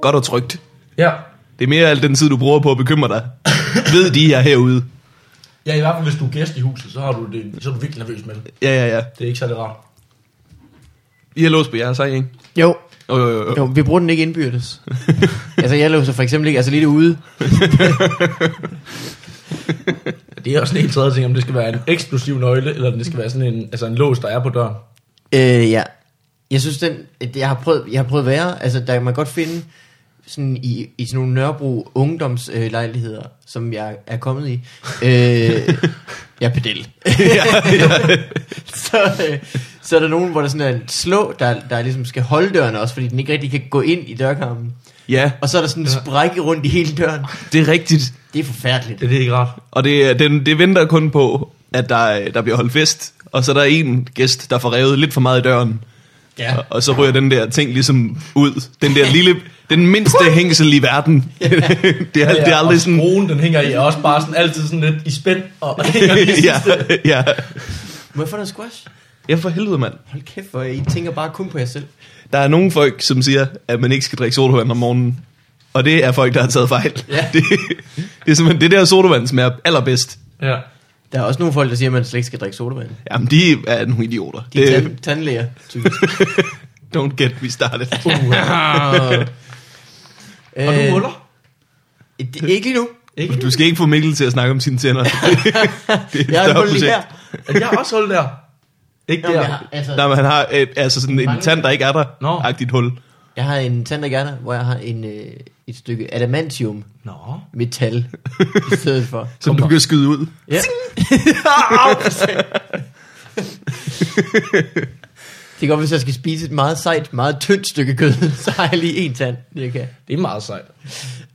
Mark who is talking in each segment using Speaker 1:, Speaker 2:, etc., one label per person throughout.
Speaker 1: godt og trygt.
Speaker 2: Ja.
Speaker 1: Det er mere alt den tid, du bruger på at bekymre dig. Ved de her herude.
Speaker 2: Ja, i hvert fald hvis du er gæst i huset, så, har du det, så er du virkelig nervøs med det.
Speaker 1: Ja, ja, ja.
Speaker 2: Det er ikke særlig rart.
Speaker 1: I har låst på jer, så er I ikke?
Speaker 3: Jo,
Speaker 1: Jo, jo, jo. jo.
Speaker 3: jo, vi bruger den ikke indbyrdes. altså, jeg låser for eksempel ikke, altså lige ude.
Speaker 2: Det er også en helt tredje ting, om det skal være en eksplosiv nøgle, eller om det skal være sådan en, altså en lås, der er på døren.
Speaker 3: Øh, ja. Jeg synes, den, det- jeg har prøvet, jeg har prøvet værre. Altså, der kan man godt finde sådan i, i sådan nogle Nørrebro ungdomslejligheder, øh, lejligheder, som jeg er kommet i. Øh, jeg er pedel. så, øh, så er der nogen, hvor der sådan er en slå, der, der ligesom skal holde døren også, fordi den ikke rigtig kan gå ind i dørkarmen.
Speaker 1: Ja,
Speaker 3: Og så er der sådan en sprække rundt i hele døren.
Speaker 1: det er rigtigt.
Speaker 3: Det er forfærdeligt.
Speaker 2: Det, det er ikke rart.
Speaker 1: Og det, er- den, det venter kun på, at der, øh, der bliver holdt fest, og så er der en gæst, der får revet lidt for meget i døren,
Speaker 2: Ja.
Speaker 1: og, og så ryger den der ting ligesom ud. Den der lille, den mindste hængsel i verden. det, er, det er aldrig
Speaker 2: og
Speaker 1: sådan...
Speaker 2: Skruen, den hænger i, er også bare sådan altid sådan lidt i spænd, og, og hænger i
Speaker 1: ja,
Speaker 2: sidste.
Speaker 1: ja.
Speaker 3: Må jeg få noget squash?
Speaker 1: ja, for helvede mand.
Speaker 3: Hold kæft, hvor I tænker bare kun på jer selv.
Speaker 1: Der er nogle folk, som siger, at man ikke skal drikke sodavand om morgenen. Og det er folk, der har taget fejl.
Speaker 3: Ja.
Speaker 1: Det, det er simpelthen det der sodavand smager allerbedst.
Speaker 2: Ja.
Speaker 3: Der er også nogle folk, der siger, at man slet ikke skal drikke sodavand.
Speaker 1: Jamen, de er nogle idioter.
Speaker 3: De er
Speaker 1: det,
Speaker 3: tand- tandlæger, typisk.
Speaker 1: don't get me started.
Speaker 2: Ah. Og du huller?
Speaker 3: Øh, det, Øh, ikke lige nu.
Speaker 2: Ikke?
Speaker 1: Du skal ikke få Mikkel til at snakke om sine tænder. det er et
Speaker 3: Jeg har
Speaker 1: større
Speaker 3: hul lige
Speaker 1: projekt.
Speaker 3: her.
Speaker 2: Jeg har også hul der. Ikke
Speaker 3: Jamen,
Speaker 2: der.
Speaker 3: jeg, har, altså,
Speaker 1: Nej, men han har øh, altså sådan en
Speaker 3: Mange-
Speaker 1: tand, der ikke er der.
Speaker 2: Nå.
Speaker 1: Agtigt hul.
Speaker 3: jeg har en tandagerner, hvor jeg har en, øh, et stykke adamantium
Speaker 2: Nå.
Speaker 3: metal i stedet for.
Speaker 1: Som du kan skyde ud.
Speaker 3: Ja. det kan godt, hvis jeg skal spise et meget sejt, meget tyndt stykke kød, så har jeg lige en tand, jeg kan.
Speaker 2: Det er meget sejt.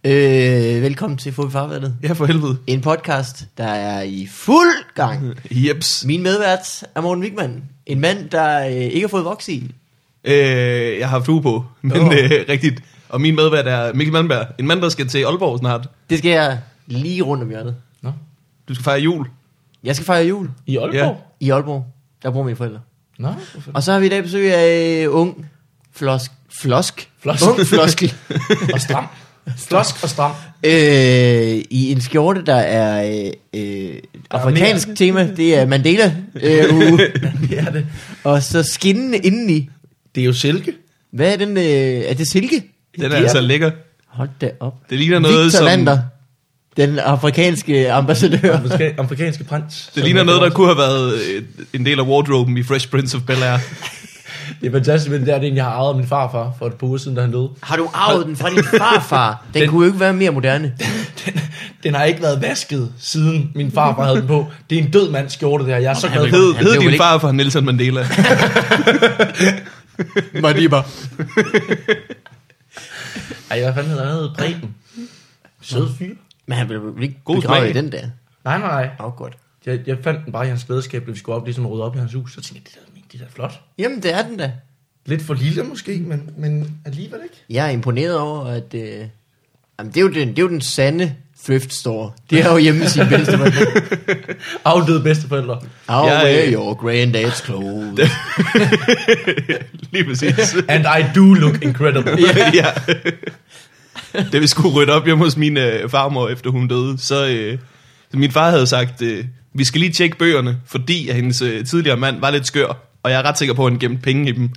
Speaker 3: Øh, velkommen til Fod i Farvandet.
Speaker 1: Ja, for helvede.
Speaker 3: En podcast, der er i fuld gang.
Speaker 1: Jeps.
Speaker 3: Min medvært er Morten Wigman. En mand, der øh, ikke har fået voks i.
Speaker 1: Øh, jeg har haft uge på, men
Speaker 3: Nå.
Speaker 1: øh, rigtigt. Og min medvært er Mikkel Malmberg. En mand, der skal til Aalborg snart.
Speaker 3: Det skal jeg lige rundt om hjørnet.
Speaker 2: Nå.
Speaker 1: Du skal fejre jul.
Speaker 3: Jeg skal fejre jul
Speaker 2: I Aalborg? Ja.
Speaker 3: i Aalborg. Der bor mine forældre.
Speaker 2: Nå, hvor fedt.
Speaker 3: Og så har vi i dag besøg af øh, ung flosk. Flosk?
Speaker 2: Flosk.
Speaker 3: Ung floskel.
Speaker 2: og stram. Flosk og stram.
Speaker 3: øh, I en skjorte, der er øh, øh, afrikansk
Speaker 2: mere.
Speaker 3: tema. Det er Mandela. Øh, uge.
Speaker 2: Det er det.
Speaker 3: og så skinnende indeni.
Speaker 2: Det er jo silke.
Speaker 3: Hvad er den? Øh, er det silke?
Speaker 1: Den
Speaker 2: Det
Speaker 1: er
Speaker 2: er
Speaker 1: altså
Speaker 2: den.
Speaker 1: lækker.
Speaker 3: Hold da op.
Speaker 1: Det ligner noget,
Speaker 3: Victor
Speaker 1: som-
Speaker 3: Lander, den afrikanske ambassadør.
Speaker 2: Amerika- Amerikanske prins.
Speaker 1: Det ligner noget, der kunne have været øh, en del af wardroben i Fresh Prince of Bel-Air.
Speaker 2: Det er fantastisk, men det er det, en, jeg har arvet af min farfar for et par uger siden, da han døde.
Speaker 3: Har du arvet den fra din farfar? Den, den kunne jo ikke være mere moderne.
Speaker 2: Den har ikke været vasket, siden min farfar havde den på. Det er en død mands skjorte, det her. Jeg er så glad for
Speaker 1: Hed,
Speaker 3: Han
Speaker 1: hed
Speaker 3: blev vel
Speaker 1: din
Speaker 3: ikke-
Speaker 1: far for Nelson Mandela.
Speaker 3: Madiba.
Speaker 2: Ej, hvad fanden hedder han? Han hedder Preben. Sød fyr.
Speaker 3: Men han blev vel ikke
Speaker 1: God
Speaker 3: God begravet
Speaker 1: smag.
Speaker 3: i den der.
Speaker 2: Nej, nej, nej.
Speaker 3: Åh, oh, godt.
Speaker 2: Jeg, jeg fandt den bare i hans klædeskab, da vi skulle op ligesom og rydde op i hans hus. Så tænkte jeg, det der, det der er flot.
Speaker 3: Jamen, det er den da.
Speaker 2: Lidt for lille måske, men, men alligevel ikke.
Speaker 3: Jeg er imponeret over, at... Øh... Jamen, det er, jo den, det er jo den sande thrift store. Det er jo hjemme sin bedste
Speaker 2: Afdøde bedsteforældre.
Speaker 3: I'll
Speaker 1: Jeg, øh,
Speaker 3: wear your granddad's clothes.
Speaker 1: Lige præcis.
Speaker 2: And I do look incredible.
Speaker 1: ja. Da vi skulle rydde op hjemme hos min øh, farmor, efter hun døde, så, øh, så min far havde sagt, øh, vi skal lige tjekke bøgerne, fordi at hendes øh, tidligere mand var lidt skør, og jeg er ret sikker på, at han gemte penge i dem.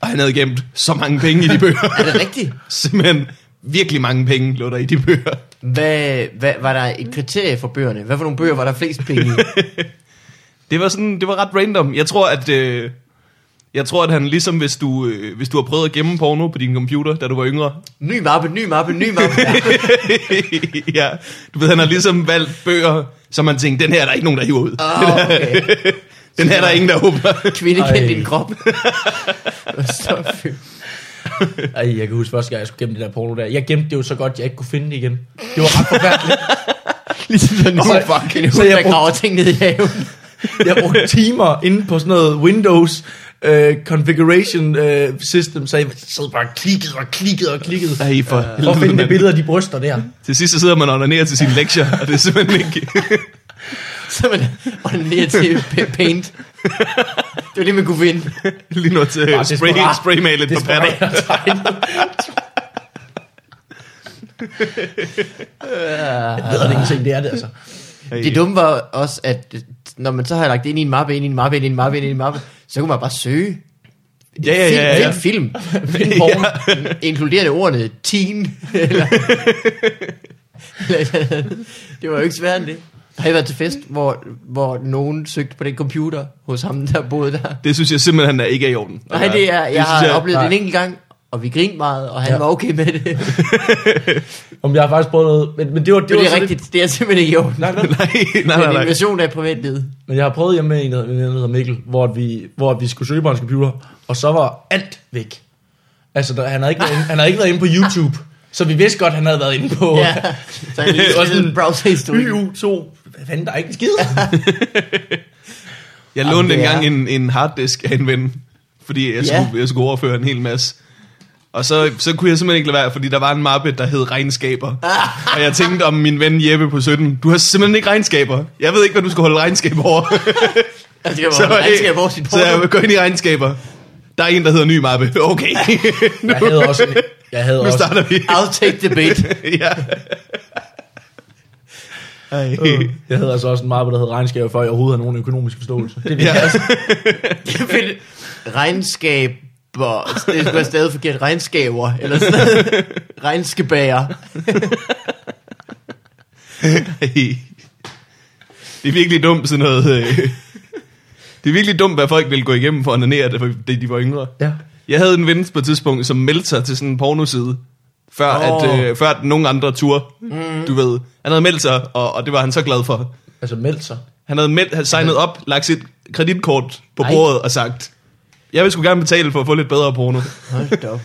Speaker 1: og han havde gemt så mange penge i de
Speaker 3: er
Speaker 1: bøger.
Speaker 3: det rigtigt?
Speaker 1: Simpelthen virkelig mange penge lå der i de bøger.
Speaker 3: Hvad, hvad, var der et kriterie for bøgerne? Hvad for nogle bøger var der flest penge i?
Speaker 1: Det var sådan, det var ret random. Jeg tror, at... Øh, jeg tror, at han ligesom, hvis du, øh, hvis du har prøvet at gemme porno på din computer, da du var yngre,
Speaker 3: Ny mappe, ny mappe, ny mappe.
Speaker 1: ja, du ved, han har ligesom valgt bøger, som man tænkte, den her er der ikke nogen, der hiver ud.
Speaker 3: Åh, oh, okay.
Speaker 1: Den her er der ingen, der åbner.
Speaker 3: Kvinde
Speaker 2: Ej.
Speaker 3: kendte din krop. så fedt.
Speaker 2: Ej, jeg kan huske første gang, jeg skulle gemme det der porno der. Jeg gemte det jo så godt, jeg ikke kunne finde det igen. Det var ret forfærdeligt.
Speaker 3: Ligesom sådan,
Speaker 2: Så-
Speaker 3: oh, fuck, en
Speaker 2: så
Speaker 3: hund,
Speaker 2: jeg
Speaker 3: der
Speaker 2: brugte-
Speaker 3: graver ting ned i haven.
Speaker 2: Jeg brugte timer inde på sådan noget Windows øh, configuration øh, system, så jeg sad bare og klikkede og klikkede og klikkede.
Speaker 1: Ej, for
Speaker 2: For at finde det
Speaker 1: mand.
Speaker 2: billede af de bryster der.
Speaker 1: Til sidst så sidder man og onanerer til sine lektier, og det er simpelthen ikke...
Speaker 3: Så man ordnerer til pa- paint. Det var det, man kunne finde.
Speaker 1: Lige noget til
Speaker 2: Bare
Speaker 1: spray,
Speaker 2: desperat.
Speaker 1: spraymalet på patter.
Speaker 2: Desperat tegnet. Jeg ved det ingenting, det er det altså.
Speaker 1: Hey.
Speaker 3: Det dumme var også, at øh, når man så har lagt det ind i en mappe, ind i en mappe, ind i en mappe, ind i en mappe, så kunne man bare søge.
Speaker 1: Ja, ja, ja, ja.
Speaker 3: Film, film, film porn, inkluderende ordene teen, eller, eller et eller andet. Det var jo ikke svært det. Der har jeg været til fest, hvor, hvor nogen søgte på den computer hos ham, der boede der.
Speaker 1: Det synes jeg simpelthen er ikke er i orden.
Speaker 3: Nej, det er, jeg
Speaker 1: synes
Speaker 3: har oplevet det en
Speaker 2: nej.
Speaker 3: enkelt gang, og vi grinede meget, og han
Speaker 2: Ja.
Speaker 3: ja. var okay med det. det
Speaker 2: Om jeg har faktisk prøvet noget, men, men det var det,
Speaker 3: men
Speaker 2: var
Speaker 3: det er
Speaker 2: så
Speaker 3: rigtigt, det er simpelthen ikke i orden.
Speaker 2: Nej, nej.
Speaker 1: Nej, nej,
Speaker 3: Det er
Speaker 1: nej,
Speaker 3: en
Speaker 1: nej.
Speaker 3: invasion af privatlivet.
Speaker 2: Men jeg har prøvet hjemme med en, der en, der hedder Mikkel, hvor vi, hvor vi skulle søge på hans computer, og så var alt væk. Altså, der, han, havde ikke været inde, han havde ikke været inde på YouTube, så vi vidste godt, han havde været inde på...
Speaker 3: Ja, så han lige
Speaker 2: Det var sådan-
Speaker 3: sådan browserhistorik.
Speaker 2: YU2, hvad fanden, der er ikke en skid.
Speaker 1: Jeg
Speaker 3: Jamen,
Speaker 1: lånte
Speaker 3: det er-
Speaker 1: engang en, en harddisk af en ven, fordi jeg
Speaker 3: Ja.
Speaker 1: skulle, jeg skulle overføre en hel masse. Og så, så kunne jeg simpelthen ikke lade være, fordi der var en mappe, der hed regnskaber. Og jeg tænkte om min ven Jeppe på 17, du har simpelthen ikke regnskaber. Jeg ved ikke, hvad du skal holde regnskab over.
Speaker 3: Altså, det var,
Speaker 1: så,
Speaker 3: så, han skal vores sin
Speaker 1: så
Speaker 3: porno.
Speaker 1: jeg går ind i regnskaber. Der er en, der hedder ny mappe. Okay,
Speaker 2: Jeg havde også... en- Jeg havde
Speaker 1: nu
Speaker 2: også...
Speaker 1: starter vi.
Speaker 3: I'll take the bait.
Speaker 1: ja. Ej.
Speaker 2: Øh, Jeg havde altså også en mappe, der hed regnskab, før jeg overhovedet havde nogen økonomisk forståelse. Det,
Speaker 1: Ja.
Speaker 3: Jeg find- Regnskaber. Det var stadig forkert. Regnskaber. Eller sådan noget. Regnskabager.
Speaker 1: Ej. Det er virkelig dumt sådan noget. øh. Det er virkelig dumt, hvad folk ville gå igennem for at onanere, da da de var yngre.
Speaker 2: ja.
Speaker 1: Jeg havde en ven på et tidspunkt, som meldte sig til sådan en pornoside, før,
Speaker 3: Åh.
Speaker 1: oh. at, øh, før at nogen andre tur, mm. du ved. Han havde meldt sig, og, og det var han så glad for.
Speaker 2: Altså meldt sig.
Speaker 1: Han havde, meldt, havde signet op, lagt sit kreditkort på
Speaker 3: Ej.
Speaker 1: bordet og sagt, jeg vil sgu gerne betale for at få lidt bedre porno.
Speaker 3: Hold da op.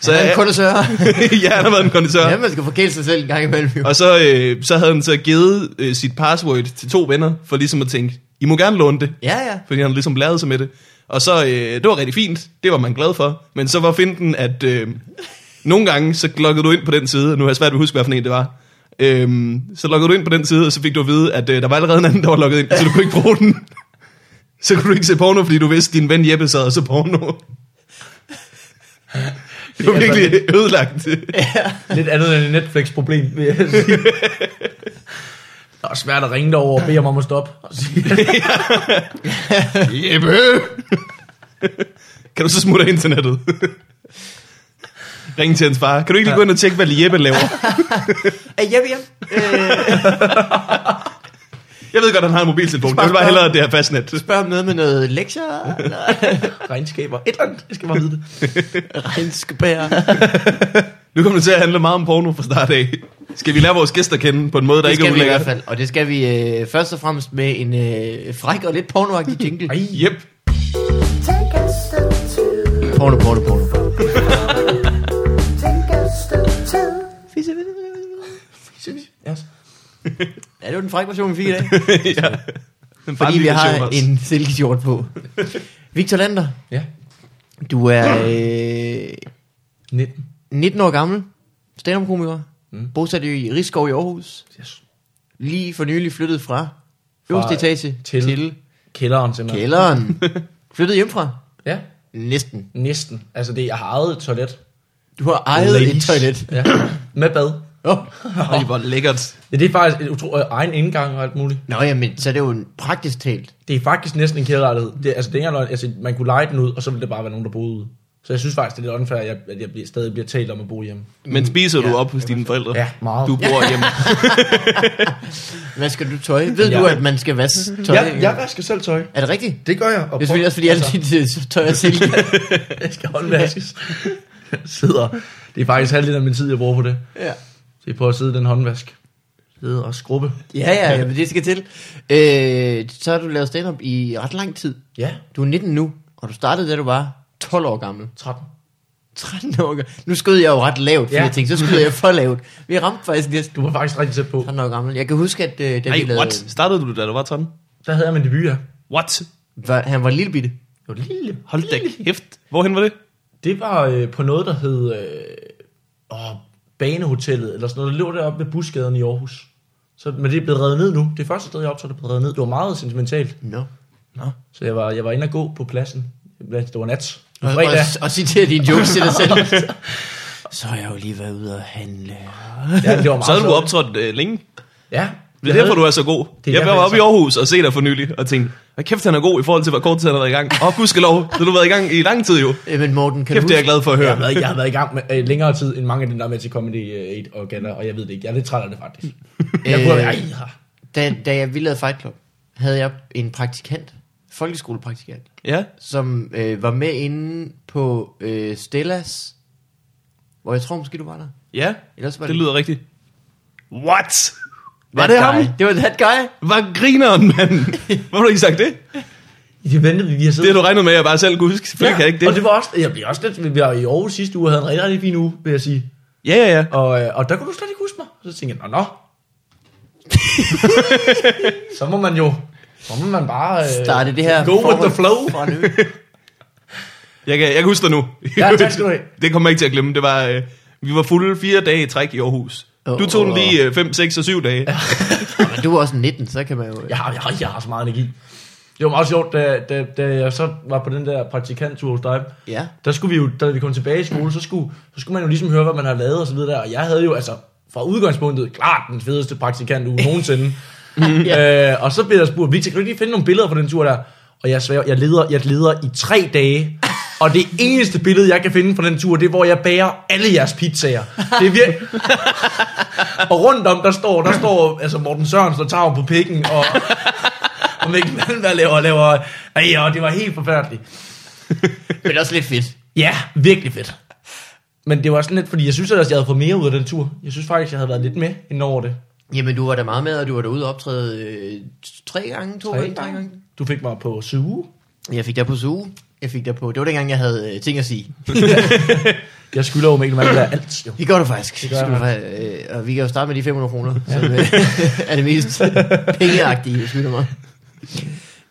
Speaker 1: Så
Speaker 3: Han er en
Speaker 1: jeg,
Speaker 3: kondisør.
Speaker 1: ja, han har været en kondisør.
Speaker 3: Ja, man skal forkæle sig selv en gang imellem. jo.
Speaker 1: Og så, øh, så havde han så givet øh, sit password til to venner, for ligesom at tænke, I må gerne låne det.
Speaker 3: Ja, ja.
Speaker 1: Fordi han ligesom lærte sig med det. Og så, øh, det var rigtig fint, det var man glad for. Men så var finden, at øh, nogle gange, så loggede du ind på den side, og nu har jeg svært ved at huske, hvad for en det var. Øhm, så loggede du ind på den side, og så fik du at vide, at øh, der var allerede en anden, der var logget ind, så du kunne ikke bruge den. Så kunne du ikke se porno, fordi du vidste, at din ven Jeppe sad og så porno. Det var
Speaker 2: Det er
Speaker 1: virkelig ødelagt.
Speaker 2: Lidt andet end et Netflix-problem, vil jeg sige. Det er også svært at ringe derover og bede om om at stoppe. Og sige,
Speaker 1: Jeppe! kan du så smutte af internettet? Ring til hans far. Kan du ikke lige gå ind og tjekke, hvad Jeppe laver?
Speaker 3: Ej, hjem, hjem. Øh,
Speaker 1: Jeg ved godt, han har en mobiltelefon. Jeg vil bare hellere, at det er fastnet.
Speaker 3: spørg om noget med noget lektier. Eller
Speaker 2: regnskaber. Et eller andet. Jeg skal bare vide det.
Speaker 3: regnskabager.
Speaker 1: Nu kommer det til at handle meget om porno fra start af. Skal vi lære vores gæster at kende på en måde, der
Speaker 3: Det
Speaker 1: ikke er
Speaker 3: skal vi i hvert
Speaker 1: ulækkert?
Speaker 3: fald. Og det skal vi øh, først og fremmest med en øh, fræk og lidt pornoagtig jingle.
Speaker 2: Ej,
Speaker 1: Jep.
Speaker 4: Take a step two.
Speaker 3: Porno, porno, porno.
Speaker 4: Take a step two.
Speaker 2: yes.
Speaker 3: Ja, det var den frække version, vi fik i dag.
Speaker 1: ja. Den
Speaker 3: Fordi vi har
Speaker 1: farlige version
Speaker 3: en silkeskjort på. Victor Lander,
Speaker 2: Ja.
Speaker 3: du er øh,
Speaker 2: 19.
Speaker 3: 19 år gammel, stand-up-komiker, mm. bosat i Rigskov i Aarhus,
Speaker 2: Yes.
Speaker 3: lige for nylig flyttet fra øverste etage til,
Speaker 2: til-
Speaker 3: til
Speaker 2: Kælderen simpelthen.
Speaker 3: kælderen. flyttet hjemmefra?
Speaker 2: Ja,
Speaker 3: Næsten.
Speaker 2: næsten. Altså det, jeg har ejet et toilet.
Speaker 3: Du har ejet et
Speaker 2: Ladies.
Speaker 3: toilet.
Speaker 2: Ja. Med bad.
Speaker 3: Oh.
Speaker 1: også. Ej, hvor lækkert.
Speaker 2: Ja, det er faktisk et utro- øh, egen indgang og alt muligt.
Speaker 3: Nå jamen, så er det jo en praktisk talt.
Speaker 2: Det er faktisk næsten en kælderlejlighed. Det, altså, det er ikke engang, løgn. altså, man kunne lege den ud, og så ville det bare være nogen, der boede ude. Så jeg synes faktisk, det er lidt unfair, at jeg, at jeg bliver- stadig bliver talt om at bo hjemme.
Speaker 1: Men spiser du
Speaker 3: Ja,
Speaker 1: op hos dine forældre?
Speaker 2: Ja, meget.
Speaker 1: Du bor hjemme.
Speaker 3: Hvad skal du tøj? Ved
Speaker 2: Ja.
Speaker 3: du, at man skal vaske tøj?
Speaker 2: Jeg, jeg vasker selv tøj.
Speaker 3: Er det rigtigt?
Speaker 2: Det gør jeg. Og Altså.
Speaker 3: Det er selvfølgelig også, fordi alt dit øh, tøj er silke.
Speaker 2: jeg skal håndvaskes. Jeg sidder. Det er faktisk halvdelen af min tid, jeg bruger på det.
Speaker 3: ja.
Speaker 2: Det er på at sidde i den håndvask. Sidde og skrubbe.
Speaker 3: Ja, ja, ja, men det skal til. Øh, så har du lavet stand-up i ret lang tid.
Speaker 2: Ja,
Speaker 3: Du er 19 nu, og du startede, da du var 12 år gammel.
Speaker 2: 13.
Speaker 3: 13 år gammel. Nu skød jeg jo ret lavt, for
Speaker 2: Ja.
Speaker 3: ja. jeg tænkte, så skød jeg for lavt. Vi ramte faktisk næsten
Speaker 2: Du var faktisk rigtig tæt på.
Speaker 3: 13 år gammel. Jeg kan huske, at øh, da
Speaker 1: Ej,
Speaker 3: vi lavede...
Speaker 1: what? Startede du, da du var 13?
Speaker 2: Der havde jeg min debut, ja.
Speaker 1: What?
Speaker 3: Var, han var en lille bitte.
Speaker 2: Det var lille.
Speaker 1: Hold da kæft. Hvorhen var det?
Speaker 2: Det var øh, på noget, der hed øh, åh, Banehotellet, eller sådan noget. Det lå deroppe ved Busgaden i Aarhus. Så, men det er blevet revet ned nu. Det første sted, jeg optog, der blev revet ned. Det var meget sentimentalt.
Speaker 3: No.
Speaker 2: Så jeg var, jeg var inde og gå på pladsen. Det var nat.
Speaker 3: Og,
Speaker 2: Fredag.
Speaker 3: og, og citerer dine jokes til dig selv. Så har jeg jo lige været ude og handle.
Speaker 2: Ja, det var meget
Speaker 1: Så havde du
Speaker 2: sjovt.
Speaker 1: optrådt øh, længe.
Speaker 2: Ja.
Speaker 1: Det er derfor, du er så god.
Speaker 2: Det er
Speaker 1: jeg
Speaker 2: derfor,
Speaker 1: var
Speaker 2: jeg er
Speaker 1: oppe i
Speaker 2: så-
Speaker 1: Aarhus og se dig for nylig og tænkte, hvad kæft, han er god i forhold til, hvor kort tid han har været i gang. Åh, oh, gudskelov, så har du været i gang i lang tid jo.
Speaker 3: Øh, Men Morten, kan
Speaker 1: Kæft,
Speaker 3: du
Speaker 1: det er jeg glad for at
Speaker 2: Jeg har,
Speaker 1: høre.
Speaker 2: været, jeg har været i gang med øh, længere tid, end mange af dem, der er med til Comedy 8 og Gala, og jeg ved det ikke. Jeg er lidt træt af det, faktisk. Jeg burde
Speaker 3: Øh.
Speaker 2: være, ej, her.
Speaker 3: da, da jeg ville lave Fight Club, havde jeg en praktikant, folkeskolepraktikant,
Speaker 1: Ja,
Speaker 3: som øh, var med inde på øh, Stellas, hvor jeg tror måske du var der.
Speaker 1: ja,
Speaker 3: Ellers var
Speaker 1: det lyder rigtigt. What? Var
Speaker 3: That
Speaker 1: det
Speaker 3: guy.
Speaker 1: ham? Øh,
Speaker 3: Det var that guy.
Speaker 1: Var grineren, mand? Hvor har du ikke sagt det?
Speaker 2: Det ventede vi, vi har
Speaker 1: Det
Speaker 2: siddet.
Speaker 1: har du regnet med, at jeg bare selv kunne huske. Selvfølgelig kan jeg ikke
Speaker 2: Og
Speaker 1: det.
Speaker 2: det var også, jeg blev også lidt, vi var i Aarhus sidste uge, og havde en rigtig, rigtig fin uge, vil jeg sige.
Speaker 1: Ja, ja, ja.
Speaker 2: Og, øh, og der kunne du slet ikke huske mig. Så tænkte jeg, nå, nå. så må man jo, så må man bare... Øh,
Speaker 3: Startede det her.
Speaker 2: Go with the flow.
Speaker 3: Fra nu.
Speaker 1: Jeg kan, jeg kan huske dig nu.
Speaker 2: Ja, tak skal du have.
Speaker 1: Det kommer jeg ikke til at glemme. Det var, øh, vi var fulde fire dage i træk i Aarhus.
Speaker 3: Åh.
Speaker 1: Du tog den lige 5, 6 og 7 dage.
Speaker 3: Men du er også 19, så kan man jo...
Speaker 2: Jeg har, jeg, har, jeg har så meget energi. Det var meget sjovt, da, da, da jeg så var på den der praktikanttur hos dig.
Speaker 3: Ja.
Speaker 2: Der skulle vi jo, da vi kom tilbage i skole, så skulle, så skulle man jo ligesom høre, hvad man har lavet og så videre der. Og jeg havde jo altså fra udgangspunktet klart den fedeste praktikant uge nogensinde. ja. øh, og så blev der spurgt, Victor, kan du ikke lige finde nogle billeder fra den tur der? Og jeg svær, jeg leder, jeg leder i tre dage. Og det eneste billede, jeg kan finde fra den tur, det er, hvor jeg bager alle jeres pizzaer. Det er virkelig... og rundt om, der står, der står altså Morten Sørensen og tager på pikken, og, og Mikkel Malmberg laver, laver... Ej, og det var helt forfærdeligt.
Speaker 3: Men også lidt fedt.
Speaker 2: Ja, virkelig fedt. Men det var sådan lidt, fordi jeg synes ellers, jeg havde fået mere ud af den tur. Jeg synes faktisk, jeg havde været lidt med ind over det.
Speaker 3: Jamen, du var da meget med, og du var derude og optræde øh, tre gange, to gange, tre gange.
Speaker 2: Du fik mig på suge.
Speaker 3: Jeg fik dig på suge. Jeg fik dig på... Det var dengang, jeg havde øh, ting at sige.
Speaker 2: Jeg skylder jo Mikkel Malmberg alt, jo.
Speaker 3: Det gør du faktisk. Det
Speaker 2: gør
Speaker 3: gør du faktisk. Øh, og vi kan jo starte med de 500 kroner, som øh, er det mest pengeagtige, skylder mig.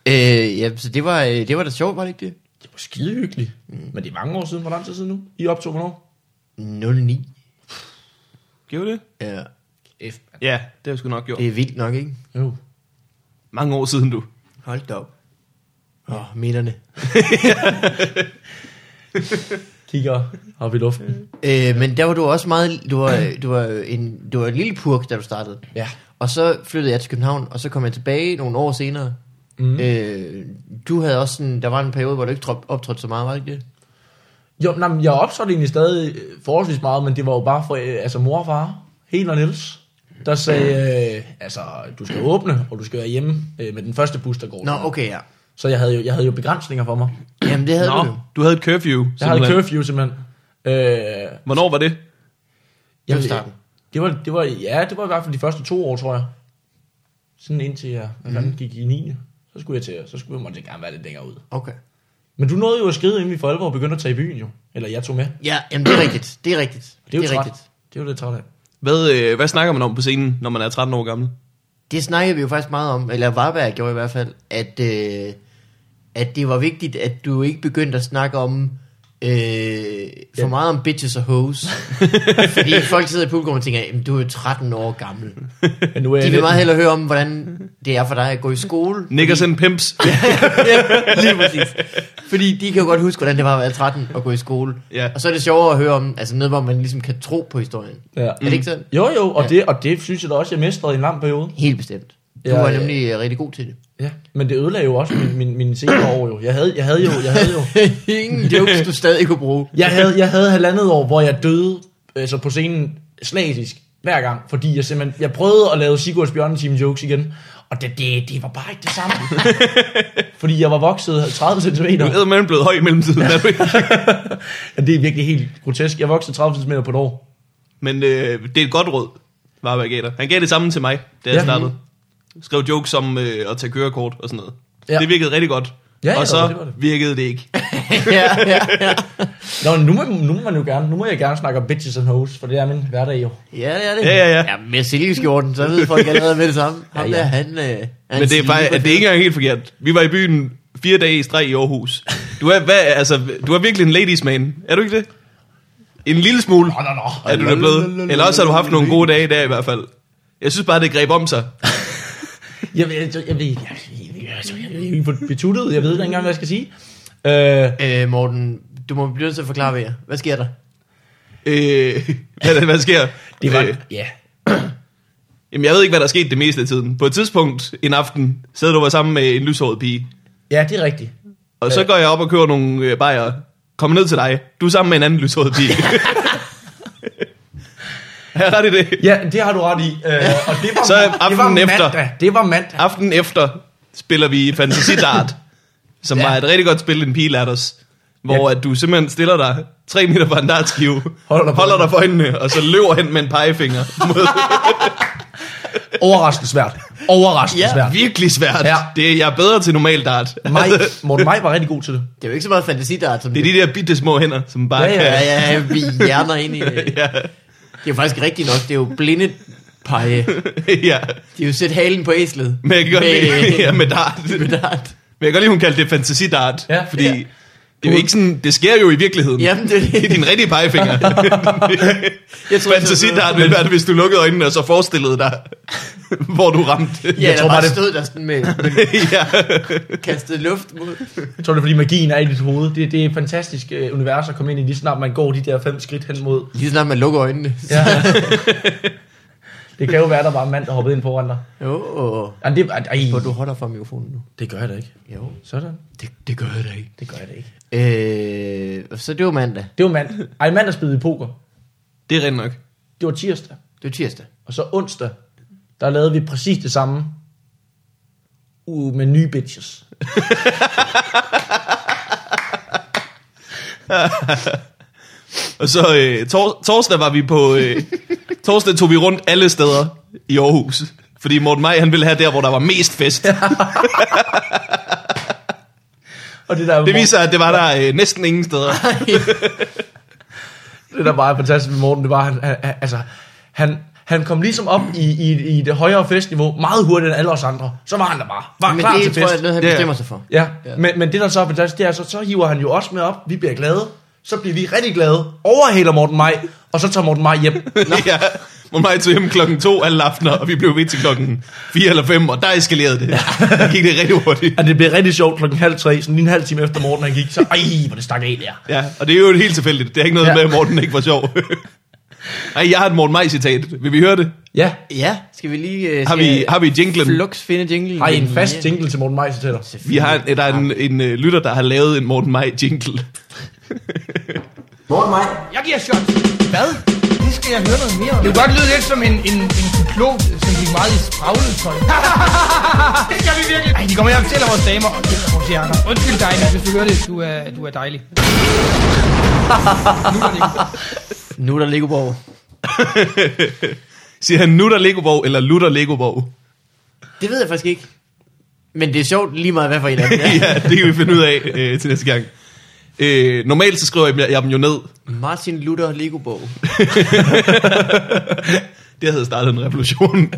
Speaker 3: Øh, ja, så det var, øh, det var da sjovt, var det ikke det?
Speaker 2: Det var skide hyggeligt. Men det er mange år siden. Hvor lang tid siden nu? I optog hvornår?
Speaker 3: 09.
Speaker 1: Gjorde det?
Speaker 3: Ja,
Speaker 2: F, mand.
Speaker 1: Ja, det har jeg sgu nok gjort.
Speaker 3: det er vildt nok, ikke?
Speaker 2: Jo.
Speaker 1: Mange år siden, du.
Speaker 3: Hold da op. Åh, oh, minderne.
Speaker 2: Kigger op i luften.
Speaker 3: Øh, men der var du også meget... Du var, du var, en, du var en lille purk, da du startede.
Speaker 2: Ja.
Speaker 3: Og så flyttede jeg til København, og så kom jeg tilbage nogle år senere. Mm. Øh, du havde også sådan... Der var en periode, hvor du ikke trop- optrådte så meget, var det ikke det?
Speaker 2: Jo, nej, men jeg optrådte egentlig stadig øh, forholdsvis meget, men det var jo bare for, øh, altså mor og far, helt og Niels, der sagde, øh, altså, du skal åbne, og du skal være hjemme øh, med den første bus, der går.
Speaker 3: Nå, okay, ja.
Speaker 2: Så jeg havde, jo, jeg havde jo begrænsninger for mig.
Speaker 3: Jamen, det havde
Speaker 1: Nå,
Speaker 3: du jo.
Speaker 1: du havde et curfew.
Speaker 2: Jeg havde
Speaker 1: simpelthen.
Speaker 2: curfew simpelthen. Øh, jeg
Speaker 1: Hvornår var det?
Speaker 3: Det var
Speaker 2: ved-
Speaker 3: starten.
Speaker 2: Det var, det var, ja, det var i hvert fald de første to år, tror jeg. Sådan indtil jeg hvad
Speaker 3: Mhm.
Speaker 2: fanden gik i 9. Så skulle jeg til, så skulle jeg måtte gerne være lidt længere ud.
Speaker 3: Okay.
Speaker 2: Men du nåede jo at skride, inden vi for alvor begyndte at tage i byen jo. Eller jeg tog med. Det
Speaker 3: Ja, jamen det er rigtigt. Det er rigtigt.
Speaker 2: er jo det er træt.
Speaker 3: rigtigt.
Speaker 2: Rigtigt. Det er jo lidt træt af.
Speaker 1: Hvad, øh, hvad snakker man om på scenen, når man er 13 år gammel?
Speaker 3: Det snakkede vi jo faktisk meget om, eller Varberg gjorde i hvert fald, at, øh, at det var vigtigt, at du ikke begyndte at snakke om øh, for
Speaker 2: Ja.
Speaker 3: meget om bitches og hoes. Fordi folk sidder i publikum og tænker, "Jamen, du er jo 13 år gammel.
Speaker 2: Men nu er
Speaker 3: De
Speaker 2: jeg
Speaker 3: vil
Speaker 2: lidt,
Speaker 3: meget hellere høre om, hvordan det er for dig at gå i skole.
Speaker 1: Niggers and pimps.
Speaker 3: Lige præcis. Fordi de kan jo godt huske, hvordan det var at være 13 og gå i skole.
Speaker 1: Ja.
Speaker 3: Og så er det sjovere at høre om, altså noget, hvor man ligesom kan tro på historien.
Speaker 2: ja. Mm.
Speaker 3: Er det ikke sådan?
Speaker 2: Jo jo, og,
Speaker 3: Ja.
Speaker 2: ja. det, og det synes jeg da også, jeg mestrede i en lang periode.
Speaker 3: Helt bestemt. Du
Speaker 2: Ja,
Speaker 3: var
Speaker 2: ja.
Speaker 3: nemlig øh, rigtig god til det.
Speaker 2: Ja. Men det ødelagde jo også min, min, min senere år jo. Jeg havde, jeg havde jo, jeg havde jo.
Speaker 3: Ingen jokes, du stadig kunne bruge.
Speaker 2: Jeg havde, jeg havde halvandet år, hvor jeg døde altså på scenen slagisk hver gang, fordi jeg simpelthen, jeg prøvede at lave Sigurds Bjørneteam jokes igen, og det, det, det var bare ikke det samme. fordi jeg var vokset 30 cm.
Speaker 1: Du er man blevet høj i mellemtiden, er du ikke?
Speaker 2: Ja, det er virkelig helt grotesk. Jeg voksede 30 cm på et år.
Speaker 1: Men øh, det er et godt råd, Varberg gav dig. Han gav det samme til mig, da jeg
Speaker 2: Ja.
Speaker 1: ja. startede. Skrev jokes om øh, at tage kørekort og sådan noget. Ja.
Speaker 2: Ja.
Speaker 1: Det virkede rigtig godt.
Speaker 2: Ja, ja,
Speaker 1: og så
Speaker 2: det var det.
Speaker 1: virkede det ikke.
Speaker 3: ja, ja, ja.
Speaker 2: Nå, nu må, nu må man jo gerne, nu må jeg gerne snakke om bitches and hoes, for det er min hverdag jo.
Speaker 3: Ja, det er det.
Speaker 1: Ja, ja, ja.
Speaker 3: ja med silkeskjorten, så ved folk allerede med det samme. Ham
Speaker 2: Ja,
Speaker 3: ja, ja.
Speaker 2: ja.
Speaker 3: der, han... Øh, han
Speaker 1: Men det er, faktisk, at det er ikke engang helt forkert. Vi var i byen fire dage i streg i Aarhus. Du er, hvad, altså, du er virkelig en ladies man. Er du ikke det? En lille smule
Speaker 2: Nå, nå, nå.
Speaker 1: er du da blevet. Eller også har du haft nogle gode dage i dag i hvert fald. Jeg synes bare, det greb om sig.
Speaker 2: Jeg ved, jeg, jeg, jeg, jeg, jeg, jeg, jeg, jeg, jeg, er betuttet. jeg ved ikke engang, hvad jeg skal sige. Øh,
Speaker 3: Øh, Morten, du må blive nødt til at forklare ved jer. Hvad sker der?
Speaker 1: Øh, hvad, hvad sker?
Speaker 2: Det var,
Speaker 1: Øh,
Speaker 2: ja.
Speaker 1: jamen, jeg ved ikke, hvad der er sket det meste af tiden. På et tidspunkt en aften sad du var sammen med en lyshåret pige,
Speaker 2: ja, det er rigtigt.
Speaker 1: og så
Speaker 2: Øh.
Speaker 1: går jeg op og kører nogle øh, bajer. Kommer ned til dig. Du er sammen med en anden lyshåret pige. Har jeg ret i det?
Speaker 2: Ja, det har du ret i. Øh, og det var,
Speaker 1: Så
Speaker 2: det var
Speaker 1: aftenen efter.
Speaker 2: mandag. Det var mandag.
Speaker 1: Aften efter spiller vi Fantasy Dart, som
Speaker 2: Ja.
Speaker 1: ja. var et rigtig godt spil, en pige lærte os. Hvor
Speaker 2: Ja.
Speaker 1: at du simpelthen stiller dig tre meter fra en dartskive,
Speaker 2: Holder dig på
Speaker 1: holder dig for øjnene, og så løber hen med en pegefinger. Mod,
Speaker 2: Overraskende svært. Overraskende
Speaker 3: Ja,
Speaker 2: svært.
Speaker 1: virkelig svært.
Speaker 2: Ja.
Speaker 1: Ja. Det, jeg er bedre til normal dart.
Speaker 2: Mike, Morten Maj var rigtig god til det.
Speaker 3: Det er jo ikke så meget fantasi, der er som
Speaker 1: Det er de der bitte små hænder, som bare
Speaker 2: Ja, ja,
Speaker 3: Ja,
Speaker 1: kan...
Speaker 3: ja, ja, vi hjerner ind i... Det
Speaker 1: Ja,
Speaker 3: er jo faktisk rigtigt nok, det er jo blinde pege.
Speaker 1: ja.
Speaker 3: De har jo sæt halen på æslet.
Speaker 1: Men jeg kan godt
Speaker 3: Med-
Speaker 1: lide, ja, med dart.
Speaker 3: med dart.
Speaker 1: Men jeg kan godt lide, hun kaldte det fantasy dart.
Speaker 2: Ja.
Speaker 1: Fordi det
Speaker 2: Ja.
Speaker 1: er jo ikke sådan, det sker jo i virkeligheden.
Speaker 3: Jamen, det er
Speaker 1: Det er
Speaker 3: det.
Speaker 1: din rigtige pegefinger.
Speaker 3: Jeg troede,
Speaker 1: Fantasi,
Speaker 3: det var-
Speaker 1: der har det været, hvis du lukkede øjnene og så forestillede dig, hvor du ramte.
Speaker 3: Ja, jeg
Speaker 2: tror
Speaker 3: tror
Speaker 2: bare,
Speaker 3: bare,
Speaker 2: det-
Speaker 3: stod der sådan med,
Speaker 1: ja.
Speaker 3: med kastet luft mod.
Speaker 2: Jeg tror, det er, fordi magien er i dit hoved. Det, det er et fantastisk øh, univers at komme ind i, lige snart man går de der fem skridt hen mod.
Speaker 3: Lige snart man lukker øjnene.
Speaker 2: Ja. det kan jo være, der var en mand, der hoppede ind foran dig.
Speaker 3: Jo, og-
Speaker 2: Jamen, det, ej,
Speaker 3: hvor du holder fra mikrofonen nu.
Speaker 2: det gør jeg da ikke.
Speaker 3: Jo,
Speaker 2: Sådan.
Speaker 3: det, det gør jeg da ikke.
Speaker 2: Det gør jeg da ikke.
Speaker 3: Øh, så det var mandag.
Speaker 2: Det var mand. Ej, mandag spillede vi poker.
Speaker 1: Det er rent nok.
Speaker 2: Det var tirsdag.
Speaker 3: Det var tirsdag.
Speaker 2: Og så onsdag, der lavede vi præcis det samme. Uh, med nye bitches.
Speaker 1: Og så øh, tor- torsdag var vi på... Øh, torsdag tog vi rundt alle steder i Aarhus. Fordi Morten Maj, han ville have der, hvor der var mest fest.
Speaker 2: Og det der,
Speaker 1: Det viser, at det var der øh, næsten ingen steder.
Speaker 2: det der bare er fantastisk ved Morten, det var, han, han, han- altså, han, han kom ligesom op i, i, i det højere festniveau meget hurtigere end alle os andre. Så var han der bare. Var
Speaker 3: Men
Speaker 2: klar
Speaker 3: det
Speaker 2: til
Speaker 3: tror jeg
Speaker 2: fest.
Speaker 3: er noget, han
Speaker 1: Ja.
Speaker 3: bestemmer sig for.
Speaker 2: Ja,
Speaker 3: Ja.
Speaker 2: men, men det der så er fantastisk, det er, så, så hiver han jo også med op. Vi bliver glade. Så bliver vi rigtig glade. Overhaler Morten mig, og så tager Morten mig hjem.
Speaker 1: ja. Morten Maj tog hjem klokken to alle aftener, og vi blev ved til klokken 4 eller 5, og der eskalerede det. Der gik det rigtig hurtigt.
Speaker 2: Og det blev rigtig sjovt klokken halv tre, sådan lige en halv time efter Morten han gik. Så, ej, hvor det stak af der.
Speaker 1: Ja, og det er jo helt tilfældigt. Det er ikke noget
Speaker 2: Ja.
Speaker 1: ja. med, at Morten ikke var sjov. Ej, jeg har et Morten Maj-citat. Vil vi høre det?
Speaker 2: Ja,
Speaker 3: Ja, skal vi lige... øh,
Speaker 1: Har
Speaker 3: skal
Speaker 1: vi, har vi jinglen?
Speaker 3: Flux finde jinglen?
Speaker 2: ej, en fast
Speaker 3: jingle. Mm.
Speaker 2: jingle til Morten Meiser til dig.
Speaker 1: Vi har, en- der er en, en uh, lytter, der har lavet en Morten Maj jingle.
Speaker 4: Morgen mig.
Speaker 5: Jeg giver shot. Hvad? Det skal jeg høre noget mere om. Det kunne godt lyde lidt som en, en, en cyklop, som gik meget i spraglet tøj. det skal vi virkelig. Ej, de kommer hjem til vores damer og gælder vores hjerner. Undskyld dig, men hvis du hører det, du er, du er dejlig. nu er det ikke.
Speaker 3: Nu er der Legoborg.
Speaker 1: Siger han Nutter Legoborg eller Lutter Legoborg?
Speaker 3: Det ved jeg faktisk ikke. Men det er sjovt lige meget, hvad for en af dem det er.
Speaker 1: ja, det kan vi finde ud af øh, til næste gang. Øh, normalt så skriver jeg, dem- jeg dem jo ned.
Speaker 3: Martin Luther Legoborg.
Speaker 1: Det havde startet en revolution.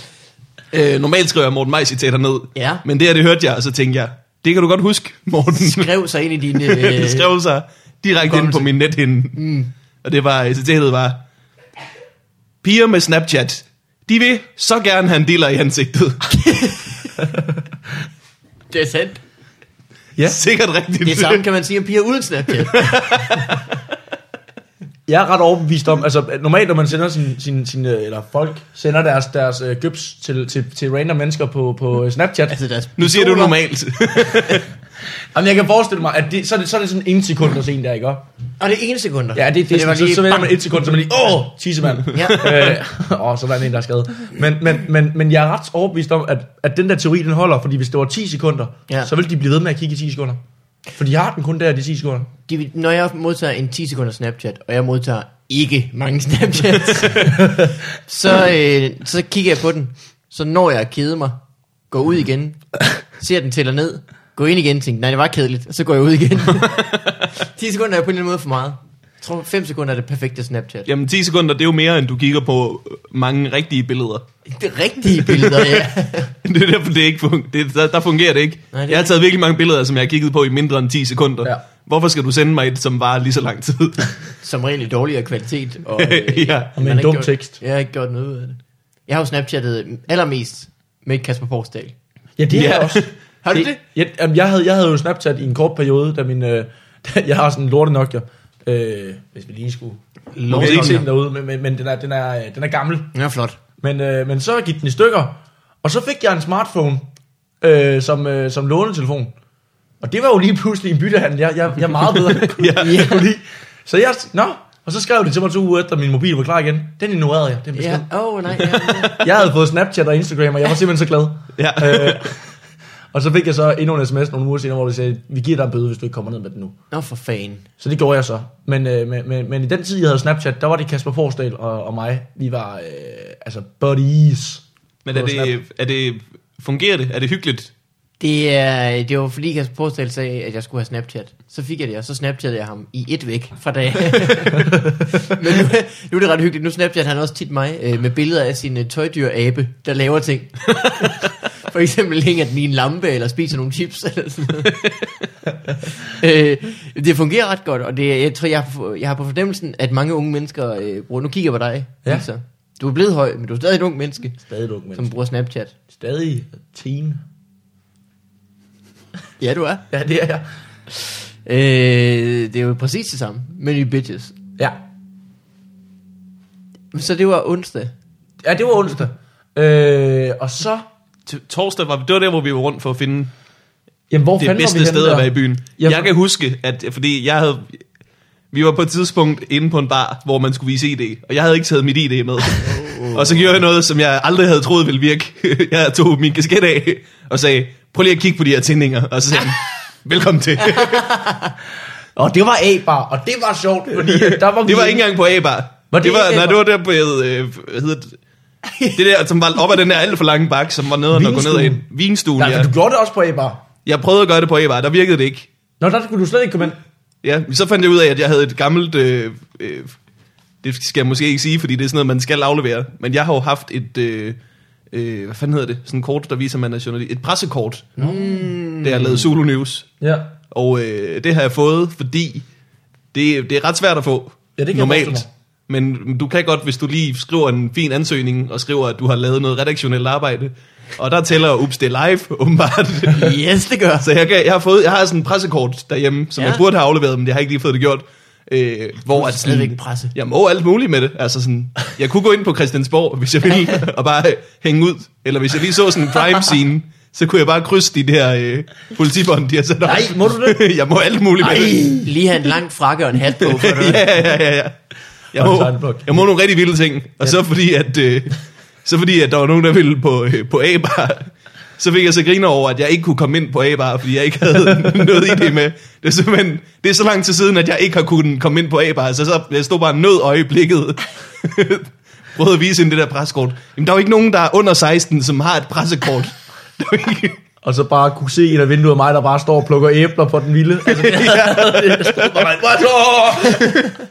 Speaker 1: øh, normalt skriver jeg Morten Maj citater ned.
Speaker 3: Ja.
Speaker 1: Men det her, det hørte jeg, og så tænkte jeg, det kan du godt huske, Morten.
Speaker 3: Skrev sig ind i øh, dine...
Speaker 1: det skrev sig direkte ind på min nethinde. Mm. Og det var, citatet var, piger med Snapchat, de vil så gerne have en dealer i ansigtet.
Speaker 3: Det er sandt.
Speaker 1: Ja. Sikkert rigtigt.
Speaker 3: Det samme kan man sige om piger uden Snapchat.
Speaker 2: Jeg er ret overbevist om, altså at normalt når man sender sin, sin, sin øh, eller folk sender deres, deres øh, gyps til, til, til random mennesker på, på øh, Snapchat.
Speaker 3: altså, deres
Speaker 1: Nu siger du
Speaker 3: pistoler.
Speaker 1: normalt.
Speaker 2: Jamen jeg kan forestille mig, at det, så, er det, så er det sådan en sekund at se en der, ikke?
Speaker 3: Og det er en sekunder.
Speaker 2: Ja, det, det,
Speaker 3: Så
Speaker 2: det
Speaker 3: var
Speaker 2: så, så,
Speaker 3: lige
Speaker 2: så vender
Speaker 3: bang.
Speaker 2: man et sekund, så man lige, åh, tissemand.
Speaker 3: Ja.
Speaker 2: øh, åh, så er der en, der er skadet. Men, men, men, men jeg er ret overbevist om, at, at den der teori, den holder, fordi hvis det var 10 sekunder,
Speaker 3: Ja.
Speaker 2: ja. så ville de blive ved med at kigge i 10 sekunder. For de har den kun der, de 10 sekunder.
Speaker 3: De, når jeg modtager en 10 sekunder Snapchat, og jeg modtager ikke mange Snapchats, så, øh, så kigger jeg på den. Så når jeg keder mig, går ud igen, ser den tæller ned, går ind igen, tænker, nej, det var kedeligt, og så går jeg ud igen. 10 sekunder er på en eller anden måde for meget. Jeg tror, 5 sekunder er det perfekte Snapchat.
Speaker 1: Jamen 10 sekunder, det er jo mere, end du kigger på mange rigtige billeder.
Speaker 3: Det er rigtige billeder, ja.
Speaker 1: Det er derfor, det ikke fun- det, der, der fungerer det ikke. Nej,
Speaker 3: Nej, det er
Speaker 1: det jeg har taget virkelig mange billeder, som jeg har kigget på i mindre end 10 sekunder.
Speaker 2: Ja.
Speaker 1: Ja. Hvorfor skal du sende mig et, som varer lige så lang tid?
Speaker 3: Som regel i dårligere kvalitet. Og, øh,
Speaker 1: ja.
Speaker 2: Og med
Speaker 3: man
Speaker 2: en
Speaker 3: har
Speaker 2: dum
Speaker 3: gjort,
Speaker 2: tekst.
Speaker 3: Jeg har ikke gjort noget ud af det. Jeg har jo Snapchattet allermest med Kasper Porsdal.
Speaker 2: Ja, det er
Speaker 1: Ja.
Speaker 2: jeg også.
Speaker 3: Har du det?
Speaker 2: Jeg, jamen, jeg, havde, jeg havde jo Snapchat i en kort periode, da min... Øh, da jeg har sådan en lorte Nokia. Øh, hvis vi lige skulle...
Speaker 3: Lov
Speaker 2: Lov, vi kan ikke
Speaker 3: til
Speaker 2: se
Speaker 3: den.
Speaker 2: den derude, men, men, men den, er, den, er, øh, den er gammel.
Speaker 3: Den er flot.
Speaker 2: Men, øh, men så gik den i stykker, og så fik jeg en smartphone øh, som, øh, som lånetelefon. Og det var jo lige pludselig en byttehandel, jeg, jeg, jeg meget bedre kunne, ja. kunne lide. Så jeg, nå, og så skrev de til mig to uger efter, at min mobil var klar igen. Den ignorerede jeg. Den
Speaker 3: Ja,
Speaker 2: yeah.
Speaker 3: åh oh, nej. Ja, ja.
Speaker 2: Jeg havde fået Snapchat og Instagram, og jeg var simpelthen så glad.
Speaker 1: Ja.
Speaker 2: Øh, og så fik jeg så endnu en sms nogle uger senere, hvor de sagde, vi giver dig en bøde, hvis du ikke kommer ned med den nu.
Speaker 3: Nå for fanden.
Speaker 2: Så det gjorde jeg så. Men, øh, men, men, men i den tid, jeg havde Snapchat, der var det Kasper Forsdal og, og mig. Vi var øh, altså buddies.
Speaker 1: Men er
Speaker 2: På Snap.
Speaker 1: det, er det, fungerer det? Er det hyggeligt?
Speaker 3: Det, er, det var fordi Kasper Porsdal sagde, at jeg skulle have Snapchat. Så fik jeg det, og så snapchattede jeg ham i et væk fra dag. Men nu, nu er det ret hyggeligt. Nu snapchatter han også tit mig øh, med billeder af sin øh, tøjdyr-abe, der laver ting. For eksempel hænger den i en lampe, eller spiser nogle chips, eller sådan noget. øh, det fungerer ret godt, og det, jeg tror, jeg har, på- jeg har på fornemmelsen, at mange unge mennesker øh, bruger... Nu kigger jeg på dig,
Speaker 2: Ja.
Speaker 3: ja. Du er blevet høj, men du er stadig et ung menneske,
Speaker 2: Stadig et ungt menneske.
Speaker 3: som bruger Snapchat.
Speaker 2: Stadig teen.
Speaker 3: Ja, du er.
Speaker 2: Ja, det er jeg.
Speaker 3: Øh, det er jo præcis det samme, men i bitches.
Speaker 2: Ja,
Speaker 3: Så det var onsdag.
Speaker 2: ja det var onsdag. Øh, og så...
Speaker 1: T- torsdag var, det var der, hvor vi var rundt for at finde
Speaker 2: Jamen, hvor
Speaker 1: det
Speaker 2: fanden var
Speaker 1: bedste
Speaker 2: vi henne
Speaker 1: sted
Speaker 2: der?
Speaker 1: at være i byen.
Speaker 2: Ja,
Speaker 1: Jeg,
Speaker 2: for-
Speaker 1: jeg kan huske, at fordi jeg havde... Vi var på et tidspunkt inde på en bar, hvor man skulle vise ID, og jeg havde ikke taget mit ID med. og så gjorde jeg noget, som jeg aldrig havde troet ville virke. jeg tog min kasket af og sagde, prøv lige at kigge på de her tændinger. Og så sagde han, velkommen til.
Speaker 2: Og det var A-bar, og det var sjovt, fordi at der var vi...
Speaker 1: det var ikke engang på A-bar.
Speaker 2: Var det
Speaker 1: det, var,
Speaker 2: ikke
Speaker 1: nej,
Speaker 2: A-bar?
Speaker 1: det var der på, øh, hvad hedder det, det der, som var op ad den der alt for lange bakke, som var nede og gå ned ad en
Speaker 2: Vinstuen.
Speaker 1: vinstue.
Speaker 2: Nej,
Speaker 1: Ja.
Speaker 2: men du gjorde det også på A-bar.
Speaker 1: Jeg prøvede at gøre det på A-bar, der virkede det ikke.
Speaker 2: Nå, der skulle du slet ikke komme ind.
Speaker 1: Ja, så fandt jeg ud af, at jeg havde et gammelt... Øh, øh, det skal jeg måske ikke sige, fordi det er sådan noget, man skal aflevere. Men jeg har jo haft et... Øh, øh, hvad fanden hedder det? Sådan et kort, der viser, at man er journalist. Et pressekort, mm. da jeg lavede Zulu News.
Speaker 2: Ja.
Speaker 1: Og øh, det har jeg fået, fordi det, det er ret svært at få.
Speaker 2: Ja, det kan jeg
Speaker 1: normalt.
Speaker 2: forestille
Speaker 1: Men du kan godt, hvis du lige skriver en fin ansøgning, og skriver, at du har lavet noget redaktionelt arbejde. Og der tæller ups, det er live, åbenbart.
Speaker 3: Yes, det gør.
Speaker 1: Så jeg, kan, jeg, har fået, jeg har sådan en pressekort derhjemme, som
Speaker 3: Ja.
Speaker 1: ja. jeg burde have afleveret, men jeg har ikke lige fået det gjort. Øh, hvor at
Speaker 3: stadigvæk
Speaker 1: sådan,
Speaker 3: presse.
Speaker 1: jeg må alt muligt med det. Altså sådan, jeg kunne gå ind på Christiansborg, hvis jeg ville, og bare øh, hænge ud. Eller hvis jeg lige så sådan en crime scene, så kunne jeg bare krydse de der øh, politibånd, de har sat op.
Speaker 2: Nej, må du det?
Speaker 1: jeg må alt muligt med det.
Speaker 3: Lige have en lang frakke og en hat på. For
Speaker 1: ja,
Speaker 3: det.
Speaker 1: ja, ja, ja. Jeg
Speaker 2: Og en
Speaker 1: må,
Speaker 2: tegnblok.
Speaker 1: jeg må nogle rigtig vilde ting. Og så fordi, at, øh, så fordi, at der var nogen, der ville på, øh, på A-bar, så fik jeg så griner over, at jeg ikke kunne komme ind på A-bar, fordi jeg ikke havde noget i det med. Det er simpelthen, det er så lang tid siden, at jeg ikke har kunnet komme ind på A-bar, så, så jeg stod bare nød øjeblikket. Prøvede at vise hende det der pressekort. Jamen, der er jo ikke nogen, der er under 16, som har et pressekort. Der er jo ikke...
Speaker 2: Og så bare kunne se en af vinduet af mig, der bare står og plukker æbler på den vilde. Altså, det, jeg stod bare, What? Åh!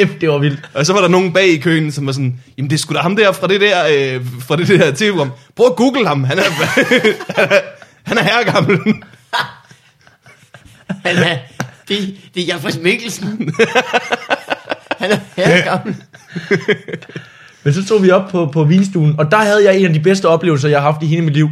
Speaker 2: F, det var vildt.
Speaker 1: Og så var der nogen bag i køen, som var sådan, jamen det er sgu da ham der fra det der, øh, fra det der tv-program. Prøv at google ham, han er, han er herregammel.
Speaker 3: Han er, det, det er Jafres Mikkelsen. Han er herregammel.
Speaker 2: Men så tog vi op på, på vinstuen, og der havde jeg en af de bedste oplevelser, jeg har haft i hele mit liv.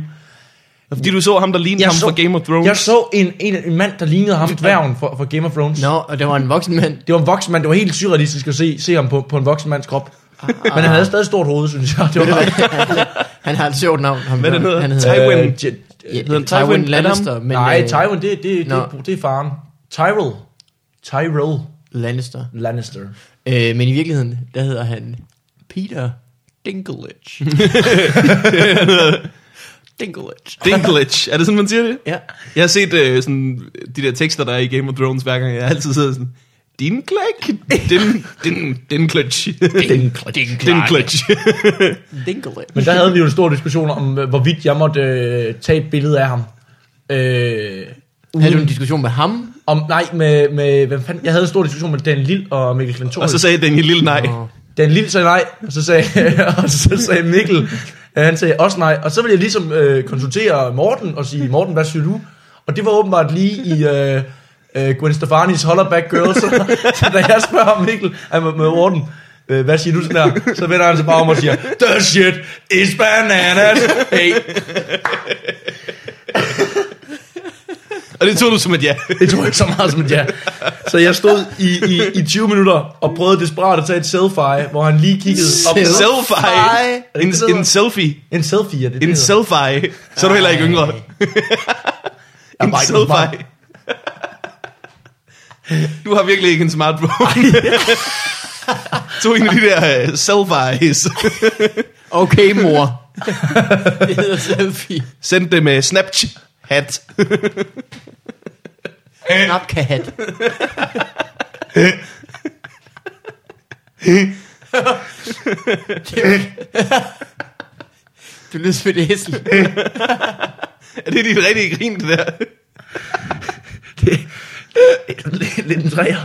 Speaker 1: Fordi du så ham, der lignede
Speaker 2: Jeg
Speaker 1: ham
Speaker 2: så-
Speaker 1: fra Game of Thrones.
Speaker 2: Jeg så en, en, en mand, der lignede ham dværgen fra, fra Game of Thrones.
Speaker 3: Nå, og der var en voksen mand.
Speaker 2: Det var en voksen mand. Det var helt surrealistisk at se, se ham på, på en voksen mands krop.
Speaker 1: Ah.
Speaker 2: Men han havde stadig stort hoved, synes jeg. Det var
Speaker 3: Han har et sjovt navn. Ham,
Speaker 1: Hvad er det, han hedder?
Speaker 3: han
Speaker 1: Ty- Tywin.
Speaker 3: hedder?
Speaker 2: Øh, Je-
Speaker 3: Ja,
Speaker 1: hedder han
Speaker 3: Tywin
Speaker 1: Tywin? Er det
Speaker 3: Lannister.
Speaker 1: ham?
Speaker 3: Men,
Speaker 2: Nej,
Speaker 3: øh,
Speaker 2: Tywin, det, det,
Speaker 3: nå.
Speaker 2: det, det er faren. Tyrell. Tyrell
Speaker 3: Lannister.
Speaker 2: Lannister.
Speaker 3: Øh, men i virkeligheden, der hedder han Peter Dinklage. Dinklage.
Speaker 1: Dinklage, er det sådan, man siger det?
Speaker 3: Ja.
Speaker 1: Jeg har set øh, sådan, de der tekster, der er i Game of Thrones hver gang, jeg har altid sidder sådan, Dinklage? Din, din, Dinklage. Dinklage.
Speaker 3: Dinklage.
Speaker 2: Men der havde vi jo en stor diskussion om, øh, hvorvidt jeg måtte øh, tage et billede af ham. Øh,
Speaker 3: Havde du en diskussion med ham?
Speaker 2: om, nej, med, med, hvem fanden? Jeg havde en stor diskussion med Dan Lille og Mikkel Klintorius.
Speaker 1: Og så sagde den lille nej.
Speaker 3: Nå.
Speaker 2: Dan Lille sagde nej, og så sagde, og så sagde Mikkel, øh, han sagde også nej. Og så ville jeg ligesom øh, konsultere Morten og sige, Morten, hvad siger du? Og det var åbenbart lige i øh, øh, Gwen Stefani's Hollerback Girls. Så, så da jeg spørger Mikkel øh, med, med Morten, øh, hvad siger du sådan der? Så vender han sig bare om og siger, The shit is bananas. Hey.
Speaker 1: Og det tog du som et ja.
Speaker 2: Det tog ikke så meget som et ja. Så jeg stod i, i, i 20 minutter og prøvede desperat at tage et selfie, hvor han lige kiggede op.
Speaker 1: Selfie.
Speaker 2: Er det
Speaker 1: En,
Speaker 2: det, det
Speaker 1: en selfie.
Speaker 2: En selfie, er det det,
Speaker 1: En
Speaker 2: hedder?
Speaker 1: selfie. Så er du heller ikke yngre.
Speaker 2: Jeg
Speaker 1: En
Speaker 2: var ikke noget
Speaker 1: selfie. Du har virkelig ikke en smartphone. Tog en af de der uh, selfies.
Speaker 3: Okay, mor. det hedder selfie.
Speaker 1: Send det med Snapchat.
Speaker 3: Snapcat. Det er jo- du lyder som et æsel.
Speaker 1: Er det dit rigtige grin, det der?
Speaker 2: Lidt- Lidt en træer.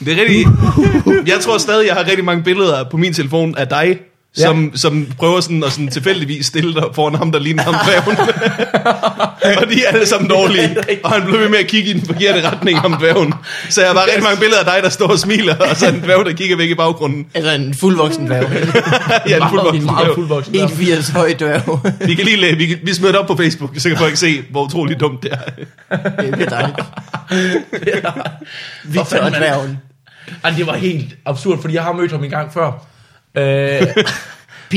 Speaker 1: Det er rigtig... Jeg tror stadig, jeg har rigtig mange billeder på min telefon af dig, som, som prøver sådan at sådan tilfældigvis stille dig foran ham, der ligner ham dværgen. og de er alle sammen dårlige, og han blev ved med at kigge i den forkerte retning ham dværgen. Så jeg har bare rigtig mange billeder af dig, der står og smiler, og så en dværg, der kigger væk i baggrunden.
Speaker 3: Altså en fuldvoksen dværg.
Speaker 1: Ja, en
Speaker 2: Meget,
Speaker 1: fuldvoksen
Speaker 2: meget
Speaker 1: dværg.
Speaker 2: fuldvoksen. dværg.
Speaker 3: 1,80 høj dværg.
Speaker 1: Vi kan lige læ- vi, kan, vi smider det op på Facebook, så kan folk se, hvor utroligt dumt det er.
Speaker 3: Det bliver dejligt. Victor og
Speaker 2: fanden, mand.
Speaker 3: dværgen.
Speaker 2: Ej, det var helt absurd, fordi jeg har mødt ham en gang før. Øh,
Speaker 3: Peter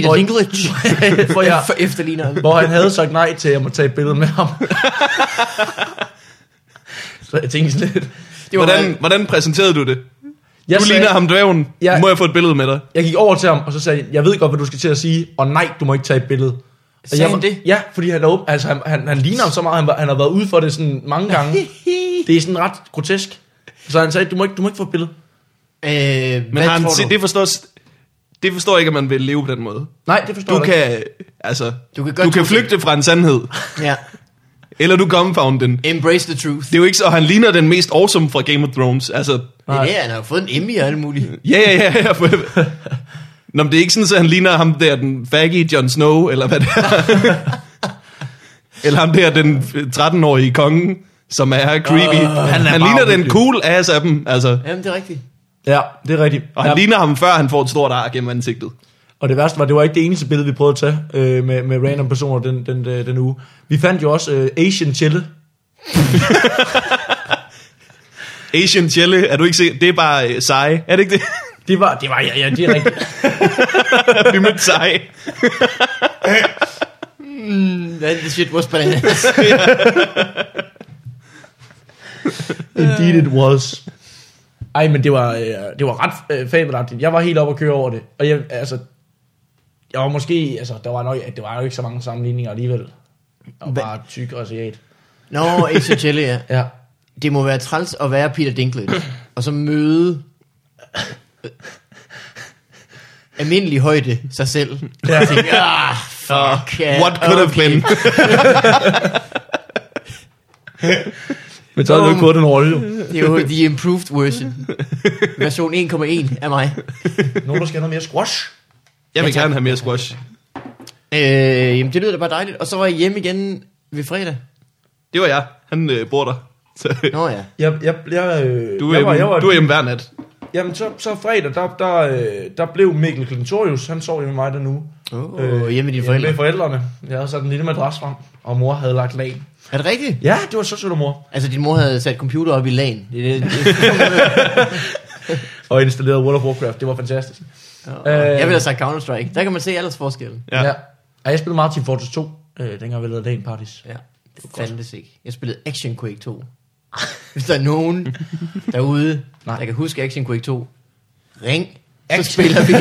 Speaker 2: Hvor-
Speaker 3: Dinklage.
Speaker 2: hvor, jeg,
Speaker 3: For efterligner.
Speaker 2: hvor han havde sagt nej til, at jeg måtte tage et billede med ham. Så jeg tænkte sådan lidt...
Speaker 3: Det var
Speaker 1: Hvordan, hvordan præsenterede du det?
Speaker 2: Jeg,
Speaker 1: Du ligner ham dværgen.
Speaker 2: Jeg-
Speaker 1: Må jeg få et billede med dig?
Speaker 2: jeg gik over til ham, og så sagde jeg, jeg ved godt, hvad du skal til at sige, og nej, du må ikke tage et billede. Og
Speaker 3: Sagde
Speaker 2: jeg,
Speaker 3: han det?
Speaker 2: Ja, fordi han, er åben, altså, han, han, han ligner ham så meget, han, var- han har været ude for det sådan mange gange. det er sådan ret grotesk. Så han sagde, du må ikke, du må ikke få et billede.
Speaker 3: Øh,
Speaker 1: Men
Speaker 3: hvad
Speaker 1: har han,
Speaker 3: tror
Speaker 1: se,
Speaker 3: du?
Speaker 1: det forstår, det forstår jeg ikke, at man vil leve på den måde.
Speaker 2: Nej, det forstår
Speaker 1: Du
Speaker 2: jeg ikke.
Speaker 1: kan, altså,
Speaker 3: Du kan godt
Speaker 1: du kan
Speaker 3: tro-
Speaker 1: flygte fra en sandhed,
Speaker 3: Ja.
Speaker 1: eller du confound den.
Speaker 3: Embrace the truth.
Speaker 1: Det er jo ikke så, og han ligner den mest awesome fra Game of Thrones. Altså,
Speaker 3: Det er det, han har jo fået en Emmy og alt muligt.
Speaker 1: ja, ja, ja. ja. Nå, men det er ikke sådan, at han ligner ham der, den faggy Jon Snow, eller hvad det er. eller ham der, den 13-årige konge, som er creepy. Uh, han, han ligner den cool ass af dem, altså.
Speaker 3: Jamen, det er rigtigt.
Speaker 2: Ja, det er rigtigt.
Speaker 1: Og han
Speaker 2: ja.
Speaker 1: ligner ham, før han får et stort ar gennem ansigtet.
Speaker 2: Og det værste var, det var ikke det eneste billede, vi prøvede at tage øh, med, med random personer den, den, øh, den, den uge. Vi fandt jo også øh, Asian Chille.
Speaker 1: Asian Chelle, er du ikke se? Det er bare øh, seje, er det ikke det?
Speaker 2: Det var, det var, ja, ja det er rigtigt.
Speaker 1: Vi mødte seje.
Speaker 3: That the shit was bananas.
Speaker 2: Indeed it was. Ej, men det var, øh, det var ret øh, fabelagtigt. Jeg var helt oppe at køre over det. Og jeg, altså, jeg var måske, altså, der var, nok, der var jo ikke så mange sammenligninger alligevel. Jeg var
Speaker 3: Hva-
Speaker 2: bare tyk og asiat.
Speaker 3: Nå, Ace Chile, ja.
Speaker 2: Ja.
Speaker 3: Det må være træls at være Peter Dinklage, og så møde øh, almindelig højde sig selv.
Speaker 2: Ja.
Speaker 3: Ja. Tænke, ah, fuck, ja,
Speaker 1: What could have been?
Speaker 2: Men så havde du ikke fået den rolle, jo.
Speaker 3: Det er jo the improved version. Version 1,1 af mig.
Speaker 2: Nogen, der skal have noget mere squash.
Speaker 1: Jeg vil
Speaker 3: Ja, tak.
Speaker 1: gerne have mere squash.
Speaker 3: Øh, jamen, det lyder da bare dejligt. Og så var jeg hjemme igen ved fredag.
Speaker 1: Det var jeg. Han øh, bor der. Så,
Speaker 3: Nå ja.
Speaker 2: Jeg, jeg, jeg, øh,
Speaker 1: du, er
Speaker 2: jeg, var, jeg var,
Speaker 1: du er hjemme hver nat.
Speaker 2: Jamen, så, så fredag, der, der, øh, der blev Mikkel Klintorius, han sov hjemme med mig den uge.
Speaker 3: Oh, hjemme med dine forældre.
Speaker 2: Med forældrene. Jeg havde sat en lille madras frem, og mor havde lagt lag.
Speaker 3: Er det rigtigt?
Speaker 2: Ja, det var så sødt af mor.
Speaker 3: Altså, din mor havde sat computer op i lagen. Det, det, det,
Speaker 2: Og installeret World of Warcraft, det var fantastisk.
Speaker 3: jeg ville have sagt Counter-Strike. Der kan man se aldersforskellen.
Speaker 1: Ja. ja.
Speaker 2: Og jeg spillede meget Team Fortress 2, øh, dengang vi lavede LAN parties.
Speaker 3: Ja, det fandtes ikke. Jeg spillede Action Quake 2. Hvis der er nogen derude, Nej. der kan huske Action Quake 2, ring, Action. så spiller vi.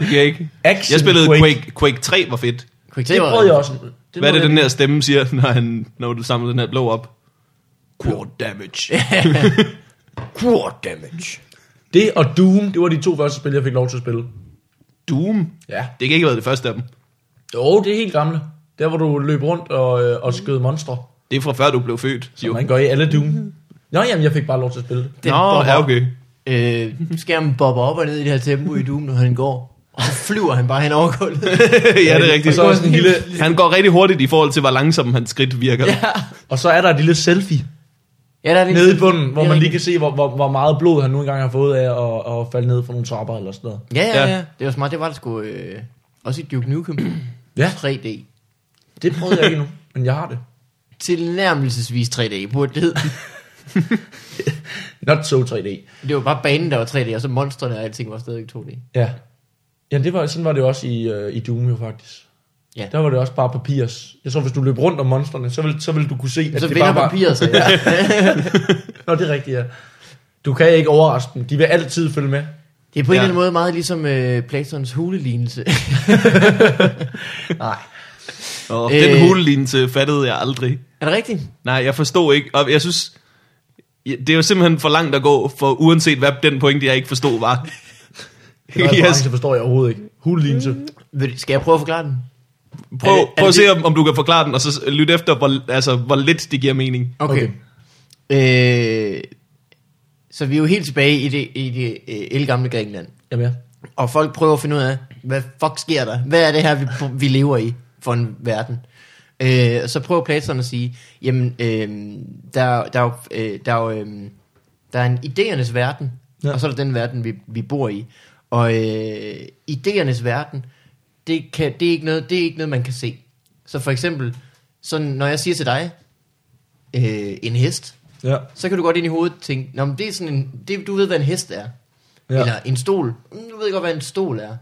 Speaker 1: Det kan jeg ikke.
Speaker 2: Action
Speaker 1: Jeg spillede Quake. Quake, Quake 3 var fedt.
Speaker 3: Quake 3
Speaker 2: Det
Speaker 3: var
Speaker 2: prøvede jeg også. Det
Speaker 1: Hvad er det,
Speaker 2: var
Speaker 1: den her stemme siger, når, han, når du samler den her blå op? Core damage.
Speaker 3: Quad damage.
Speaker 2: Det og Doom, det var de to første spil, jeg fik lov til at spille.
Speaker 1: Doom.
Speaker 2: Ja.
Speaker 1: Det kan ikke have været det første af dem.
Speaker 2: Jo, det er helt gamle. Der, hvor du løb rundt og, øh, og skød monstre,
Speaker 1: Det er fra før, du blev født.
Speaker 2: som
Speaker 1: Jo.
Speaker 2: man gør i alle Doom. Nå, jamen, jeg fik bare lov til at spille det.
Speaker 3: Den
Speaker 1: Nå,
Speaker 3: bobber,
Speaker 1: ja, okay.
Speaker 3: øh, skærmen bobber op og ned i det her tempo i Doom, når han går. Og så flyver han bare hen over gulvet.
Speaker 1: ja, det er rigtigt.
Speaker 2: Og så er der sådan en lille-
Speaker 1: Han går rigtig hurtigt i forhold til, hvor langsom hans skridt virker. Ja.
Speaker 2: Og så er der et lille selfie
Speaker 3: ja, der er lidt-
Speaker 2: nede i bunden, hvor
Speaker 3: Det er
Speaker 2: man lige kan
Speaker 3: rigtigt.
Speaker 2: se, hvor, hvor, hvor meget blod han nu engang har fået af at, at falde ned fra nogle trapper eller sådan noget.
Speaker 3: Ja, ja,
Speaker 1: Ja.
Speaker 3: ja. Det var smart. Det var der sgu... Øh, også i Duke Nukem.
Speaker 2: Ja.
Speaker 3: 3D.
Speaker 2: Det prøvede jeg ikke endnu, men jeg har det.
Speaker 3: tilnærmelsesvis 3D på det. hed.
Speaker 2: Not so 3D.
Speaker 3: Det var bare banen, der var 3D, og så monstrene og alting var stadig 2D.
Speaker 2: Ja. Ja, det var, sådan var det jo også i, øh, i Doom jo faktisk.
Speaker 3: Ja.
Speaker 2: Der var det også bare papirs. Jeg tror, hvis du løb rundt om monstrene, så ville, så ville du kunne se, at
Speaker 3: Så
Speaker 2: det
Speaker 3: vinder
Speaker 2: bare var...
Speaker 3: papiret sig. Ja.
Speaker 2: Nå, det er rigtigt, ja. Du kan ikke overraske dem. De vil altid følge med.
Speaker 3: Det er på en
Speaker 1: Ja.
Speaker 3: eller anden måde meget ligesom øh, Platons hulelignelse.
Speaker 2: Nej.
Speaker 1: Og øh.
Speaker 3: Øh.
Speaker 1: den hulelignelse fattede jeg aldrig.
Speaker 3: er det rigtigt?
Speaker 1: Nej, jeg forstod ikke. Og jeg synes, ja, det er jo simpelthen for langt at gå, for uanset hvad den pointe, jeg ikke forstod, var.
Speaker 2: Den yes.
Speaker 1: yes.
Speaker 2: forstår jeg overhovedet ikke. Hullinse. Mm.
Speaker 3: Ved du- Skal jeg prøve at forklare den?
Speaker 1: Prøv,
Speaker 3: Er det- er
Speaker 1: prøv at
Speaker 3: det
Speaker 1: se, om, om du kan forklare den, og så lyt efter, hvor, altså, hvor lidt det giver mening.
Speaker 3: Okay. okay. Øh, så vi er jo helt tilbage i det, i det øh, elgamle Grækenland.
Speaker 2: Jamen ja.
Speaker 3: Og folk prøver at finde ud af, hvad fuck sker der? Hvad er det her, vi, vi lever i for en verden? Øh, og så prøver Platon at sige, jamen, øh, der, er- der, er jo- øh, der, er jo, øh, der er en idéernes verden,
Speaker 2: Ja.
Speaker 3: ja. og så er der den verden, vi, vi bor i. Og øh, idéernes verden, det, kan, det, er ikke noget, det er ikke noget, man kan se. Så for eksempel, så når jeg siger til dig, øh, en hest,
Speaker 2: Ja.
Speaker 3: så kan du godt ind i hovedet tænke, Nå, men det er sådan en, det, du ved, hvad en hest er.
Speaker 2: Ja.
Speaker 3: Ja. Eller en stol. Mm, Du ved godt, hvad en stol er.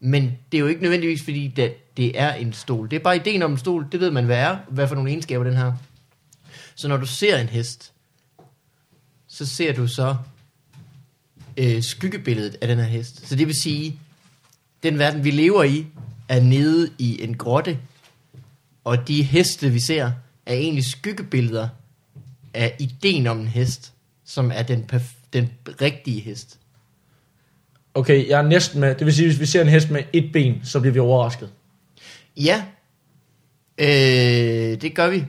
Speaker 3: Men det er jo ikke nødvendigvis, fordi det, det er en stol. Det er bare ideen om en stol. Det ved man, hvad er. Hvad for nogle egenskaber den har. Så når du ser en hest, så ser du så øh, skyggebilledet af den her hest. Så det vil sige, den verden, vi lever i, er nede i en grotte. Og de heste, vi ser, er egentlig skyggebilleder af ideen om en hest, som er den, perf- den rigtige hest.
Speaker 2: Okay, jeg er næsten med. Det vil sige, hvis vi ser en hest med et ben, så bliver vi overrasket.
Speaker 3: Ja, øh, det gør vi.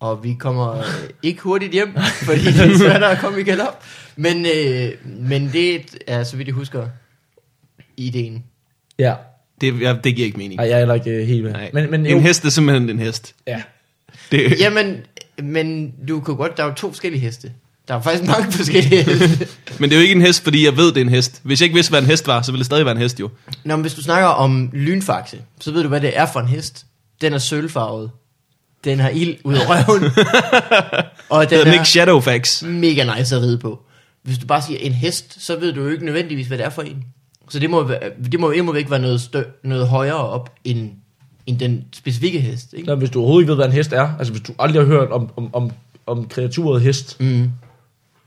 Speaker 3: Og vi kommer øh, ikke hurtigt hjem, fordi det er svært at komme igen op. Men, øh, men det er, så vidt jeg husker, ideen.
Speaker 2: Ja.
Speaker 1: Det, ja, det giver ikke mening.
Speaker 2: Ej, jeg er heller ikke øh, helt med.
Speaker 1: Nej.
Speaker 2: Men, men,
Speaker 1: en hest er simpelthen en hest.
Speaker 2: Ja.
Speaker 1: Det,
Speaker 3: Jamen, men du kan godt, der er jo to forskellige heste. Der er faktisk mange forskellige heste.
Speaker 1: Men det er jo ikke en hest, fordi jeg ved, det er en hest. Hvis jeg ikke vidste, hvad en hest var, så ville det stadig være en hest jo.
Speaker 3: Nå, men hvis du snakker om lynfaxe, så ved du, hvad det er for en hest. Den er sølvfarvet. Den har ild ud af røven. og
Speaker 1: Det
Speaker 3: den
Speaker 1: hedder den
Speaker 3: er
Speaker 1: ikke Shadowfax.
Speaker 3: mega nice at ride på. Hvis du bare siger en hest, så ved du jo ikke nødvendigvis, hvad det er for en. Så det må, være- det må, det må ikke være noget, stø, noget højere op end, end den specifikke hest. Ikke?
Speaker 2: Nå, hvis du overhovedet ikke ved, hvad en hest er, altså hvis du aldrig har hørt om, om, om, om kreaturet hest,
Speaker 3: Mm.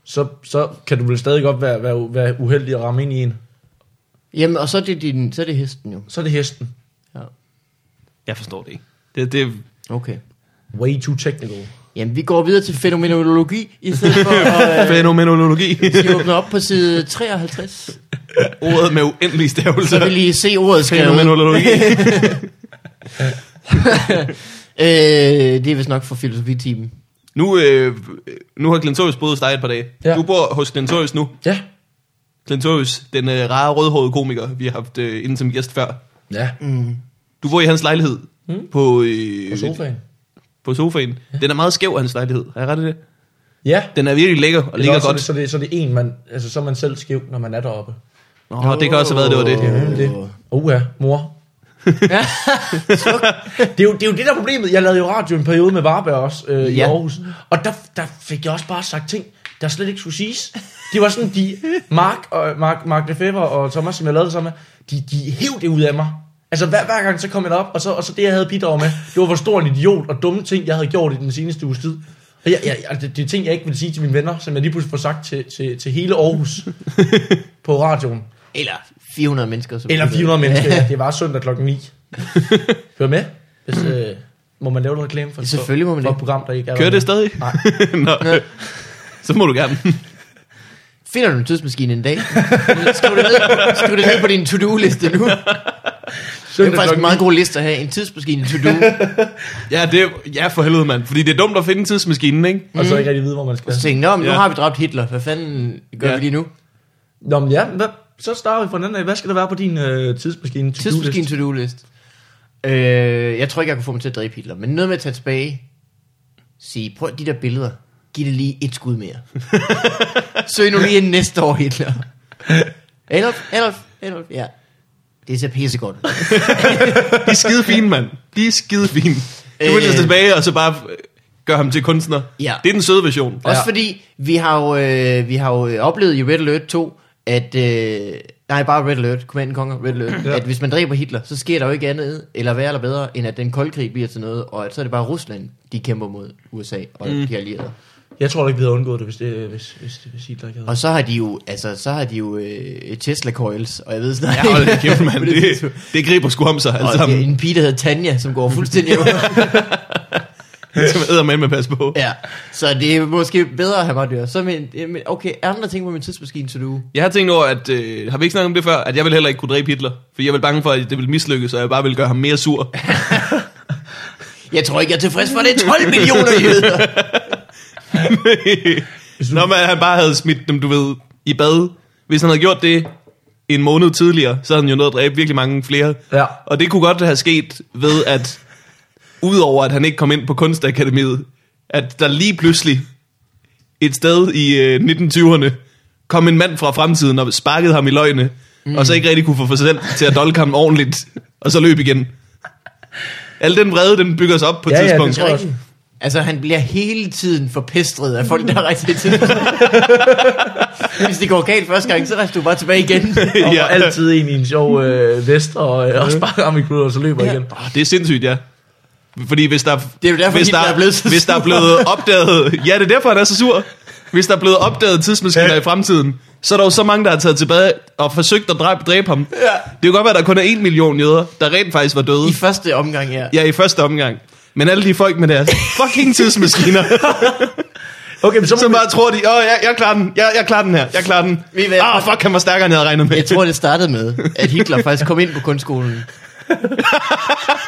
Speaker 2: så, så kan du vel stadig godt være, være, være uheldig at ramme ind i en.
Speaker 3: Jamen, og så er, det din, så er det hesten jo.
Speaker 2: Så er det hesten.
Speaker 3: Ja.
Speaker 1: Jeg forstår det ikke. Det, det,
Speaker 3: Okay.
Speaker 2: Way too technical.
Speaker 3: Jamen, vi går videre til fænomenologi, i stedet for at øh,
Speaker 1: Fænomenologi.
Speaker 3: vi åbner op på side 53.
Speaker 1: Ordet med uendelige stavelser.
Speaker 3: Så vil I se ordet skrevet.
Speaker 1: Fænomenologi.
Speaker 3: Øh, det er vist nok for filosofitimen.
Speaker 1: Nu, øh, nu har Glentorius boet hos dig et par dage.
Speaker 2: Ja.
Speaker 1: Ja. Du bor hos Glentorius nu.
Speaker 2: Ja.
Speaker 1: Glentorius, den øh, rare rødhårede komiker, vi har haft øh, inden som gæst før.
Speaker 2: Ja.
Speaker 3: Mm.
Speaker 1: Du bor i hans lejlighed mm. på, øh,
Speaker 2: På sofaen.
Speaker 1: På sofaen. Den er meget skæv, hans lejlighed. Har jeg ret i det?
Speaker 2: Ja.
Speaker 1: Den er virkelig lækker og
Speaker 2: Eller
Speaker 1: ligger
Speaker 2: også,
Speaker 1: godt.
Speaker 2: Så er det, så er det en, man, altså, så er man selv skæv, når man er deroppe.
Speaker 1: Nå, det kan også have været, det var det.
Speaker 2: Jamen det. Oh ja, mor.
Speaker 3: Sluk.
Speaker 2: Det er, jo, det er jo det, der er problemet. Jeg lavede jo radio en periode med Varberg også øh, i
Speaker 3: Ja.
Speaker 2: Aarhus. Og der, der fik jeg også bare sagt ting, der slet ikke skulle siges. Det var sådan, de Mark, og, Mark, Mark Lefebvre og Thomas, som jeg lavede det sammen med, de, de hæv det ud af mig. Altså hver, hver gang så kom jeg op, og så, og så det, jeg havde bidraget med, det var hvor stor en idiot og dumme ting, jeg havde gjort i den seneste uges tid. Og jeg, jeg, jeg, det, det er ting, jeg ikke ville sige til mine venner, som jeg lige pludselig får sagt til, til, til hele Aarhus på radioen.
Speaker 3: Eller 400 mennesker. Som
Speaker 2: Eller 400 mennesker, ja. Det var søndag klokken 9. Hør med. Hvis, øh, må man lave noget reklame for,
Speaker 3: Ja, selvfølgelig må man
Speaker 2: for, for et
Speaker 3: det.
Speaker 2: program, der ikke er
Speaker 1: Kører
Speaker 2: der
Speaker 1: det stadig?
Speaker 2: Nej.
Speaker 1: Nå. Så må du gerne.
Speaker 3: Finder du en tidsmaskine en dag? Skriv det ned, skriv det ned på din to-do-liste nu. Det er
Speaker 2: Søndag
Speaker 3: faktisk en
Speaker 2: klokken
Speaker 3: meget god liste at have. En tidsmaskine, en to-do.
Speaker 1: Ja, det, ja for helvede, mand. Fordi det er dumt at finde tidsmaskinen, ikke?
Speaker 2: 9, og
Speaker 3: Mm.
Speaker 2: så ikke rigtig vide, hvor man skal.
Speaker 3: Så tænkte, Nå, men nu
Speaker 1: Ja.
Speaker 3: har vi dræbt Hitler. Hvad fanden gør
Speaker 1: Ja.
Speaker 3: vi lige nu?
Speaker 2: Nå, men ja, hvad, så starter vi fra den anden af. Hvad skal der være på din øh, tidsmaskine? to-do-liste?
Speaker 3: Tidsmaskine, to-do-list. Øh, jeg tror ikke, jeg kunne få mig til at dræbe Hitler. Men noget med at tage tilbage. Sige, prøv de der billeder. Giv det lige et skud mere. Søg nu lige en næste år, Hitler. Adolf, Adolf, Adolf, ja. Det ser pissegodt ud.
Speaker 1: De er skide fine, mand. De er skide fine. Du vil
Speaker 3: Øh.
Speaker 1: øh. tilbage, og så bare... Gør ham til kunstner.
Speaker 3: Ja.
Speaker 1: Det er den søde version.
Speaker 3: Også
Speaker 2: Ja.
Speaker 3: fordi, vi har jo, øh, vi har jo øh, oplevet i Red Alert 2, at... Øh, nej, bare Red Alert, Command Conquer, Red Alert,
Speaker 2: Ja.
Speaker 3: ja. at hvis man dræber Hitler, så sker der jo ikke andet, eller værre eller bedre, end at den kolde krig bliver til noget, og at så er det bare Rusland, de kæmper mod USA og mm. de allierede.
Speaker 2: Jeg tror da ikke, vi havde undgået det, hvis, det, hvis, hvis, hvis Hitler ikke havde.
Speaker 3: Og så har de jo, altså, så har de jo øh, Tesla coils, og jeg ved snart
Speaker 1: Ja, hold da kæft, mand.
Speaker 3: På det
Speaker 1: Det,
Speaker 3: tidspunkt.
Speaker 1: det griber sgu om sig, alle
Speaker 3: og det er
Speaker 1: sammen.
Speaker 3: en pige, der hedder Tanja, som går fuldstændig
Speaker 1: Som æder med at passe på.
Speaker 3: Ja, så det er måske bedre at have bare dyr. Så men, men, okay, er der andre ting på min tidsmaskine, så du...
Speaker 1: Jeg har tænkt over, at øh, har vi ikke snakket om det før, at jeg vil heller ikke kunne dræbe Hitler, for jeg vil bange for, at det vil mislykkes, og jeg bare vil gøre ham mere sur.
Speaker 3: Jeg tror ikke, jeg er tilfreds for det. 12 millioner jøder!
Speaker 1: Når man, han bare havde smidt dem, du ved, i bad. Hvis han havde gjort det en måned tidligere, så havde han jo nået at dræbe virkelig mange flere.
Speaker 2: Ja.
Speaker 1: Og det kunne godt have sket ved, at udover at han ikke kom ind på Kunstakademiet, at der lige pludselig et sted i øh, 1920'erne kom en mand fra fremtiden og sparkede ham i løgne, mm. og så ikke rigtig kunne få sig selv til at dolke ham ordentligt, og så løb igen. Al den vrede, den bygger sig op på et
Speaker 2: Ja, ja, det
Speaker 1: tidspunkt.
Speaker 2: tror jeg også.
Speaker 3: Altså, han bliver hele tiden forpestret af folk, der har rejst til. Hvis det går galt første gang, så rejser du bare tilbage igen.
Speaker 1: Ja.
Speaker 2: Og ja. altid en i en sjov øh, vest, og øh, også bare ramme i knuder, og så løber ja. igen.
Speaker 1: Oh, det er sindssygt, ja. Fordi hvis der,
Speaker 3: Det er jo derfor,
Speaker 1: hvis
Speaker 3: Hitler
Speaker 1: der,
Speaker 3: er blevet så
Speaker 1: hvis der er
Speaker 3: sur.
Speaker 1: blevet opdaget... Ja, det er derfor, han er så sur. Hvis der er blevet opdaget tidsmaskiner i fremtiden, så er der jo så mange, der har taget tilbage og forsøgt at dræbe, dræbe ham. Ja. Det kan godt være, at der kun er en million jøder, der rent faktisk var døde.
Speaker 3: I første omgang, ja.
Speaker 1: Ja, i første omgang. Men alle de folk med deres fucking tidsmaskiner,
Speaker 2: Okay, men så må
Speaker 1: som
Speaker 2: vi,
Speaker 1: bare tror de, åh, jeg, jeg klarer den, jeg, jeg klarer den her, jeg klarer den.
Speaker 3: Ved I hvad?
Speaker 1: Ah, fuck, han var stærkere, end jeg havde regnet med.
Speaker 3: Jeg tror, det startede med, at Hitler faktisk kom ind på kunstskolen.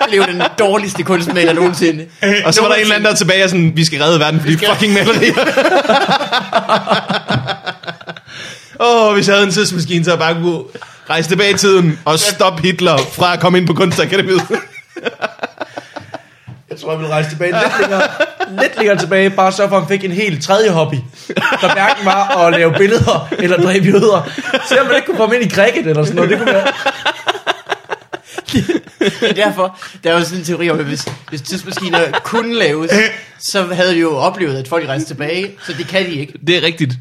Speaker 3: Blev den dårligste kunstmaler nogensinde.
Speaker 1: Og så var der en eller anden, der er tilbage og sådan, vi skal redde verden, fordi skal... fucking malerier. Åh, oh, hvis jeg havde en tidsmaskine, så jeg bare kunne rejse tilbage i tiden og stoppe Hitler fra at komme ind på kunstakademiet.
Speaker 2: jeg tror, jeg vil rejse tilbage lidt længere, lidt længere tilbage, bare så for, at han fik en helt tredje hobby, der hverken var at lave billeder eller dræbe jøder. Se om man ikke kunne komme ind i cricket eller sådan noget. Det kunne være,
Speaker 3: Det er derfor, der er jo sådan en teori om, at hvis, hvis tidsmaskiner kunne laves, så havde de jo oplevet, at folk rejste tilbage, så det kan de ikke.
Speaker 1: Det er rigtigt.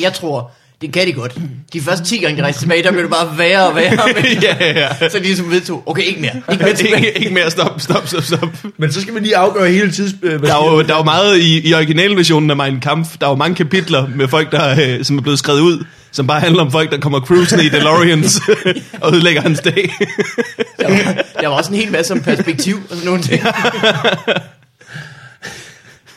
Speaker 3: Jeg tror, det kan de godt. De første 10 gange, de rejste tilbage, der blev det bare værre og værre. Men,
Speaker 1: ja, ja, ja.
Speaker 3: så de ligesom vedtog, okay, ikke mere. Ikke mere tilbage.
Speaker 1: Ikke, ikke mere stop, stop, stop, stop.
Speaker 2: men så skal vi lige afgøre hele tids... Øh,
Speaker 1: Der er jo, der er jo meget i, i originalversionen af Mein Kampf, der er jo mange kapitler med folk, der, øh, som er blevet skrevet ud, som bare handler om folk, der kommer cruisende i DeLoreans og ødelægger hans dag.
Speaker 3: Der var, der var også en hel masse om perspektiv og sådan nogle ting.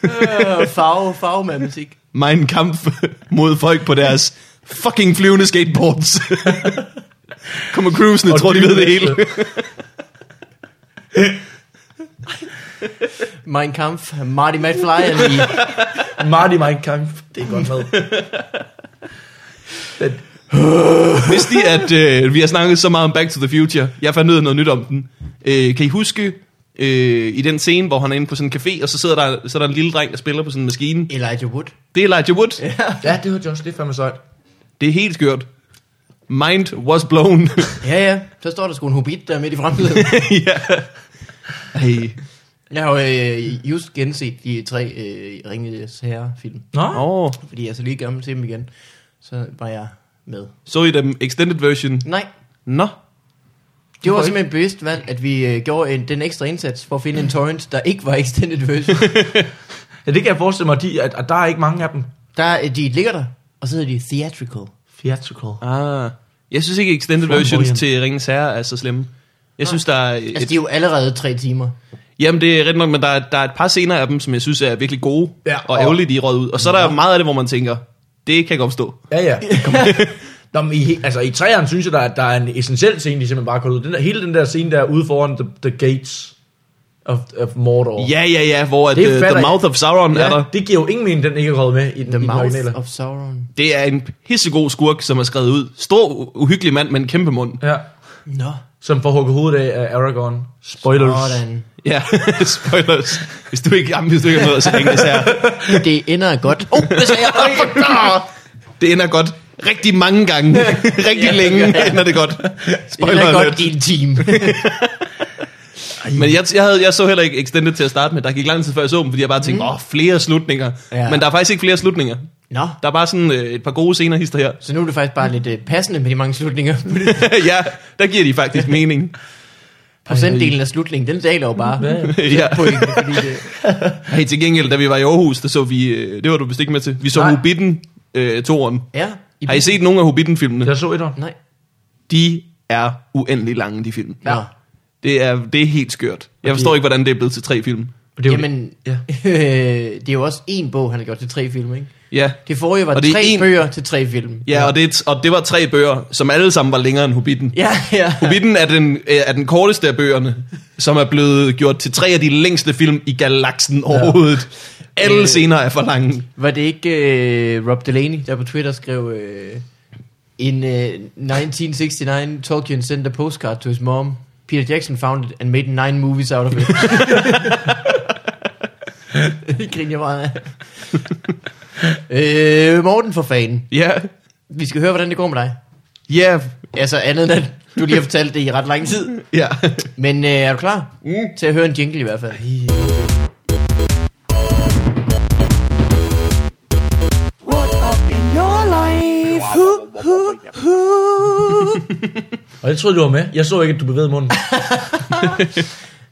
Speaker 3: øh, farve, farvematematik.
Speaker 1: Mein Kampf mod folk på deres fucking flyvende skateboards. Kommer cruisende,
Speaker 2: Og
Speaker 1: tror de ved det hele.
Speaker 2: dyrlæste.
Speaker 3: Mein Kampf, Marty McFly er lige.
Speaker 2: Marty Mein Kampf, det er godt med. Men,
Speaker 1: Hvis de, at øh, vi har snakket så meget om Back to the Future, jeg fandt ud af noget nyt om den. Øh, kan I huske øh, i den scene, hvor han er inde på sådan en café, og så sidder der, så er der en lille dreng, der spiller på sådan en maskine?
Speaker 3: Elijah Wood.
Speaker 1: Det er Elijah Wood.
Speaker 2: ja, det var Josh, det er fandme sejt.
Speaker 1: Det er helt skørt. Mind was blown.
Speaker 3: Ja, ja. Så står der sgu en hobbit der midt i fremtiden.
Speaker 1: ja. Ej.
Speaker 3: Jeg har jo øh, just genset de tre øh, Ringenes Herre-film,
Speaker 2: Nå,
Speaker 1: Oh.
Speaker 3: fordi jeg er så lige gammel til dem igen. Så var jeg med.
Speaker 1: Så I dem extended version?
Speaker 3: Nej,
Speaker 1: Nå.
Speaker 3: det
Speaker 2: Hvorfor
Speaker 3: var
Speaker 2: ikke?
Speaker 3: simpelthen bevidst valg, at vi øh, gjorde en, den ekstra indsats for at finde en torrent, der ikke var extended version.
Speaker 2: ja, det kan jeg forestille mig, at, de, at, at der er ikke mange af dem.
Speaker 3: Der, øh, de ligger der, og så hedder de theatrical.
Speaker 2: Theatrical.
Speaker 1: Ah. Jeg synes ikke, extended
Speaker 2: Flot,
Speaker 1: versions
Speaker 2: Brian.
Speaker 1: til Ringens Herre er så slemme. Jeg synes, der er...
Speaker 3: Altså, de er jo allerede tre timer.
Speaker 1: Jamen, det er rigtigt nok, men der er, der er et par scener af dem, som jeg synes er virkelig gode,
Speaker 2: Ja,
Speaker 1: og
Speaker 2: og-
Speaker 1: ærgerligt, de er røget ud. Og så er der meget af det, hvor man tænker, det kan godt stå.
Speaker 2: Ja, ja. Kom. Nå, men i, he- altså, i træerne synes jeg, der er, der er en essentiel scene, de simpelthen bare har ud. Den der, hele den der scene der er ude foran the, the Gates of, of Mordor.
Speaker 1: Ja, ja, ja, hvor at,
Speaker 2: Det
Speaker 1: uh,
Speaker 2: fatter
Speaker 1: The
Speaker 2: jeg-
Speaker 1: Mouth of Sauron ja. er der.
Speaker 2: det giver jo ingen mening, den ikke er røget med i den, the
Speaker 3: The
Speaker 2: i den
Speaker 3: Mouth
Speaker 2: originale.
Speaker 3: of Sauron.
Speaker 1: Det er en pissegod skurk, som er skrevet ud. Stor, u- uhyggelig mand med en kæmpe mund.
Speaker 2: Ja.
Speaker 3: Nå,
Speaker 2: Som får hugget hovedet af af Aragorn. Spoilers.
Speaker 3: sådan.
Speaker 1: Ja, spoilers. Hvis du ikke, jamen, hvis du ikke har noget at se Ringens Herre.
Speaker 3: Det ender godt. Åh, oh, det sagde jeg. Åh, for god!
Speaker 1: ah! Det ender godt rigtig mange gange. rigtig længe ender det godt.
Speaker 3: Det
Speaker 1: Spoiler
Speaker 3: ender
Speaker 1: alert.
Speaker 3: godt i en time.
Speaker 1: Men jeg, jeg, havde, jeg så heller ikke Extended til at starte med. Der gik lang tid før jeg så dem, fordi jeg bare tænkte, åh, flere slutninger.
Speaker 3: Ja.
Speaker 1: Ja. Men der er faktisk ikke flere slutninger.
Speaker 3: Nå,
Speaker 1: Der er bare sådan øh, et par gode scener hister her.
Speaker 3: så nu er det faktisk bare lidt øh, passende med de mange slutninger.
Speaker 1: ja, der giver de faktisk mening.
Speaker 3: Procentdelen af slutningen, den daler jo bare.
Speaker 2: Ja, ja.
Speaker 1: ja.
Speaker 3: På en, fordi det,
Speaker 1: Hey, til gengæld, da vi var i Aarhus, der så vi, øh, det var du bestemt med til, vi så
Speaker 3: Nej.
Speaker 1: Hobbiten øh, toren.
Speaker 3: ja, i
Speaker 1: Har I set nogle af Hobbiten-filmene?
Speaker 2: Jeg så et år.
Speaker 3: Nej.
Speaker 1: De er uendelig lange, de film.
Speaker 3: Ja.
Speaker 1: Det er, det er helt skørt. Jeg forstår ikke, hvordan det er blevet til tre film.
Speaker 2: Det er jo
Speaker 3: Jamen,
Speaker 2: Ja.
Speaker 3: ja. øh, det er jo også en bog, han har gjort til tre film, ikke?
Speaker 1: Ja,
Speaker 3: Det forrige var
Speaker 1: Og det er
Speaker 3: tre
Speaker 1: én-
Speaker 3: bøger til tre film.
Speaker 1: ja og, det, og det var tre bøger, som alle sammen var længere end Hobbiten.
Speaker 3: Ja, ja.
Speaker 1: Hobbiten er den, øh, er den korteste af bøgerne, som er blevet gjort til tre af de længste film i galaksen overhovedet. Alle
Speaker 3: Øh.
Speaker 1: scener er for lange.
Speaker 3: Var det ikke øh, Rob Delaney, der på Twitter skrev... Øh, in øh, 1969, Tolkien sent a postcard to his mom. Peter Jackson found it and made nine movies out of it. det griner jeg meget af. øh, Morten for fanden.
Speaker 1: Ja,
Speaker 3: Vi skal høre, hvordan det går med dig.
Speaker 1: ja,
Speaker 3: Altså andet end, at du lige har fortalt det i ret lang tid.
Speaker 1: ja.
Speaker 3: Men øh, er du klar mm. til at høre en jingle i hvert fald?
Speaker 4: What up in your life? Who, who, who?
Speaker 2: Og jeg troede, du var med. Jeg så ikke, at du bevægede munden.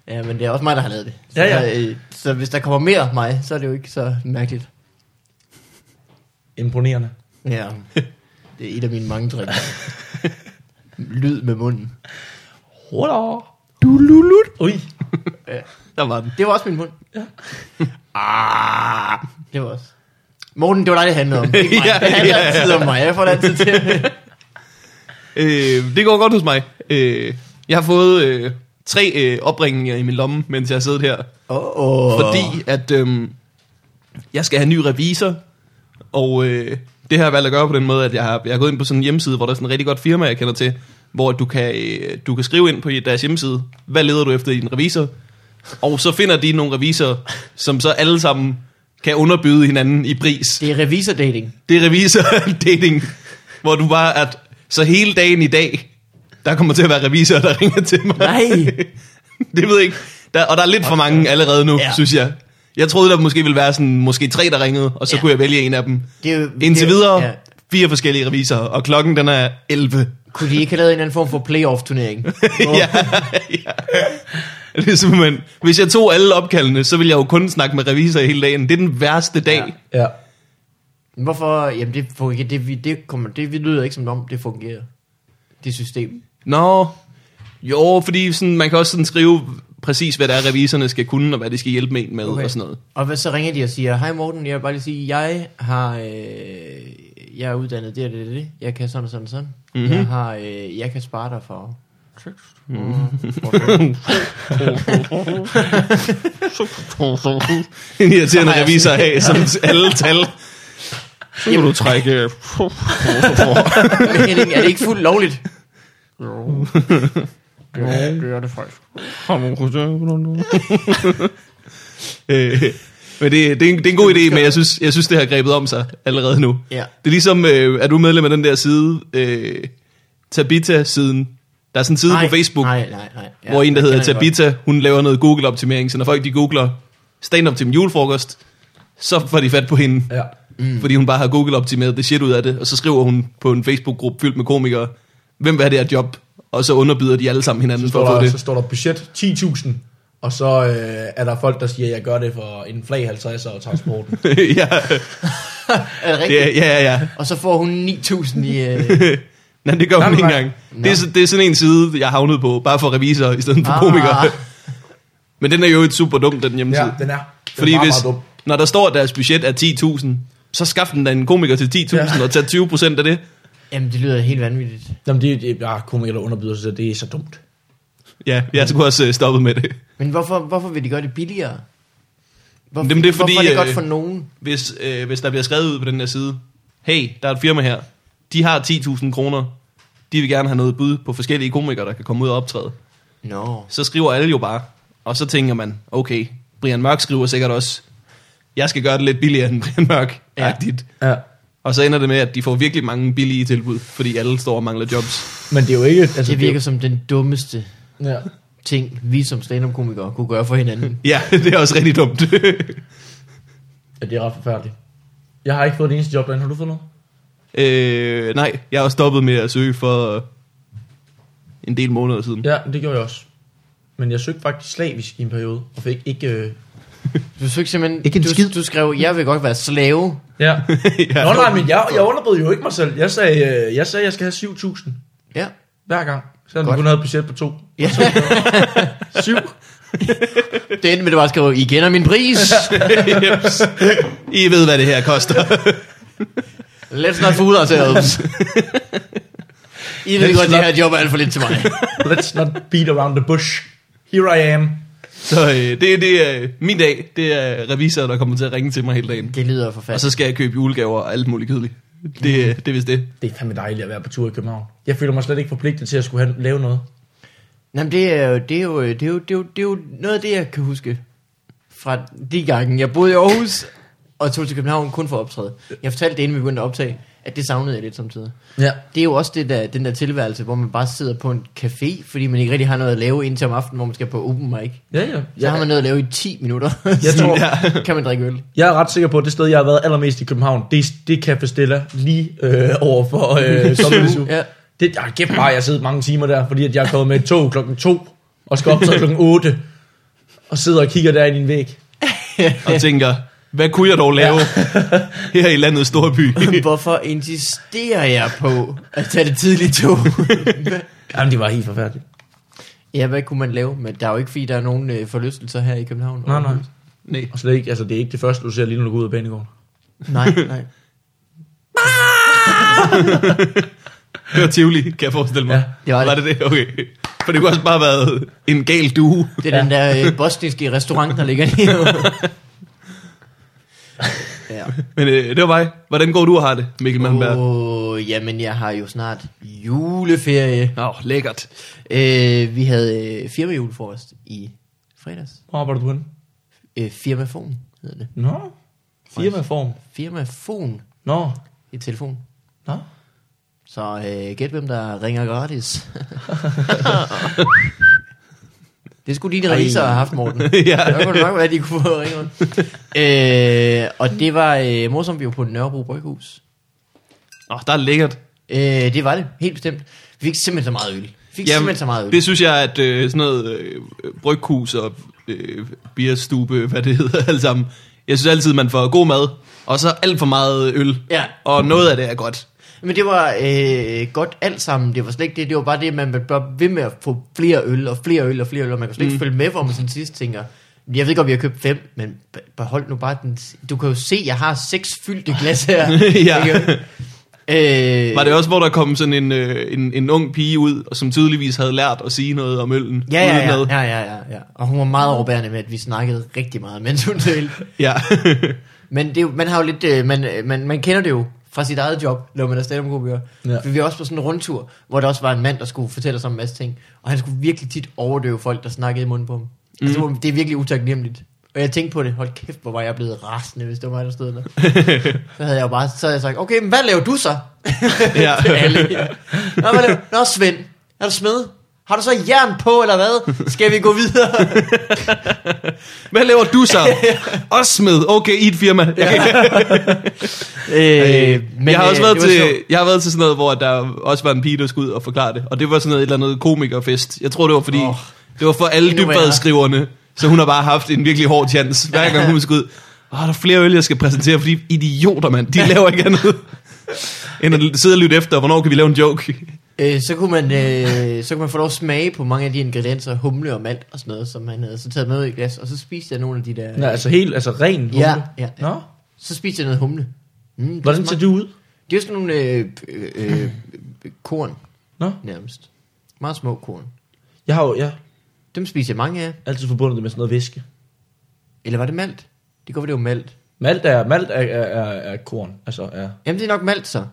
Speaker 3: Ja, men det er også mig, der har lavet det. Så,
Speaker 2: Ja, ja.
Speaker 3: Øh, så hvis der kommer mere mig, så er det jo ikke så mærkeligt.
Speaker 2: Imponerende.
Speaker 3: Ja, Mm. det er et af mine mange drenge. Lyd med munden.
Speaker 2: Hola. Du lulut. Ui.
Speaker 1: Der var den.
Speaker 3: Det var også min mund. Ja. Ah, det var også. Morten, det var dig, det handlede om. Ikke mig.
Speaker 1: Ja,
Speaker 3: det handler
Speaker 1: ja, ja.
Speaker 3: altid om mig. Jeg får det altid til.
Speaker 1: Øh, det går godt hos mig. Øh, jeg har fået øh, tre øh, opringninger i min lomme, mens jeg har siddet her.
Speaker 3: Åh, oh,
Speaker 1: Fordi at øh, jeg skal have en ny revisor, og øh, det har jeg valgt at gøre på den måde, at jeg har, jeg har gået ind på sådan en hjemmeside, hvor der er sådan en rigtig godt firma, jeg kender til, hvor du kan, øh, du kan skrive ind på deres hjemmeside, hvad leder du efter i din revisor, og så finder de nogle revisorer, som så alle sammen kan underbyde hinanden i pris.
Speaker 3: Det er revisordating.
Speaker 1: Det er revisor-dating, hvor du bare at så hele dagen i dag, der kommer til at være revisorer, der ringer til mig.
Speaker 3: Nej.
Speaker 1: det ved jeg ikke. Der, og der er lidt for mange allerede nu,
Speaker 3: Ja.
Speaker 1: ja. synes jeg. Jeg troede, der måske ville være sådan, måske tre, der ringede, og så
Speaker 3: Ja.
Speaker 1: ja. kunne jeg vælge en af dem.
Speaker 3: Det er jo,
Speaker 1: Indtil
Speaker 3: det er-
Speaker 1: videre,
Speaker 3: ja.
Speaker 1: ja. fire forskellige revisorer, og klokken den er 11.
Speaker 3: Kunne de ikke have lavet en eller anden form for playoff-turnering? Hvor-
Speaker 1: ja, ja. Det er simpelthen, hvis jeg tog alle opkaldene, så ville jeg jo kun snakke med revisorer hele dagen. Det er den værste dag.
Speaker 3: Ja.
Speaker 1: Ja.
Speaker 2: Ja.
Speaker 3: Men Hvorfor? Jamen det fungerer, det, vi- det, kommer, det vi lyder ikke som om, det fungerer. Det system.
Speaker 1: Nå, jo, fordi sådan, man kan også sådan skrive præcis, hvad der er, revisorerne skal kunne, og hvad de skal hjælpe med, en med
Speaker 3: Okay.
Speaker 1: okay. og sådan noget.
Speaker 3: Og hvad, så ringer de og siger, hej Morten, jeg vil bare lige sige, jeg har, øh, jeg er uddannet det og det, og det, jeg kan sådan og sådan og sådan.
Speaker 1: Mhm.
Speaker 3: Mm-hmm. Jeg, har, øh, jeg kan spare dig for. Mm. Mm-hmm.
Speaker 1: En irriterende
Speaker 3: Så har jeg
Speaker 1: revisor at have, som alle tal. Så kan du trække...
Speaker 3: Men Henning, er det ikke fuldt lovligt?
Speaker 1: Øh, men det, det, er en, det er en god idé, men jeg synes, jeg synes, det har grebet om sig allerede nu.
Speaker 3: Ja.
Speaker 1: Det er ligesom, øh, er du medlem af den der side, øh, Tabita-siden. Der er sådan en side på Facebook,
Speaker 3: Nej, nej, nej.
Speaker 1: ja, hvor en, der
Speaker 3: det
Speaker 1: hedder
Speaker 3: kender jeg godt.
Speaker 1: Tabita, hun laver noget Google-optimering, så når folk de googler stand-up til min julefrokost, så får de fat på hende,
Speaker 2: Ja.
Speaker 1: mm. fordi hun bare har Google-optimeret det shit ud af det, og så skriver hun på en Facebook-gruppe fyldt med komikere, hvem vil have det her job, og så underbyder de alle sammen
Speaker 2: Så
Speaker 1: hinanden for at
Speaker 2: står,
Speaker 1: få
Speaker 2: der, så
Speaker 1: det.
Speaker 2: står der budget 10.000. Og så øh, er der folk, der siger, at jeg gør det for en flag 50 og transporten.
Speaker 1: ja,
Speaker 3: Er det rigtigt?
Speaker 1: det, er- ja, ja, ja.
Speaker 3: Og så får hun 9.000 i... Øh,
Speaker 1: Nej, det gør
Speaker 2: Nej,
Speaker 1: hun ikke
Speaker 2: nej.
Speaker 1: engang. Det er, så- det er sådan en side, jeg havnede på, bare for revisorer i
Speaker 2: Ah.
Speaker 1: stedet for komikere. Men den er jo et super dum, den hjemmeside.
Speaker 2: ja, den er. Den
Speaker 1: Fordi
Speaker 2: er meget,
Speaker 1: hvis,
Speaker 2: meget dum.
Speaker 1: når der står, at deres budget er 10.000, så skaf den da en komiker til 10.000 ja. og tag 20% af det.
Speaker 3: jamen, det lyder helt vanvittigt.
Speaker 2: Jamen, det, det ja, komikere, der underbyder sig selv, det er så dumt.
Speaker 1: Ja, jeg skulle også øh, stoppe med det.
Speaker 3: Men hvorfor, hvorfor vil de gøre det billigere? Hvorfor,
Speaker 1: Jamen, det er fordi,
Speaker 3: hvorfor er det godt
Speaker 1: øh,
Speaker 3: for nogen?
Speaker 1: Hvis, øh, hvis der bliver skrevet ud på den der side, hey, der er et firma her, de har 10.000 kroner, de vil gerne have noget bud på forskellige komikere, der kan komme ud og optræde.
Speaker 3: Nå.
Speaker 1: Så skriver alle jo bare, og så tænker man, okay, Brian Mørk skriver sikkert også, jeg skal gøre det lidt billigere end Brian Mørk. Ja.
Speaker 2: Ja.
Speaker 1: Og så ender det med, at de får virkelig mange billige tilbud, fordi alle står og mangler jobs.
Speaker 2: Men det er jo ikke... Altså,
Speaker 3: Det virker som den dummeste
Speaker 2: Det, ja.
Speaker 3: ting, vi som stand-up-komikere kunne gøre for hinanden.
Speaker 1: Ja, det er også rigtig dumt.
Speaker 2: Ja, det er ret forfærdeligt. Jeg har ikke fået det eneste job derinde. Har du fået noget?
Speaker 1: øh, nej, jeg har stoppet med at søge for øh, en del måneder siden.
Speaker 2: Ja, det gjorde jeg også. Men jeg søgte faktisk slavisk i en periode, og fik ikke... Øh...
Speaker 3: Du søgte simpelthen...
Speaker 1: Ikke en
Speaker 3: du,
Speaker 1: skid.
Speaker 3: du skrev, jeg vil godt være slave.
Speaker 2: Ja.
Speaker 1: ja.
Speaker 2: Nå nej, men jeg, jeg underbød jo ikke mig selv. Jeg sagde, øh, jeg, sagde jeg skal have 7.000
Speaker 3: Ja.
Speaker 2: hver gang. Selvom vi
Speaker 3: Godt.
Speaker 2: kun havde et budget på to.
Speaker 3: ja.
Speaker 2: Syv.
Speaker 3: det endte med, at du bare skrev, I kender min pris.
Speaker 1: Jeps. I ved, hvad det her koster.
Speaker 3: Let's not fool ourselves. I ved
Speaker 2: Let's
Speaker 3: godt, det
Speaker 2: not-
Speaker 3: her job er alt for lidt til mig.
Speaker 2: Let's not beat around the bush. Here I am.
Speaker 1: Så øh, det, det er øh, min dag. Det er revisorer, der kommer til at ringe til mig hele dagen.
Speaker 3: Det lyder
Speaker 1: Og
Speaker 3: forfærdeligt.
Speaker 1: så skal jeg købe julegaver og alt muligt kedeligt. Det, øh, det er vist det.
Speaker 2: Det er fandme dejligt at være på tur i København. Jeg føler mig slet ikke forpligtet til at skulle have, lave noget.
Speaker 3: Jamen, det er, jo, det, er jo, det, er jo, det, er jo, det er jo noget af det, jeg kan huske fra de gange. Jeg boede i Aarhus og tog til København kun for at optræde. Jeg fortalte det, inden vi begyndte at optage, at det savnede jeg lidt samtidig.
Speaker 2: Ja.
Speaker 3: Det er jo også det der, den der tilværelse, hvor man bare sidder på en café, fordi man ikke rigtig har noget at lave indtil om aftenen, hvor man skal på open mic.
Speaker 2: Ja, ja.
Speaker 3: Så har man noget at lave i 10 minutter.
Speaker 2: Jeg tror,
Speaker 3: Så kan man drikke øl.
Speaker 2: jeg er ret sikker på, at det sted, jeg har været allermest i København, det, er- det er Café Stella, lige øh, over for øh, Sommerhuset.
Speaker 3: Ja.
Speaker 2: Det, jeg kæft bare, jeg sidder mange timer der, fordi at jeg er kommet med et tog klokken to, og skal op til klokken 8, og sidder og kigger der i din væg.
Speaker 1: Og tænker, hvad kunne jeg dog lave her i landets store by?
Speaker 3: Hvorfor insisterer jeg på at tage det tidlige tog?
Speaker 2: Jamen, det var helt forfærdeligt.
Speaker 3: ja, hvad kunne man lave? Men der er jo ikke, fordi der er nogen øh, forlystelser her i København.
Speaker 2: Nej, nej.
Speaker 1: Nej.
Speaker 2: Og slet ikke, altså, det er ikke det første, du ser lige, når du går ud af banegården.
Speaker 3: Nej, nej.
Speaker 1: Hør Tivoli, kan jeg forestille mig.
Speaker 2: Ja,
Speaker 3: det var det.
Speaker 1: Var det det? Okay. For det kunne også bare have været en gal due.
Speaker 3: Det er ja. den der øh, bosniske restaurant, der ligger nede. ja.
Speaker 1: Men øh, det var mig. Hvordan går du og har det, Mikkel Malmberg? Åh,
Speaker 3: Åh, jamen jeg har jo snart juleferie.
Speaker 1: oh. oh, lækkert.
Speaker 3: Øh, vi havde øh, firmajulefrokost i fredags.
Speaker 2: Hvor arbejder du henne?
Speaker 3: Øh, firmafon hedder det.
Speaker 2: Nå, firmaform.
Speaker 3: Firmafon
Speaker 2: Nå,
Speaker 3: i telefon.
Speaker 2: nå.
Speaker 3: Så øh, gæt hvem der ringer gratis. det skulle dine revisorer have haft, Morten.
Speaker 1: ja.
Speaker 3: Der kunne det nok være, at de kunne få ringet. øh, og det var øh, morsomt, vi var på Nørrebro Bryghus.
Speaker 1: Nå, der er lækkert.
Speaker 3: Øh, det var det, helt bestemt. Vi fik simpelthen så meget øl. Vi fik Jamen, simpelthen så meget øl.
Speaker 1: det synes jeg, at øh, sådan noget øh, bryghus og øh, bierstube, hvad det hedder alt sammen. Jeg synes altid, man får god mad, og så alt for meget øl.
Speaker 3: Ja.
Speaker 1: Og noget af det er godt.
Speaker 3: Men det var øh, godt alt sammen. Det var slet ikke det. Det var bare det, man blev bare ved med at få flere øl og flere øl og flere øl. Og man kunne slet ikke mm. følge med, hvor man sådan sidst tænker, jeg ved godt, vi har købt fem, men be- behold nu bare den... s- Du kan jo se, jeg har seks fyldte glas her.
Speaker 1: Ja.
Speaker 3: Ikke? Øh,
Speaker 1: Var det også, hvor der kom sådan en, øh, en, en ung pige ud, og som tydeligvis havde lært at sige noget om øllen?
Speaker 3: Ja, ja, ja,
Speaker 1: udenad?
Speaker 3: ja, ja, ja, ja. Og hun var meget overbærende med, at vi snakkede rigtig meget, mens hun delte.
Speaker 1: ja.
Speaker 3: Men det, er jo- man har jo lidt, øh, man, øh, man, man kender det jo fra sit eget job, når man er stand-up-komiker.
Speaker 2: Ja.
Speaker 3: Ja. Vi var også på sådan en rundtur, hvor der også var en mand, der skulle fortælle os om en masse ting. Og han skulle virkelig tit overdøve folk, der snakkede i munden på ham. Mm. Altså, det var- det er virkelig utaknemmeligt. Og jeg tænkte på det, hold kæft, hvor var jeg blevet rasende, hvis det var mig, der stod der. så havde jeg jo bare, så havde jeg sagt, okay, men hvad laver du så?
Speaker 1: ja.
Speaker 3: Til alle. Ja. Nå, hvad laver, Nå, Svend, er du smed? Har du så jern på, eller hvad? Skal vi gå videre?
Speaker 1: Hvad laver du så? Også med. Okay, i et firma. Jeg, kan,
Speaker 3: Øh,
Speaker 1: Men, jeg har også
Speaker 3: øh,
Speaker 1: været
Speaker 3: det var
Speaker 1: til,
Speaker 3: sjovt.
Speaker 1: jeg har været til sådan noget, hvor der også var en pige, der skulle ud og forklare det. Og det var sådan noget, et eller andet komikerfest. Jeg tror, det var fordi, oh,
Speaker 3: Åh,
Speaker 1: det var for alle
Speaker 3: endnu værre.
Speaker 1: dybfadskriverne. Så hun har bare haft en virkelig hård chance, hver gang hun skulle ud. Åh, der er flere øl, jeg skal præsentere, fordi idioter, mand. De laver ikke andet. End at sidde og lytte efter, hvornår kan vi lave en joke?
Speaker 3: Øh, så, kunne man, øh, så kunne man få lov at smage på mange af de ingredienser, humle og malt og sådan noget, som han havde så taget med i et glas, og så spiste jeg nogle af de der...
Speaker 2: Nå, altså helt, altså ren humle.
Speaker 3: ja, ja, ja.
Speaker 2: Nå,
Speaker 3: Så spiste jeg noget humle. Mm,
Speaker 2: hvordan ser
Speaker 3: smag-
Speaker 2: du ud?
Speaker 3: Det er jo sådan nogle øh, øh, øh, øh, korn,
Speaker 2: Nå,
Speaker 3: nærmest. Meget små korn.
Speaker 2: jeg har jo ja,
Speaker 3: Dem spiser jeg mange af.
Speaker 2: altid forbundet det med sådan noget væske.
Speaker 3: Eller var det malt? Det går, det var malt.
Speaker 2: Malt er, malt er, er, er, er korn, altså er...
Speaker 3: Jamen, det er nok malt så.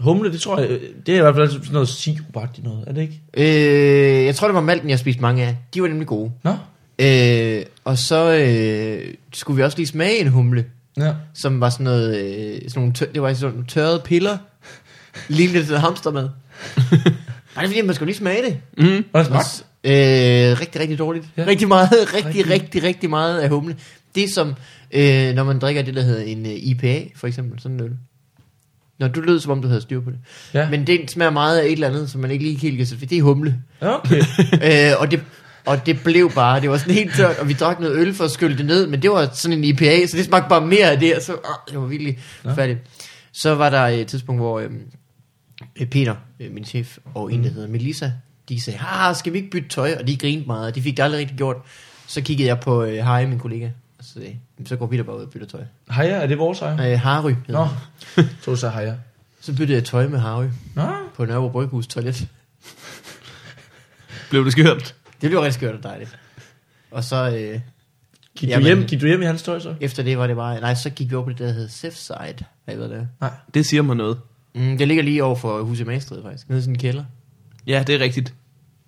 Speaker 2: Humle, det tror jeg, øh, det er i hvert fald altid sådan noget sirupagtigt noget, er det ikke?
Speaker 3: Øh, jeg tror, det var malten, jeg spiste mange af. De var nemlig gode.
Speaker 2: Nå,
Speaker 3: Øh, og så øh, skulle vi også lige smage en humle.
Speaker 2: ja.
Speaker 3: som var sådan noget, øh, sådan nogle tør, det var sådan nogle tørrede piller, lignende til hamstermad. Bare det er fordi, man skulle lige smage det.
Speaker 2: Hvordan
Speaker 3: Og
Speaker 2: smagte
Speaker 3: s- Øh, rigtig, rigtig dårligt. Ja. Rigtig meget, rigtig, rigtig, rigtig, rigtig meget af humle. Det er som, øh, når man drikker det, der hedder en øh, IPA, for eksempel, sådan en øl. Nå, du lød, som om du havde styr på det.
Speaker 2: Ja.
Speaker 3: Men det smager meget af et eller andet, som man ikke lige helt kan sætte. Det er humle.
Speaker 2: Okay.
Speaker 3: øh, og, det, og det blev bare, det var sådan helt tørt, og vi drak noget øl for at skylle det ned, men det var sådan en IPA, så det smagte bare mere af det, og så, åh, det var virkelig færdigt. Så var der et tidspunkt, hvor øh, øh, Peter, øh, min chef, og en, der hedder Melissa, de sagde, ah, skal vi ikke bytte tøj? Og de grinede meget, og de fik det aldrig rigtig gjort. Så kiggede jeg på øh, Harry, min kollega, og så sagde, jeg, så går Peter bare ud og bytter tøj.
Speaker 2: Hejer, er det vores ejer?
Speaker 3: Øh, Harry hed
Speaker 2: Nå,
Speaker 3: han.
Speaker 2: så så hejer.
Speaker 3: Så byttede jeg tøj med Harry
Speaker 2: Nå,
Speaker 3: på Nørrebro Bryghus toilet.
Speaker 1: Blev det skørt?
Speaker 3: Det blev rigtig skørt og dejligt. Og så... Øh,
Speaker 2: gik, du
Speaker 3: Jamen.
Speaker 2: hjem, gik du hjem i hans tøj så?
Speaker 3: Efter det var det bare, nej, så gik vi over på det, der hedder Safe Side. Jeg ved det.
Speaker 1: Det siger mig noget.
Speaker 3: Mm, det ligger lige over for huset Magstred, faktisk. Nede i sådan en kælder.
Speaker 1: Ja, det er rigtigt.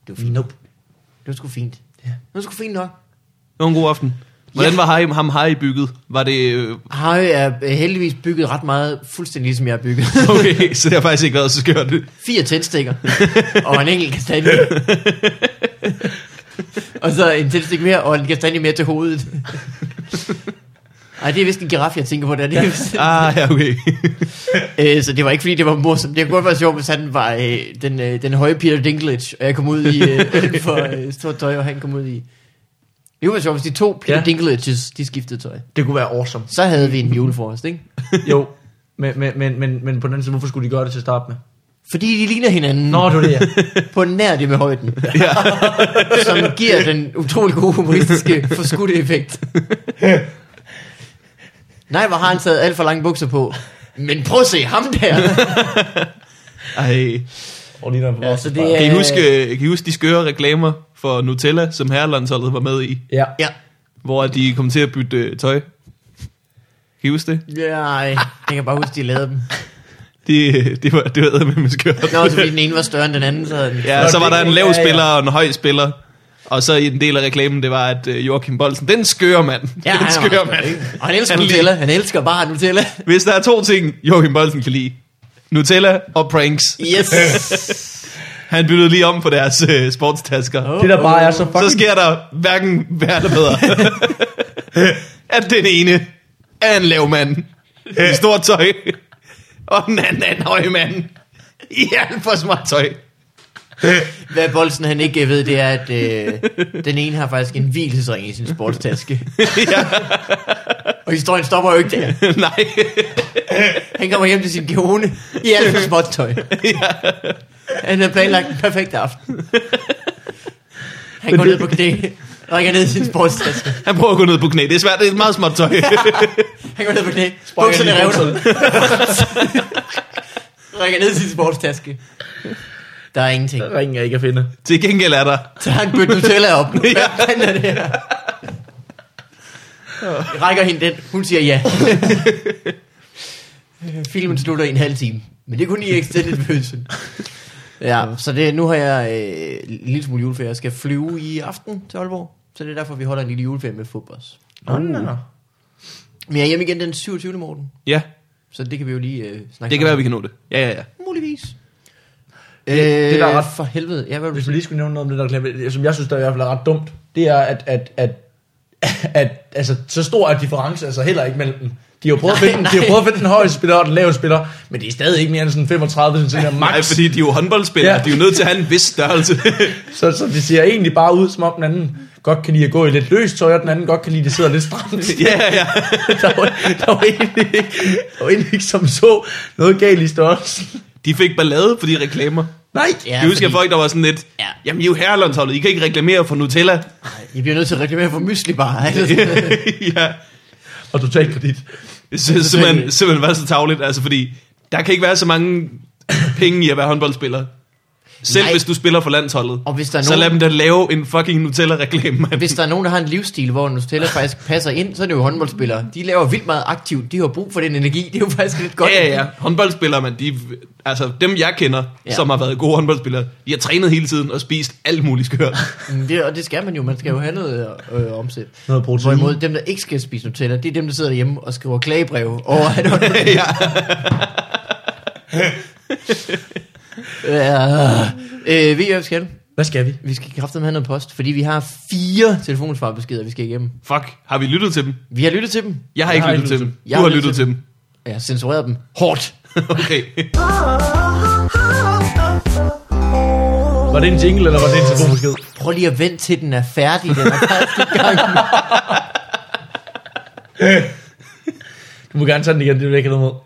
Speaker 3: Det var fint.
Speaker 2: Nope.
Speaker 3: Det var sgu fint. Ja. Det var sgu fint nok.
Speaker 1: Det var en god aften. Hvordan ja. var Harry, ham Harry bygget? Var det... øh,
Speaker 3: Harry er øh, heldigvis bygget ret meget, fuldstændig ligesom jeg er bygget.
Speaker 1: Okay, så det har faktisk ikke været så skørt.
Speaker 3: Fire tændstikker. og en enkelt kastanje. og så en tændstik mere, og en kastanje mere til hovedet. Ej, det er vist en giraf, jeg tænker på der. Det er vist.
Speaker 1: Ah, ja, okay.
Speaker 3: Øh, så det var ikke fordi, det var morsomt. Det kunne godt være sjovt, hvis han var øh, den, øh, den høje Peter Dinklage, og jeg kom ud i øh, for øh, stort tøj, og han kom ud i... Det kunne være sjovt, hvis de to Peter
Speaker 2: Ja.
Speaker 3: ja. Dinklages, de skiftede tøj.
Speaker 2: Det kunne være awesome.
Speaker 3: Så havde vi en julefrokost, ikke?
Speaker 2: Jo, men, men, men, men, men på den anden side, hvorfor skulle de gøre det til at starte med?
Speaker 3: Fordi de ligner hinanden
Speaker 2: Nå, det var det, ja.
Speaker 3: på nær det med højden, ja. som giver den utrolig gode humoristiske forskudte effekt. Nej, hvor har han taget alt for lange bukser på. Men prøv at se ham der.
Speaker 1: Ej.
Speaker 2: Og lige der på
Speaker 3: Ja, så det er-
Speaker 1: Kan I, huske, øh, kan I huske de skøre reklamer for Nutella, som herrelandsholdet var med i?
Speaker 2: Ja.
Speaker 3: Ja.
Speaker 1: Hvor de kom til at bytte øh, tøj? Kan I huske det?
Speaker 3: Nej, jeg kan bare huske, de lavede dem.
Speaker 1: Det, øh, det var, det var med skørt.
Speaker 3: Nå, så fordi den ene var større end den anden, så havde den...
Speaker 1: Ja, så var der en lav
Speaker 2: Ja, ja.
Speaker 1: spiller og en høj spiller. Og så i en del af reklamen, det var, at øh, Joachim Bolsen, den skøre mand.
Speaker 3: Ja,
Speaker 1: den
Speaker 3: han,
Speaker 1: skøre
Speaker 3: var,
Speaker 1: mand.
Speaker 3: og han elsker
Speaker 1: Han lige-
Speaker 3: Nutella. Han elsker bare Nutella.
Speaker 1: Hvis der er to ting, Joachim Bolsen kan lide. Nutella og pranks.
Speaker 3: Yes.
Speaker 1: Han byttede lige om på deres øh, sportstasker. Oh.
Speaker 2: Det der bare er så
Speaker 1: Så
Speaker 2: fucking...
Speaker 1: sker der hverken værre eller bedre. at den ene er en lav mand i stort tøj, og den anden er en høj mand i alt for smart tøj.
Speaker 3: Hvad Bolsen han ikke ved, det er, at øh, den ene har faktisk en hvilesring i sin sportstaske.
Speaker 1: ja,
Speaker 3: Og historien stopper jo ikke der.
Speaker 1: nej.
Speaker 3: Han kommer hjem til sin kone i alt for småt tøj. Han har planlagt en perfekt aften. Han går ned på knæ, rækker ned i sin sportstaske.
Speaker 1: Han prøver at gå ned på knæ. Det er svært, det er et meget småt tøj.
Speaker 3: Han går ned på knæ, bukserne
Speaker 2: lige
Speaker 3: revner. rækker ned i sin sportstaske. Der er ingenting.
Speaker 2: Ringen jeg ikke at finde.
Speaker 1: Til gengæld er der
Speaker 3: Så har han bødt Nutella op. Hvad
Speaker 1: Ja.
Speaker 3: fanden er det her? Jeg rækker hende den. Hun siger ja. Filmen slutter i en halv time. Men det kunne I extended version. Ja, så det, nu har jeg øh, en lille smule juleferie. Jeg skal flyve i aften til Aalborg. Så det er derfor, vi holder en lille juleferie med fodbold.
Speaker 2: Nå, nå, nå.
Speaker 3: Men jeg er hjemme igen den 27. morgen.
Speaker 1: Ja,
Speaker 3: Så det kan vi jo lige øh, snakke
Speaker 1: det kan
Speaker 3: om.
Speaker 1: være, vi kan nå det. Ja, ja, ja.
Speaker 3: Muligvis. Øh,
Speaker 2: Det- det, der er ret-
Speaker 3: for helvede. Ja, hvad vil du
Speaker 2: Hvis
Speaker 3: sige?
Speaker 2: vi lige skulle nævne noget om det der reklame, som jeg synes, der i hvert fald er ret dumt, det er, at, at, at, at altså, så stor er difference altså heller ikke mellem dem. De har jo prøvet, at,
Speaker 3: Nej,
Speaker 2: finde,
Speaker 3: nej.
Speaker 2: de har prøvet at finde den høje spiller og den lave spiller, men det er stadig ikke mere end sådan 35 cm max.
Speaker 1: Nej, fordi de er jo håndboldspillere.
Speaker 2: Ja.
Speaker 1: Ja. De er jo nødt til at have en vis størrelse.
Speaker 2: Så, så det ser egentlig bare ud, som om den anden godt kan lide at gå i lidt løst tøj, og den anden godt kan lide, at det sidder lidt stramt.
Speaker 1: ja, ja, ja.
Speaker 2: der, var, der, var egentlig ikke, der var egentlig ikke som så noget galt i størrelsen.
Speaker 1: De fik ballade for de reklamer.
Speaker 2: Nej!
Speaker 1: Ja, jeg husker fordi... folk, der var sådan lidt,
Speaker 3: Ja.
Speaker 1: ja. jamen I er jo herrelandsholdet, I kan ikke reklamere for Nutella.
Speaker 3: I bliver nødt til at reklamere for mysli bare. Altså,
Speaker 1: ja.
Speaker 2: Og total kredit.
Speaker 1: Så, simpelthen, simpelthen var så tavligt, altså fordi, der kan ikke være så mange penge i at være håndboldspiller. Selv
Speaker 3: Nej.
Speaker 1: Nej. hvis du spiller for landsholdet.
Speaker 3: Og hvis der er
Speaker 1: så
Speaker 3: nogen-
Speaker 1: lad dem da lave en fucking Nutella-reklame, mand.
Speaker 3: Hvis der er nogen, der har en livsstil, hvor Nutella faktisk passer ind, så er det jo håndboldspillere. De laver vildt meget aktivt. De har brug for den energi. Det er jo faktisk lidt godt.
Speaker 1: Ja, ja, ja. Håndboldspillere, man, de, altså dem jeg kender,
Speaker 3: Ja.
Speaker 1: ja. som har været gode håndboldspillere, de har trænet hele tiden og spist alt muligt skørt.
Speaker 3: Mm, Det, og det skal man jo. Man skal jo have noget øh, omsæt.
Speaker 2: Noget protein.
Speaker 3: Hvorimod dem, der ikke skal spise Nutella, det er dem, der sidder derhjemme og skriver klagebreve over, at
Speaker 1: ja.
Speaker 3: øh, øh, ved I, hvad vi skal?
Speaker 2: Hvad skal vi?
Speaker 3: Vi skal kraftedeme have noget post, fordi vi har fire telefonsvarbeskeder, vi skal igennem.
Speaker 1: Fuck, har vi lyttet til dem?
Speaker 3: Vi har lyttet til dem.
Speaker 1: Jeg har ikke lyttet til dem. Du
Speaker 3: Jeg
Speaker 1: har lyttet til dem.
Speaker 3: og Jeg har censureret dem.
Speaker 1: Hårdt. Okay.
Speaker 2: Var det en jingle, eller var det en telefonbesked?
Speaker 3: Prøv lige at vente til den er færdig, den er faktisk i gang.
Speaker 2: Du må gerne tage den igen, det vil jeg ikke have noget mod.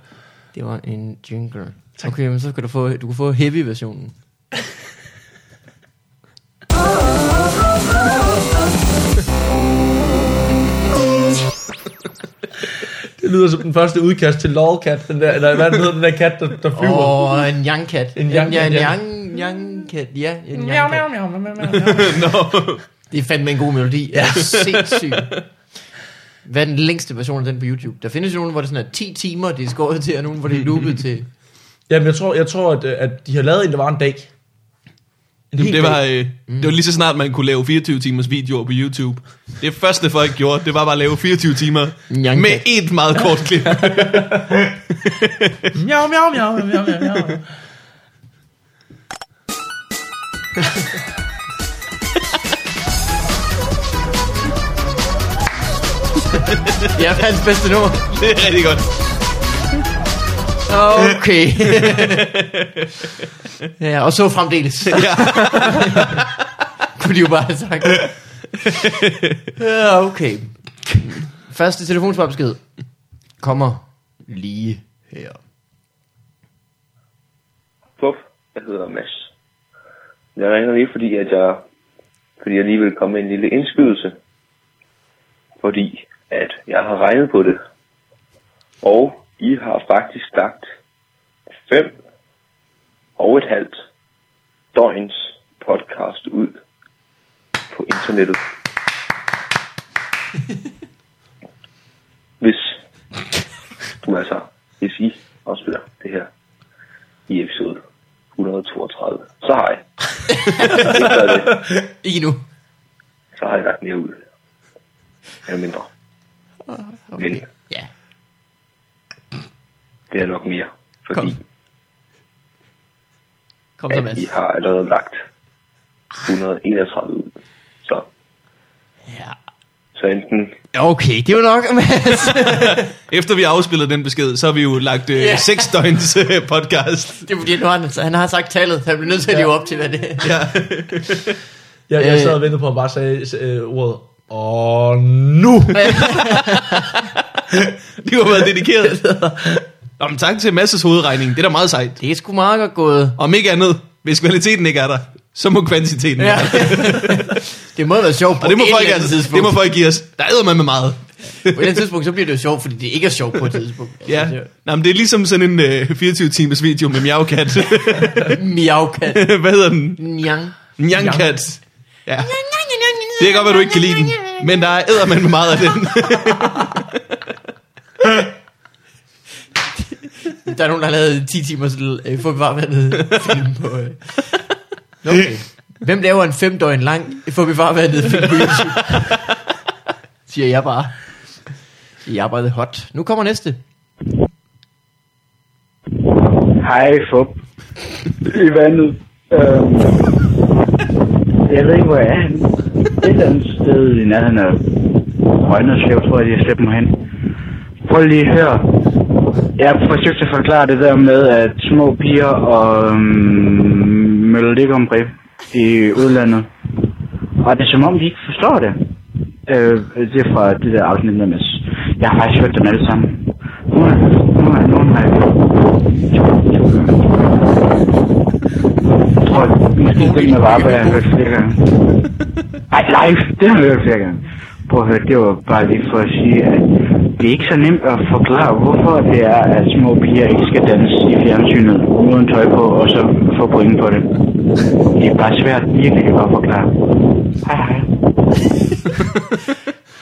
Speaker 3: Det var en jingle. Okay, men så kan du få, du kan få heavy-versionen.
Speaker 2: Det lyder som den første udkast til lolcat, den der, eller hvad hedder den der kat, der, der flyver. Oh.
Speaker 3: Og en young cat.
Speaker 2: En young
Speaker 3: ja, en
Speaker 2: cat, ja.
Speaker 3: young, young cat. Ja, en young
Speaker 5: Miau,
Speaker 3: cat.
Speaker 5: miau, miau, miau, miau, miau.
Speaker 1: Nå.
Speaker 3: Det er fandme en god melodi. Ja. Sindssygt. Hvad er den længste version af den på YouTube? Der findes jo nogen, hvor det sådan er 10 timer, det er skåret til, og nogen, hvor det er loopet til.
Speaker 2: Jamen, jeg tror, jeg tror at, øh, at de har lavet en, der var en dag. En hel
Speaker 1: Det var,
Speaker 2: dag.
Speaker 1: øh,
Speaker 3: Mm.
Speaker 1: det var lige så snart, man kunne lave 24 timers videoer på YouTube. Det første folk gjorde, det var bare at lave 24 timer
Speaker 3: Young
Speaker 1: med
Speaker 3: cat.
Speaker 1: et meget kort klip.
Speaker 5: Miau, miau, miau, miau, miau, miau.
Speaker 3: Det er hans bedste nummer.
Speaker 1: Det er rigtig godt.
Speaker 3: Okay. ja, og så fremdeles. ja. Kunne de jo bare have sagt. ja, okay. Første telefonsvarbesked kommer lige her.
Speaker 6: Puff, jeg hedder Mads. Jeg ringer lige, fordi, at jeg, fordi jeg lige vil komme med en lille indskydelse. Fordi at jeg har regnet på det. Og I har faktisk lagt fem og et halvt døgns podcast ud på internettet. Hvis du altså, hvis I afspiller det her i episode 132. Så har jeg. Efter det,
Speaker 3: Ikke nu.
Speaker 6: så har jeg lagt mere ud. Eller mindre. Men
Speaker 3: Ah, Okay. Ja.
Speaker 6: det er nok mere, fordi
Speaker 3: Kom så,
Speaker 6: at
Speaker 3: Mads.
Speaker 6: I har allerede lagt 131 ud. Så,
Speaker 3: Ja.
Speaker 6: så enten
Speaker 3: Okay, det var nok, Mads.
Speaker 1: Efter vi afspillede den besked, så har vi jo lagt øh,
Speaker 3: Ja.
Speaker 1: 6 døgns øh, podcast.
Speaker 3: Det er fordi, nu har han, han har sagt tallet. Han bliver nødt til at leve op til, hvad det er.
Speaker 1: Ja.
Speaker 2: Jeg, jeg
Speaker 3: øh.
Speaker 2: sad og ventede på, at han bare sagde øh, ordet. Og nu!
Speaker 1: Det kunne have været dedikeret. Nå, men tak til Masses hovedregning. Det er da meget sejt.
Speaker 3: Det er sgu meget godt gået.
Speaker 1: Om ikke andet, hvis kvaliteten ikke er der, så må kvantiteten
Speaker 3: Ja.
Speaker 1: være der.
Speaker 3: det må være sjovt på
Speaker 1: Og det må,
Speaker 3: et
Speaker 1: folk,
Speaker 3: eller andet
Speaker 1: altså,
Speaker 3: tidspunkt.
Speaker 1: det må folk give os. Der æder man med meget.
Speaker 3: På et eller andet tidspunkt, så bliver det jo sjovt, fordi det ikke er sjovt på et tidspunkt.
Speaker 1: Ja. Nå, men det er ligesom sådan en øh, 24-timers video med miaukat.
Speaker 3: Miaukat.
Speaker 1: Hvad hedder den?
Speaker 3: Njang.
Speaker 1: Nyankat. Ja. Det kan godt være, du ikke kan lide den. Men der æder man med meget af den.
Speaker 3: Der er nogen, der har lavet 10 timers øh, forbevarvandet film på... Øh. Nå, Okay. Hvem laver en fem døgn lang forbevarvandet film på YouTube? Siger jeg bare. Jeg arbejdede hot. Nu kommer næste.
Speaker 7: Hej, fup. I vandet. Øh, jeg ved ikke, hvor jeg er henne. Et eller andet sted i nærheden af Rønneslev, tror jeg, de har slæbt mig hen. Prøv lige at høre. Jeg forsøgte at forklare det der med, at små piger og øhm, Melodi Grand Prix i udlandet. Og det er som om, de ikke forstår det. Øh, det er fra det der afsnit med Mads. Jeg har faktisk hørt dem alle sammen. Nu er nu er nu er jeg tror, måske den med Varberg, jeg har hørt flere gange. Ej, live, det har jeg hørt flere gange. Prøv at høre, det var bare lige for at sige, at det er ikke så nemt at forklare, hvorfor det er, at små piger ikke skal danse i fjernsynet uden tøj på, og så få point på det. Det er bare svært virkelig at forklare. Hej hej.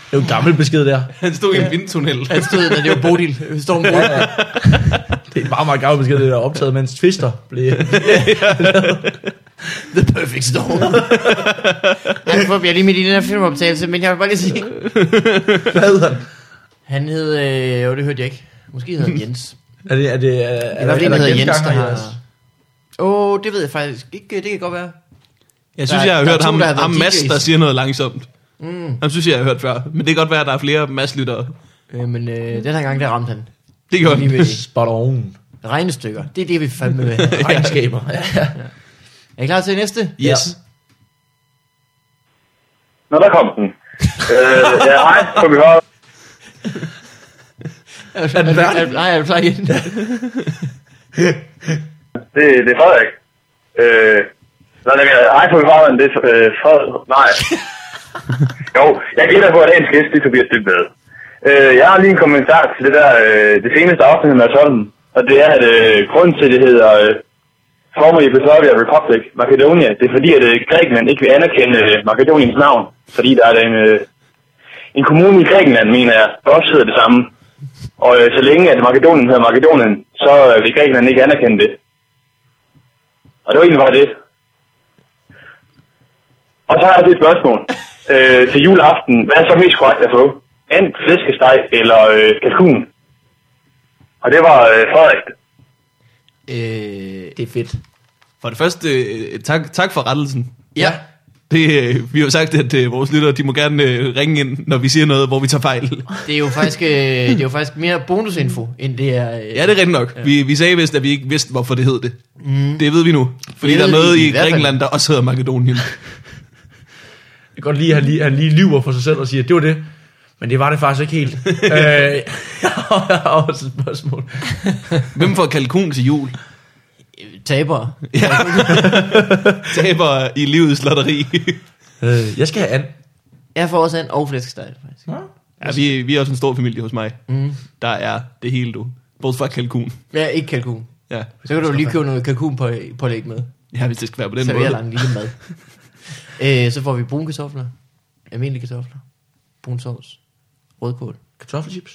Speaker 2: Det er jo en gammel besked der.
Speaker 1: Han stod i en vindtunnel.
Speaker 3: Han stod, der, det var Bodil. øh, Storm Bodil.
Speaker 2: Det er en meget, meget gammel besked, det der er optaget, mens Twister blev...
Speaker 3: The Perfect Storm. Han får jeg er lige midt i den her filmoptagelse, men jeg vil bare lige sige...
Speaker 2: Hvad hedder han?
Speaker 3: Han hed... Øh, jo, det hørte jeg ikke. Måske hed han Jens.
Speaker 2: Hmm. Er det... Er det er, er,
Speaker 3: I hvert fald en,
Speaker 2: der
Speaker 3: der hedder Jens, der
Speaker 2: genganger i
Speaker 3: har...
Speaker 2: jeres-
Speaker 3: Åh, oh, det ved jeg faktisk ikke. Det kan godt være.
Speaker 1: Jeg synes,
Speaker 3: Der
Speaker 1: jeg
Speaker 3: er-
Speaker 1: har
Speaker 3: der er
Speaker 1: hørt
Speaker 3: to,
Speaker 1: ham,
Speaker 3: der har været
Speaker 1: ham Mads,
Speaker 3: DJ's.
Speaker 1: der siger noget langsomt. Mm. Ham synes jeg, jeg har hørt før. Men det kan godt være, at der er flere Mads-lyttere.
Speaker 3: Øh, men øh, den her gang, der ramte han.
Speaker 1: Det kan godt.
Speaker 3: Lige med
Speaker 2: Spot on.
Speaker 3: regnestykker. Det er det, vi fandme med.
Speaker 2: Regnskaber. ja.
Speaker 3: Er I klar til næste?
Speaker 1: Yes.
Speaker 6: Nå, der kom den. øh, ja, hej, kom vi høre.
Speaker 3: Er, er, er, er, er, nej, er du klar igen?
Speaker 6: Det, det er Frederik. Øh, Nå, det er, ej, på farven, det er øh, Frederik. Nej. jo, jeg gætter på, at dagens gæst, det er Tobias Dybvad. Øh, jeg har lige en kommentar til det der, øh, det seneste afsnit af Mads Holm, og det er, at øh, grunden til, det hedder øh, Former Yugoslavia Republic, Makedonia, det er fordi, at øh, Grækenland ikke vil anerkende øh, Makedoniens navn, fordi der er en, øh, en kommune i Grækenland, mener jeg, der også hedder det samme. Og øh, så længe at Makedonien hedder Makedonien, så øh, vil Grækenland ikke anerkende det. Og det var egentlig bare det. Og så har jeg et spørgsmål. Øh, til juleaften, hvad er så mest korrekt at få? Enten flæskesteg eller øh, kalkun? Og det var øh, Frederik.
Speaker 3: øh,
Speaker 2: Det er fedt.
Speaker 1: For det første, øh, tak, tak for rettelsen.
Speaker 3: ja.
Speaker 1: Det, øh, vi har jo sagt, at øh, vores lyttere de må gerne øh, ringe ind, når vi siger noget, hvor vi tager fejl.
Speaker 3: Det er jo faktisk, øh, det er jo faktisk mere bonusinfo, end det er... Øh,
Speaker 1: Ja, det er rigtigt nok. Vi, vi sagde vist, at vi ikke vidste, hvorfor det hed det. Mm. Det ved vi nu. Fordi
Speaker 3: Det
Speaker 1: der er
Speaker 3: ved
Speaker 1: noget
Speaker 3: vi i
Speaker 1: i
Speaker 3: hvert fald.
Speaker 1: Grækenland, der også hedder Makedonien.
Speaker 2: Jeg kan godt lide, at han lige, han lige lyver for sig selv og siger, at det var det. Men det var det faktisk ikke helt. øh, jeg har også et spørgsmål.
Speaker 1: Hvem får kalkun til jul?
Speaker 3: Tabere.
Speaker 1: Taber i livets lotteri.
Speaker 2: Øh, jeg skal have and.
Speaker 3: Jeg får også en og flæskesteg, faktisk.
Speaker 1: ja, vi, vi er også en stor familie hos mig. Mm. Der er det hele, du. Bortset fra kalkun.
Speaker 3: Ja, ikke kalkun.
Speaker 1: Ja.
Speaker 3: Så kan du lige købe noget kalkun på, på læg med.
Speaker 1: ja, hvis det skal være på den
Speaker 3: Så er
Speaker 1: måde.
Speaker 3: en lille mad. øh, så får vi brune kartofler. Almindelige kartofler. Brun sovs. Rødkål.
Speaker 2: Kartoffelchips.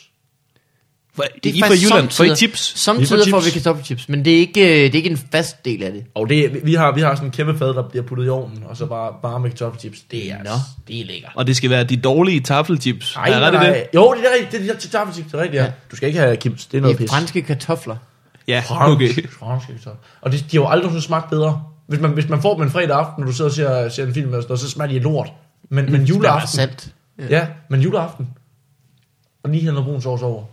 Speaker 1: For,
Speaker 3: Det
Speaker 1: I fra
Speaker 3: faktisk
Speaker 1: Jylland, for I
Speaker 3: sommetider-
Speaker 1: tips.
Speaker 3: Sommetider
Speaker 2: Vi får
Speaker 3: får vi
Speaker 2: chips.
Speaker 3: kartoffelchips, men det er, ikke, øh, det er ikke en fast del af det.
Speaker 2: Og det, vi- vi, har, vi har sådan en kæmpe fad, der bliver puttet i ovnen, og så bare, bare med kartoffelchips. Det er,
Speaker 3: Nå.
Speaker 2: det er lækkert.
Speaker 1: Og det skal være de dårlige taffelchips.
Speaker 2: Ej,
Speaker 1: er
Speaker 2: nej,
Speaker 1: det det?
Speaker 2: nej. Jo, det er rigtigt. Det er de der kartoffelchips, det er rigtigt, ja.
Speaker 3: Ja.
Speaker 2: Du skal ikke have kims. Det er noget
Speaker 3: Det er
Speaker 2: pis.
Speaker 3: franske kartofler.
Speaker 1: Ja,
Speaker 2: Fransk-
Speaker 1: okay.
Speaker 2: franske kartofler. Og det, de har jo aldrig sådan smagt bedre. Hvis man, hvis man får dem en fredag aften, når du sidder og ser, ser en film, og sådan noget, så smager de af lort. Men, men
Speaker 3: Der er
Speaker 2: juleaften,
Speaker 3: salt.
Speaker 2: Ja, men juleaften. Og lige hælder noget brun sovs over.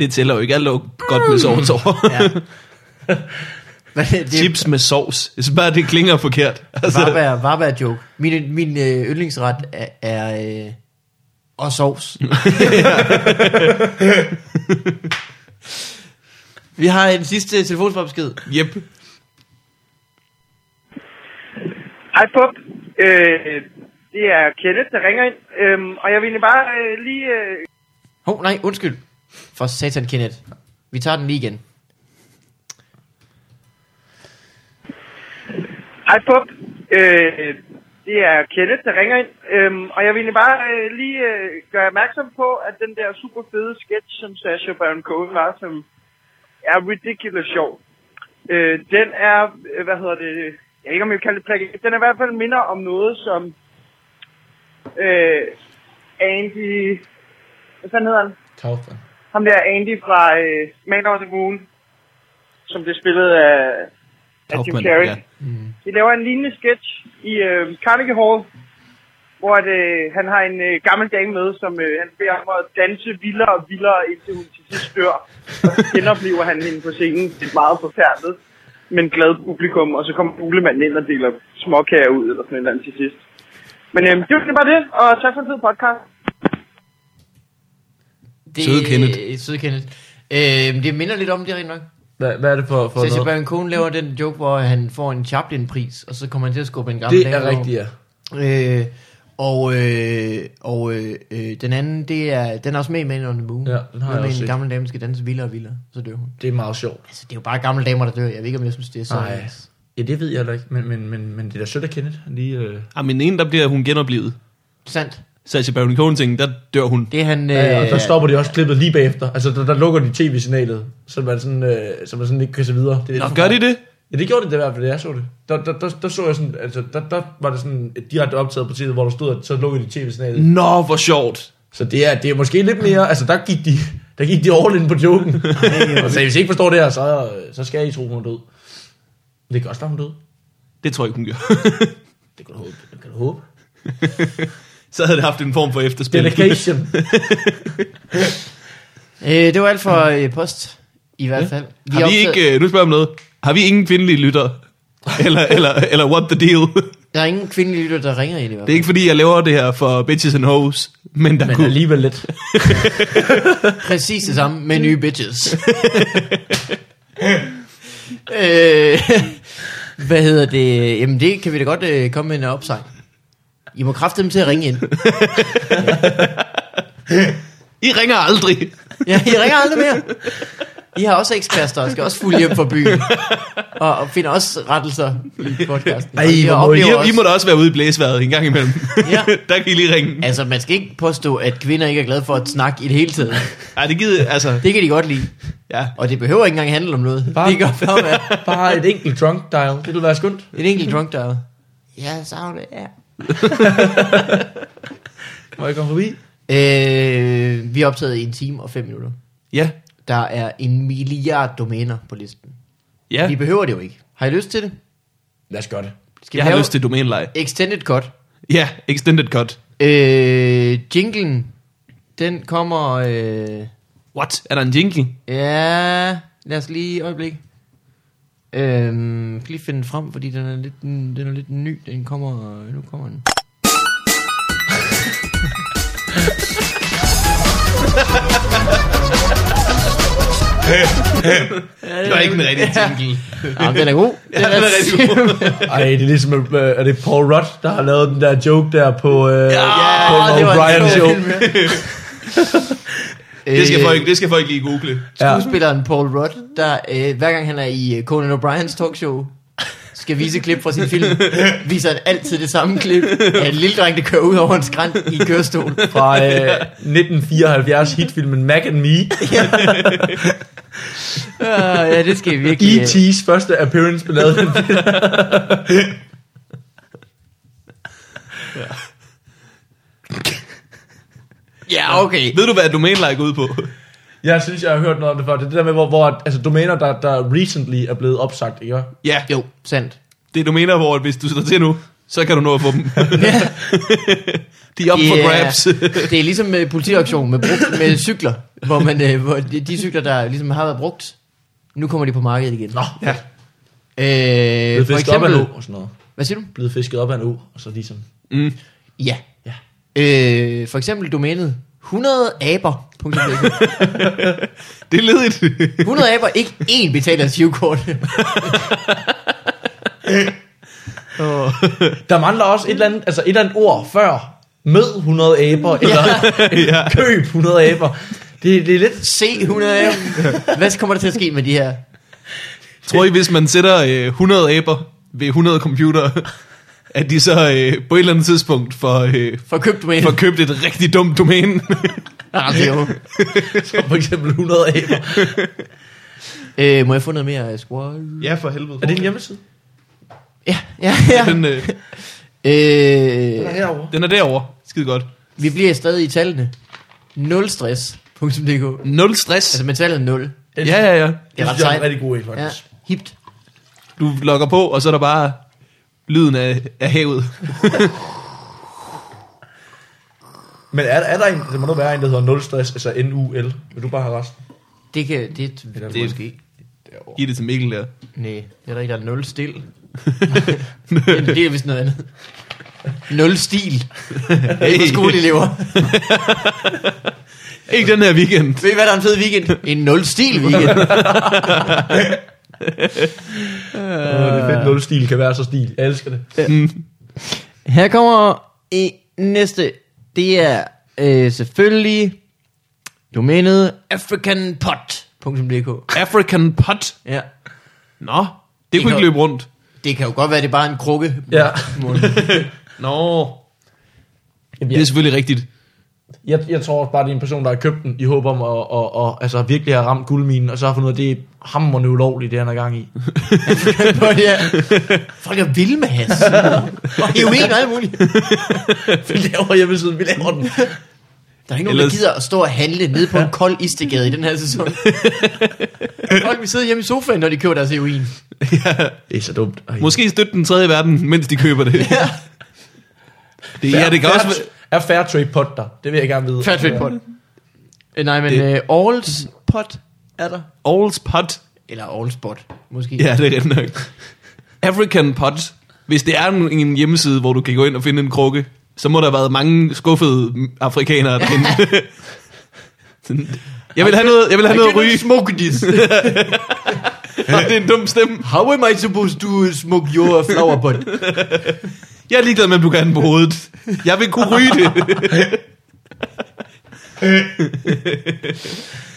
Speaker 1: Det tæller jo ikke alt er godt med sovs over.
Speaker 3: Ja. Hvad er det?
Speaker 1: Chips med sovs. Jeg synes bare, det klinger forkert. Altså,
Speaker 3: Varbær, varbær joke. Min, min øh, yndlingsret er, er øh, og sovs. vi har en sidste telefonsvarsbesked.
Speaker 1: yep.
Speaker 8: Hej Pup. Øh, det er Kenneth, der ringer ind. Øhm, og jeg vil egentlig bare øh, lige... Øh,
Speaker 3: Hov, oh, nej, undskyld. For satan, Kenneth. Vi tager den lige igen.
Speaker 8: hej Pup. Øh, det er Kenneth, der ringer ind. Øhm, og jeg vil egentlig bare øh, lige øh, gøre opmærksom på, at den der super fede sketch, som Sasha Baron Cohen var, som er ridiculous sjov. Øh, den er, øh, hvad hedder det, jeg ved ikke om jeg vil kalde det plagiat. Den er i hvert fald minder om noget, som øh, Andy, hvad fanden hedder han?
Speaker 2: Kaufmann.
Speaker 8: Ham der Andy fra øh, Man of the Moon, som blev spillet af, af Jim
Speaker 1: Kaufman,
Speaker 8: Carrey.
Speaker 1: ja.
Speaker 8: Ja. De laver en lignende sketch i øh, Carnegie Hall, hvor at, øh, han har en øh, gammel dame med, som øh, han beder om at danse vildere og vildere, indtil hun til sidst dør. Og så genoplever han hende på scenen. Det er meget forfærdet, men glad publikum. Og så kommer julemanden ind og deler småkager ud, eller sådan et eller andet til sidst. Men øh, det var egentlig bare det, og tak for en fed podcast.
Speaker 3: Det,
Speaker 1: Søde Kenneth.
Speaker 3: Søde Kenneth. Øh, det minder lidt om det, rent nok.
Speaker 2: Hvad, hvad er det for, for
Speaker 3: Sacha
Speaker 2: noget?
Speaker 3: Baron Cohen laver den joke, hvor han får en Chaplin-pris, og så kommer han til at skubbe en gammel
Speaker 2: Det
Speaker 3: dame
Speaker 2: er
Speaker 3: over.
Speaker 2: rigtigt, ja.
Speaker 3: Øh, og øh, og øh, øh, den anden, det er, den er også med i Man on the Moon.
Speaker 2: Ja, den har jeg
Speaker 3: Noget med
Speaker 2: også
Speaker 3: en
Speaker 2: set.
Speaker 3: gammel dame, der skal danse vildere og vildere, så dør hun.
Speaker 2: Det er meget sjovt.
Speaker 3: Altså, det er jo bare gamle damer, der dør. Jeg ved ikke, om jeg synes, det er så...
Speaker 2: Nej. Ja, det ved jeg heller ikke, men, men, men, men det er da sødt at kende lige... Øh...
Speaker 1: Ah, men en, der bliver hun genoplevet.
Speaker 3: Sandt.
Speaker 1: Sacha Baron Cohen ting, der dør hun.
Speaker 3: Det er han... Øh,
Speaker 2: Ja, og så stopper de også klippet lige bagefter. Altså, der, der lukker de tv-signalet, så man, sådan, øh, så man sådan ikke kan se videre. Det er lidt
Speaker 1: Nå,
Speaker 2: for-
Speaker 1: gør de det?
Speaker 2: Ja, det gjorde det da i hvert fald, da jeg så det. Der, der, der, der så jeg sådan, altså, der, der var det sådan et direkte optaget på tv, hvor der stod, at så lukkede de tv-signalet.
Speaker 1: Nå, hvor sjovt.
Speaker 2: Så det er, det er måske lidt mere, altså der gik de, der gik de all in på joken. og sagde, hvis I ikke forstår det her, så, så skal I tro, hun er død. Det kan også være, hun er død.
Speaker 1: Det tror jeg ikke, hun gjorde.
Speaker 2: Det kan du håbe. Det kan du håbe.
Speaker 1: så havde det haft en form for efterspil.
Speaker 2: Delegation.
Speaker 3: Øh, det var alt for øh, post, i hvert fald.
Speaker 1: Har vi
Speaker 3: optaget-
Speaker 1: ikke, øh, nu spørger jeg om noget. Har vi ingen kvindelige lytter? Eller, eller, eller what the deal?
Speaker 3: Der er ingen kvindelige lytter, der ringer ind i hvert
Speaker 1: Det er
Speaker 3: fald.
Speaker 1: ikke fordi, jeg laver det her for bitches and hoes, men der
Speaker 2: Men
Speaker 1: kunne...
Speaker 2: alligevel lidt.
Speaker 3: Præcis det samme med nye bitches. øh, hvad hedder det? Jamen det kan vi da godt øh, komme med en opsang. I må kræfte dem til at ringe ind.
Speaker 1: I ringer aldrig!
Speaker 3: Ja, I ringer aldrig mere. I har også ekskærester og skal også fulde hjem fra byen. Og, og finder også rettelser i podcasten.
Speaker 2: Ej,
Speaker 3: Og I
Speaker 2: hvor må
Speaker 1: I,
Speaker 3: oplever
Speaker 1: I må da også være ude i blæsværet en gang imellem.
Speaker 3: Ja.
Speaker 1: der kan I lige ringe.
Speaker 3: Altså, man skal ikke påstå, at kvinder ikke er glade for at snakke i det hele taget.
Speaker 1: Ej, det gider... Altså,
Speaker 3: Det kan de godt lide.
Speaker 1: ja.
Speaker 3: Og det behøver ikke engang handle om noget.
Speaker 2: Bare-
Speaker 3: Det kan godt bare være
Speaker 2: Bare et enkelt drunk dial. Det vil være skønt.
Speaker 3: en enkelt drunk dial. Ja, så det, ja.
Speaker 2: Må jeg komme forbi?
Speaker 3: Øh, vi er optaget i en time og fem minutter.
Speaker 1: Ja.
Speaker 3: Der er en milliard domæner på listen.
Speaker 1: Ja.
Speaker 3: Vi behøver det jo ikke. Har I lyst til det?
Speaker 2: Lad os gøre det.
Speaker 3: Skal
Speaker 1: Jeg har lyst til domæneleje.
Speaker 3: Extended cut.
Speaker 1: Ja, extended cut.
Speaker 3: Øh, jinglen, den kommer... Øh,
Speaker 1: What? Er der en jingle?
Speaker 3: ja, lad os lige et øjeblik. Øhm, jeg skal lige finde den frem, fordi den er lidt, den er lidt ny. Den kommer... Nu kommer den.
Speaker 1: Det var ikke en rigtig jingle.
Speaker 3: Ja, den er god. Den
Speaker 1: Ja, den er rigtig god.
Speaker 2: Ej, det er ligesom, øh, er det Paul Rudd, der har lavet den der joke der på, øh, ja, på
Speaker 3: det var en
Speaker 2: Brian
Speaker 3: sjov
Speaker 2: show.
Speaker 3: film,
Speaker 1: Det
Speaker 3: Øh.
Speaker 1: skal folk, det skal folk lige google.
Speaker 2: Ja.
Speaker 3: skuespilleren Paul Rudd, der øh, hver gang han er i øh, Conan O'Briens talkshow, skal vise klip fra sin film, viser han altid det samme klip af en lille dreng, der kører ud over en skrant i en kørestol.
Speaker 2: Fra øh, 1974 hitfilmen Mac and Me.
Speaker 3: Uh, ja, det skal I virkelig... øh,
Speaker 2: E.T.'s E første appearance blev lavet i den film.
Speaker 3: Ja, okay.
Speaker 1: Ved du, hvad domæneleje går ud på?
Speaker 2: Jeg synes, jeg har hørt noget om det før. Det er det der med, hvor, hvor altså, domæner, der, der recently er blevet opsagt, ikke?
Speaker 3: Øh,
Speaker 1: Ja,
Speaker 3: Jo, sandt.
Speaker 1: det er domæner, hvor hvis du står til nu, så kan du nå at få dem.
Speaker 3: Ja.
Speaker 1: De er op for
Speaker 3: Ja.
Speaker 1: grabs.
Speaker 3: Det er ligesom med politiauktion med, brugt, med cykler, hvor, man, øh, hvor de, de cykler, der ligesom har været brugt, nu kommer de på markedet igen. Nå,
Speaker 1: ja.
Speaker 3: Øh,
Speaker 2: Blevet
Speaker 3: for
Speaker 2: fisket op af en
Speaker 3: eksempel,
Speaker 2: å og sådan noget.
Speaker 3: hvad siger du?
Speaker 2: Blevet fisket op af en å, og så ligesom...
Speaker 1: Mm.
Speaker 3: Ja.
Speaker 2: Ja.
Speaker 3: Øh, for eksempel domænet 100aber.dk
Speaker 1: Det er ledigt.
Speaker 3: 100 aber, ikke én betaler hans hivkort.
Speaker 2: Der mangler også et eller andet, altså et eller andet ord før. Mød 100 aber, eller
Speaker 1: ja.
Speaker 2: køb 100 aber. Det, det er lidt...
Speaker 3: Se 100 aber. Hvad kommer der til at ske med de her?
Speaker 1: Tror I, hvis man sætter øh, 100 aber ved 100 computere, at de så øh, på et eller andet tidspunkt får, øh,
Speaker 3: For købt domænet.
Speaker 1: får købt et rigtig dumt domæne?
Speaker 3: For...
Speaker 2: For eksempel 100 aber.
Speaker 3: øh, må jeg få noget mere øh, squall?
Speaker 1: ja, for helvede.
Speaker 2: Er det en hjemmeside?
Speaker 3: Ja, ja, ja.
Speaker 1: Den, øh,
Speaker 3: Øh,
Speaker 2: Herovre.
Speaker 1: den er derovre. Skide godt.
Speaker 3: vi bliver stadig i tallene. Nulstress.dk
Speaker 1: Nul stress.
Speaker 3: Altså med tallet 0. Det
Speaker 1: ja, ja, ja.
Speaker 2: Det
Speaker 3: er
Speaker 2: er,
Speaker 3: ret
Speaker 2: synes, jeg er
Speaker 3: sejt.
Speaker 2: en rigtig god en,
Speaker 3: Ja,
Speaker 2: faktisk.
Speaker 3: hipt.
Speaker 1: Du logger på, og så er der bare lyden af, af havet.
Speaker 2: Men er, er der en, der må nu være en, der hedder 0 stress, altså N-U-L. Vil du bare have resten?
Speaker 3: Det kan, det, det,
Speaker 1: det-
Speaker 3: det måske ikke.
Speaker 1: Giv det til Mikkel der.
Speaker 3: Nej, det er der ikke, der er nul stil. det, det er vist noget andet. Nul stil. Hey. For skoleelever.
Speaker 1: Ikke den her weekend.
Speaker 3: Ved I hvad, der er en fed weekend? En nul stil
Speaker 2: Uh.
Speaker 3: weekend.
Speaker 1: Øh,
Speaker 2: Det er fedt, 0 stil kan være så stil. Jeg elsker det.
Speaker 3: Her kommer i næste. Det er øh, selvfølgelig domænet africanpot.dk.
Speaker 1: African pot.
Speaker 3: Ja.
Speaker 1: Nå, det kunne
Speaker 3: Indhold.
Speaker 1: ikke løbe rundt.
Speaker 3: Det kan jo godt være, det er bare en krukke.
Speaker 2: Ja.
Speaker 1: Nå,
Speaker 2: Jamen,
Speaker 1: det er
Speaker 2: jeg,
Speaker 1: selvfølgelig rigtigt.
Speaker 2: jeg, jeg tror også bare, det er en person, der har købt den i håb om at, at, at, at altså, virkelig har ramt guldminen, og så har fundet ud af, at det er hammerende ulovligt, det han er gang i.
Speaker 3: ja. Folk er vilde med has. Og heroin og alt muligt.
Speaker 2: vi laver hjemmesiden, vi laver den.
Speaker 3: Der er ikke nogen,
Speaker 1: Ellers-
Speaker 3: der gider at stå og handle nede på en kold istegade i den her sæson. Folk vil sidde hjemme i sofaen, når de køber deres heroin.
Speaker 1: ja.
Speaker 2: Det er så dumt. Ej.
Speaker 1: Måske støtte den tredje verden, mens de køber det. ja. det ja, det kan også være...
Speaker 2: Er Fairtrade pot der? Det vil jeg gerne vide.
Speaker 3: Fairtrade pot. Øh, nej, men
Speaker 1: Det-
Speaker 3: øh, Alls pot er der.
Speaker 1: All's pot.
Speaker 3: Eller Alls bot, måske.
Speaker 1: Ja, det er rigtigt nok. African pot. Hvis det er en, en hjemmeside, hvor du kan gå ind og finde en krukke, så må der have været mange skuffede afrikanere derinde. Sådan, jeg vil have noget, jeg vil have noget at ryge.
Speaker 3: smoke this.
Speaker 1: Og det er en dum stemme.
Speaker 3: How am I supposed to smoke your flower pot?
Speaker 1: Jeg er ligeglad med, om du kan have den på hovedet. Jeg vil kunne ryge det.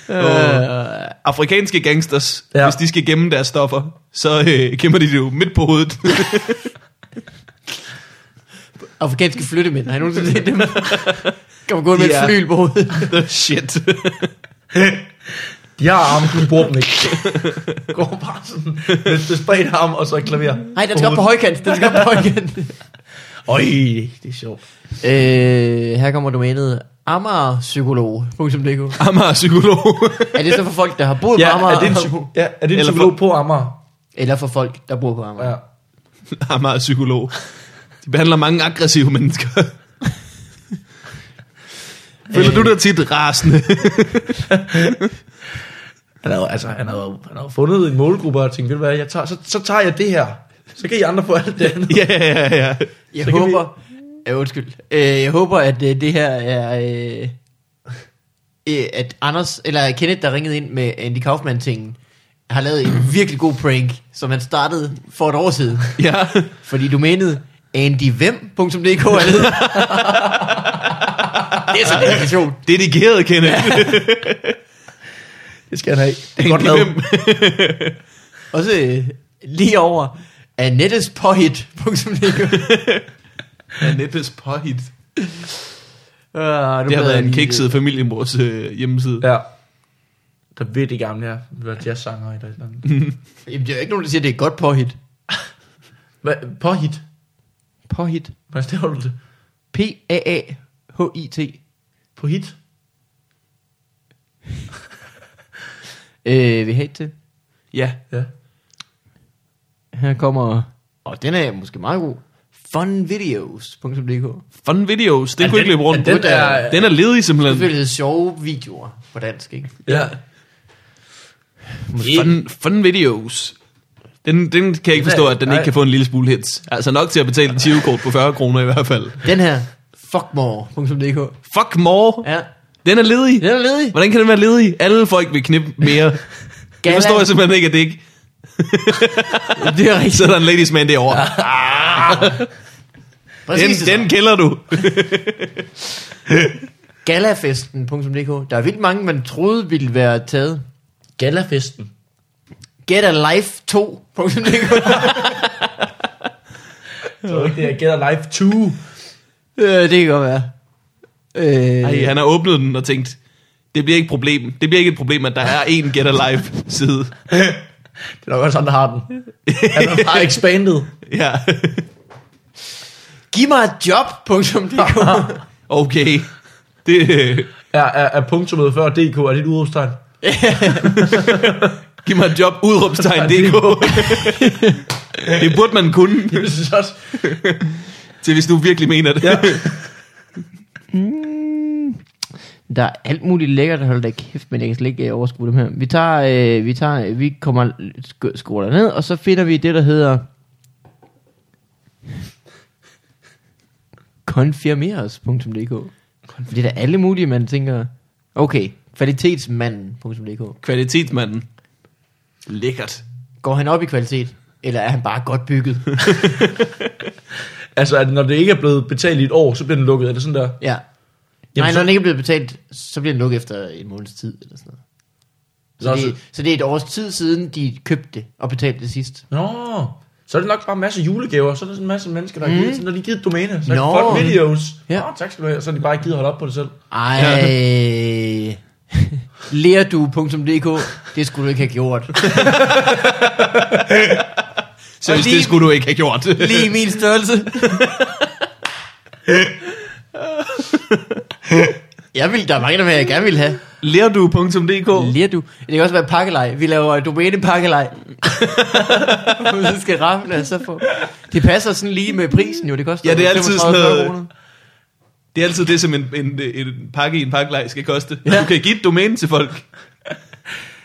Speaker 3: Øh,
Speaker 1: Afrikanske gangsters, ja.
Speaker 2: Ja.
Speaker 1: hvis de skal gemme deres stoffer, så øh, gemmer de det jo midt på hovedet.
Speaker 3: afrikanske flyttemænd, har I nogensinde set dem? Kan man gå med
Speaker 1: Ja.
Speaker 3: et flyl på hovedet?
Speaker 1: The shit.
Speaker 2: De har armen, du bruger dem ikke. Går bare sådan, hvis det spredt arm, og så et klaver.
Speaker 3: Nej, den skal op på højkant, den skal op på højkant.
Speaker 2: Øj, det er sjovt.
Speaker 3: øh, her kommer domænet amagerpsykolog.dk
Speaker 1: Amager psykolog.
Speaker 3: Er det så for folk, der har boet
Speaker 2: Ja,
Speaker 3: på Amager?
Speaker 2: er det en, psyk- ja, er det en
Speaker 1: Eller
Speaker 2: psykolog
Speaker 1: for-
Speaker 2: på Amager?
Speaker 3: Eller for folk, der bor på Amager?
Speaker 2: Ja.
Speaker 3: Ja.
Speaker 1: Amager psykolog. De behandler mange aggressive mennesker. Føler du dig tit rasende?
Speaker 2: Han havde, altså, han havde, han havde fundet en målgruppe og tænkt, ved du hvad, jeg tager, så, så tager jeg det her. Så kan I andre få alt det andet.
Speaker 1: ja, ja, ja.
Speaker 3: Jeg
Speaker 2: Så kan vi-
Speaker 3: håber... Ja, undskyld. Øh, jeg håber, at øh, det her er... Øh, øh, at Anders, eller Kenneth, der ringede ind med Andy Kaufmann-tingen, har lavet en virkelig god prank, som han startede for et år siden.
Speaker 1: Ja,
Speaker 3: Fordi du menede andyvem.dk er nede. Det er så dedikation.
Speaker 1: dedikeret, Kenneth. Ja,
Speaker 2: Det skal han have. Det er godt lavet.
Speaker 3: Og så øh, lige over annettespåhit.dk Øh,
Speaker 1: Annettes påhit.
Speaker 3: Uh, det
Speaker 2: Ah,
Speaker 1: Det har været en kikset familiemors øh, hjemmeside.
Speaker 2: Ja. Der ved de gamle her, hvad jazzsanger eller et eller andet.
Speaker 3: Mm. Jamen, det er jo ikke nogen, der siger, at det er et godt påhit.
Speaker 2: Hvad, påhit.
Speaker 3: Påhit.
Speaker 2: Hvordan staver du det?
Speaker 3: P-A-A-H-I-T.
Speaker 2: På hit?
Speaker 3: Øh, vi har et til.
Speaker 1: Ja.
Speaker 2: Ja.
Speaker 3: Her kommer... Og den er måske meget god. Funvideos.dk
Speaker 1: Fun videos, det kunne ikke løbe rundt.
Speaker 2: Den er,
Speaker 1: den er ledig simpelthen.
Speaker 3: Selvfølgelig hedder sjove videoer på dansk, ikke?
Speaker 2: ja.
Speaker 1: Fun, fun videos. Den, den kan jeg ikke forstå, at den
Speaker 2: Nej.
Speaker 1: ikke kan få en lille smule hits. Altså nok til at betale et 20-kort på 40 kroner i hvert fald.
Speaker 3: Den her. Fuckmore.dk
Speaker 1: Fuck more.
Speaker 3: Ja.
Speaker 1: Den er ledig.
Speaker 3: Den er ledig.
Speaker 1: Hvordan kan den være ledig? Alle folk vil knippe mere. Det forstår jeg simpelthen ikke, at det ikke...
Speaker 3: Det er rigtigt.
Speaker 1: Så er der en ladies man derovre. Den,
Speaker 3: Præcis.
Speaker 1: den kælder du.
Speaker 3: Galafesten.dk Der er vildt mange, man troede ville være taget.
Speaker 2: Galafesten.
Speaker 3: Get a Life 2.dk
Speaker 2: Jeg tror ikke, det er Get Alive 2.
Speaker 3: øh, det kan godt være. Øh,
Speaker 1: Ej, han har åbnet den og tænkt, det bliver ikke et problem. Det bliver ikke et problem, at der er en Get Alive side.
Speaker 2: Det er nok også han, der har den. Han har bare expanded.
Speaker 1: Ja,
Speaker 3: Giv mig et job.dk
Speaker 1: okay. Det, øh,
Speaker 2: Er, er, er punktummet før DK, er det et udråbstegn?
Speaker 1: giv mig et job, udråbstegn DK. Det burde man kunne,
Speaker 2: Jeg synes også,
Speaker 1: til hvis du virkelig mener det.
Speaker 3: Der er alt muligt lækkert, hold da kæft, men jeg kan slet ikke øh, overskue dem her. Vi tager, øh, vi tager, øh, vi kommer sk- skruer ned, og så finder vi det, der hedder... Konfirmeres.dk Det er da alle mulige, man tænker... Okay, kvalitetsmanden.dk
Speaker 1: Kvalitetsmanden. Lækkert.
Speaker 3: Går han op i kvalitet? Eller er han bare godt bygget?
Speaker 2: altså, at når det ikke er blevet betalt i et år, så bliver den lukket. Er det sådan der?
Speaker 3: ja.
Speaker 2: Jamen,
Speaker 3: Nej,
Speaker 2: så-
Speaker 3: når den ikke er blevet betalt, så bliver den lukket efter en måneds tid, eller sådan noget. Så,
Speaker 2: Nå,
Speaker 3: det,
Speaker 2: så-
Speaker 3: så det er et års tid siden, de købte det og betalte det sidst.
Speaker 2: Nå, så er det nok bare en masse julegaver, så er der sådan en masse mennesker, der har givet, så når de givet et domæne, så er
Speaker 3: Nå.
Speaker 2: det fuck videos.
Speaker 3: Ja.
Speaker 2: Mm. Ja. Nå, tak skal du have, og så har de bare ikke givet at holde op på det selv.
Speaker 3: Ej. Lerdu.dk Det skulle du ikke have gjort.
Speaker 1: Så
Speaker 3: Og
Speaker 1: hvis
Speaker 3: lige-
Speaker 1: det skulle du ikke have gjort.
Speaker 3: Lige i min størrelse. Jeg vil, der er mange, der vil, jeg gerne vil have.
Speaker 1: Lærdu.dk
Speaker 3: Lerdu. Det kan også være pakkelej. Vi laver domæne pakkelej. så skal raffen altså få. Det passer sådan lige med prisen jo, det koster
Speaker 1: Ja, det er altid
Speaker 3: 35
Speaker 1: sådan noget-
Speaker 3: kroner.
Speaker 1: Det er altid det, som en, en, en pakke i en pakkelej skal koste. Ja.
Speaker 3: Ja.
Speaker 1: Du kan give et domæne til folk.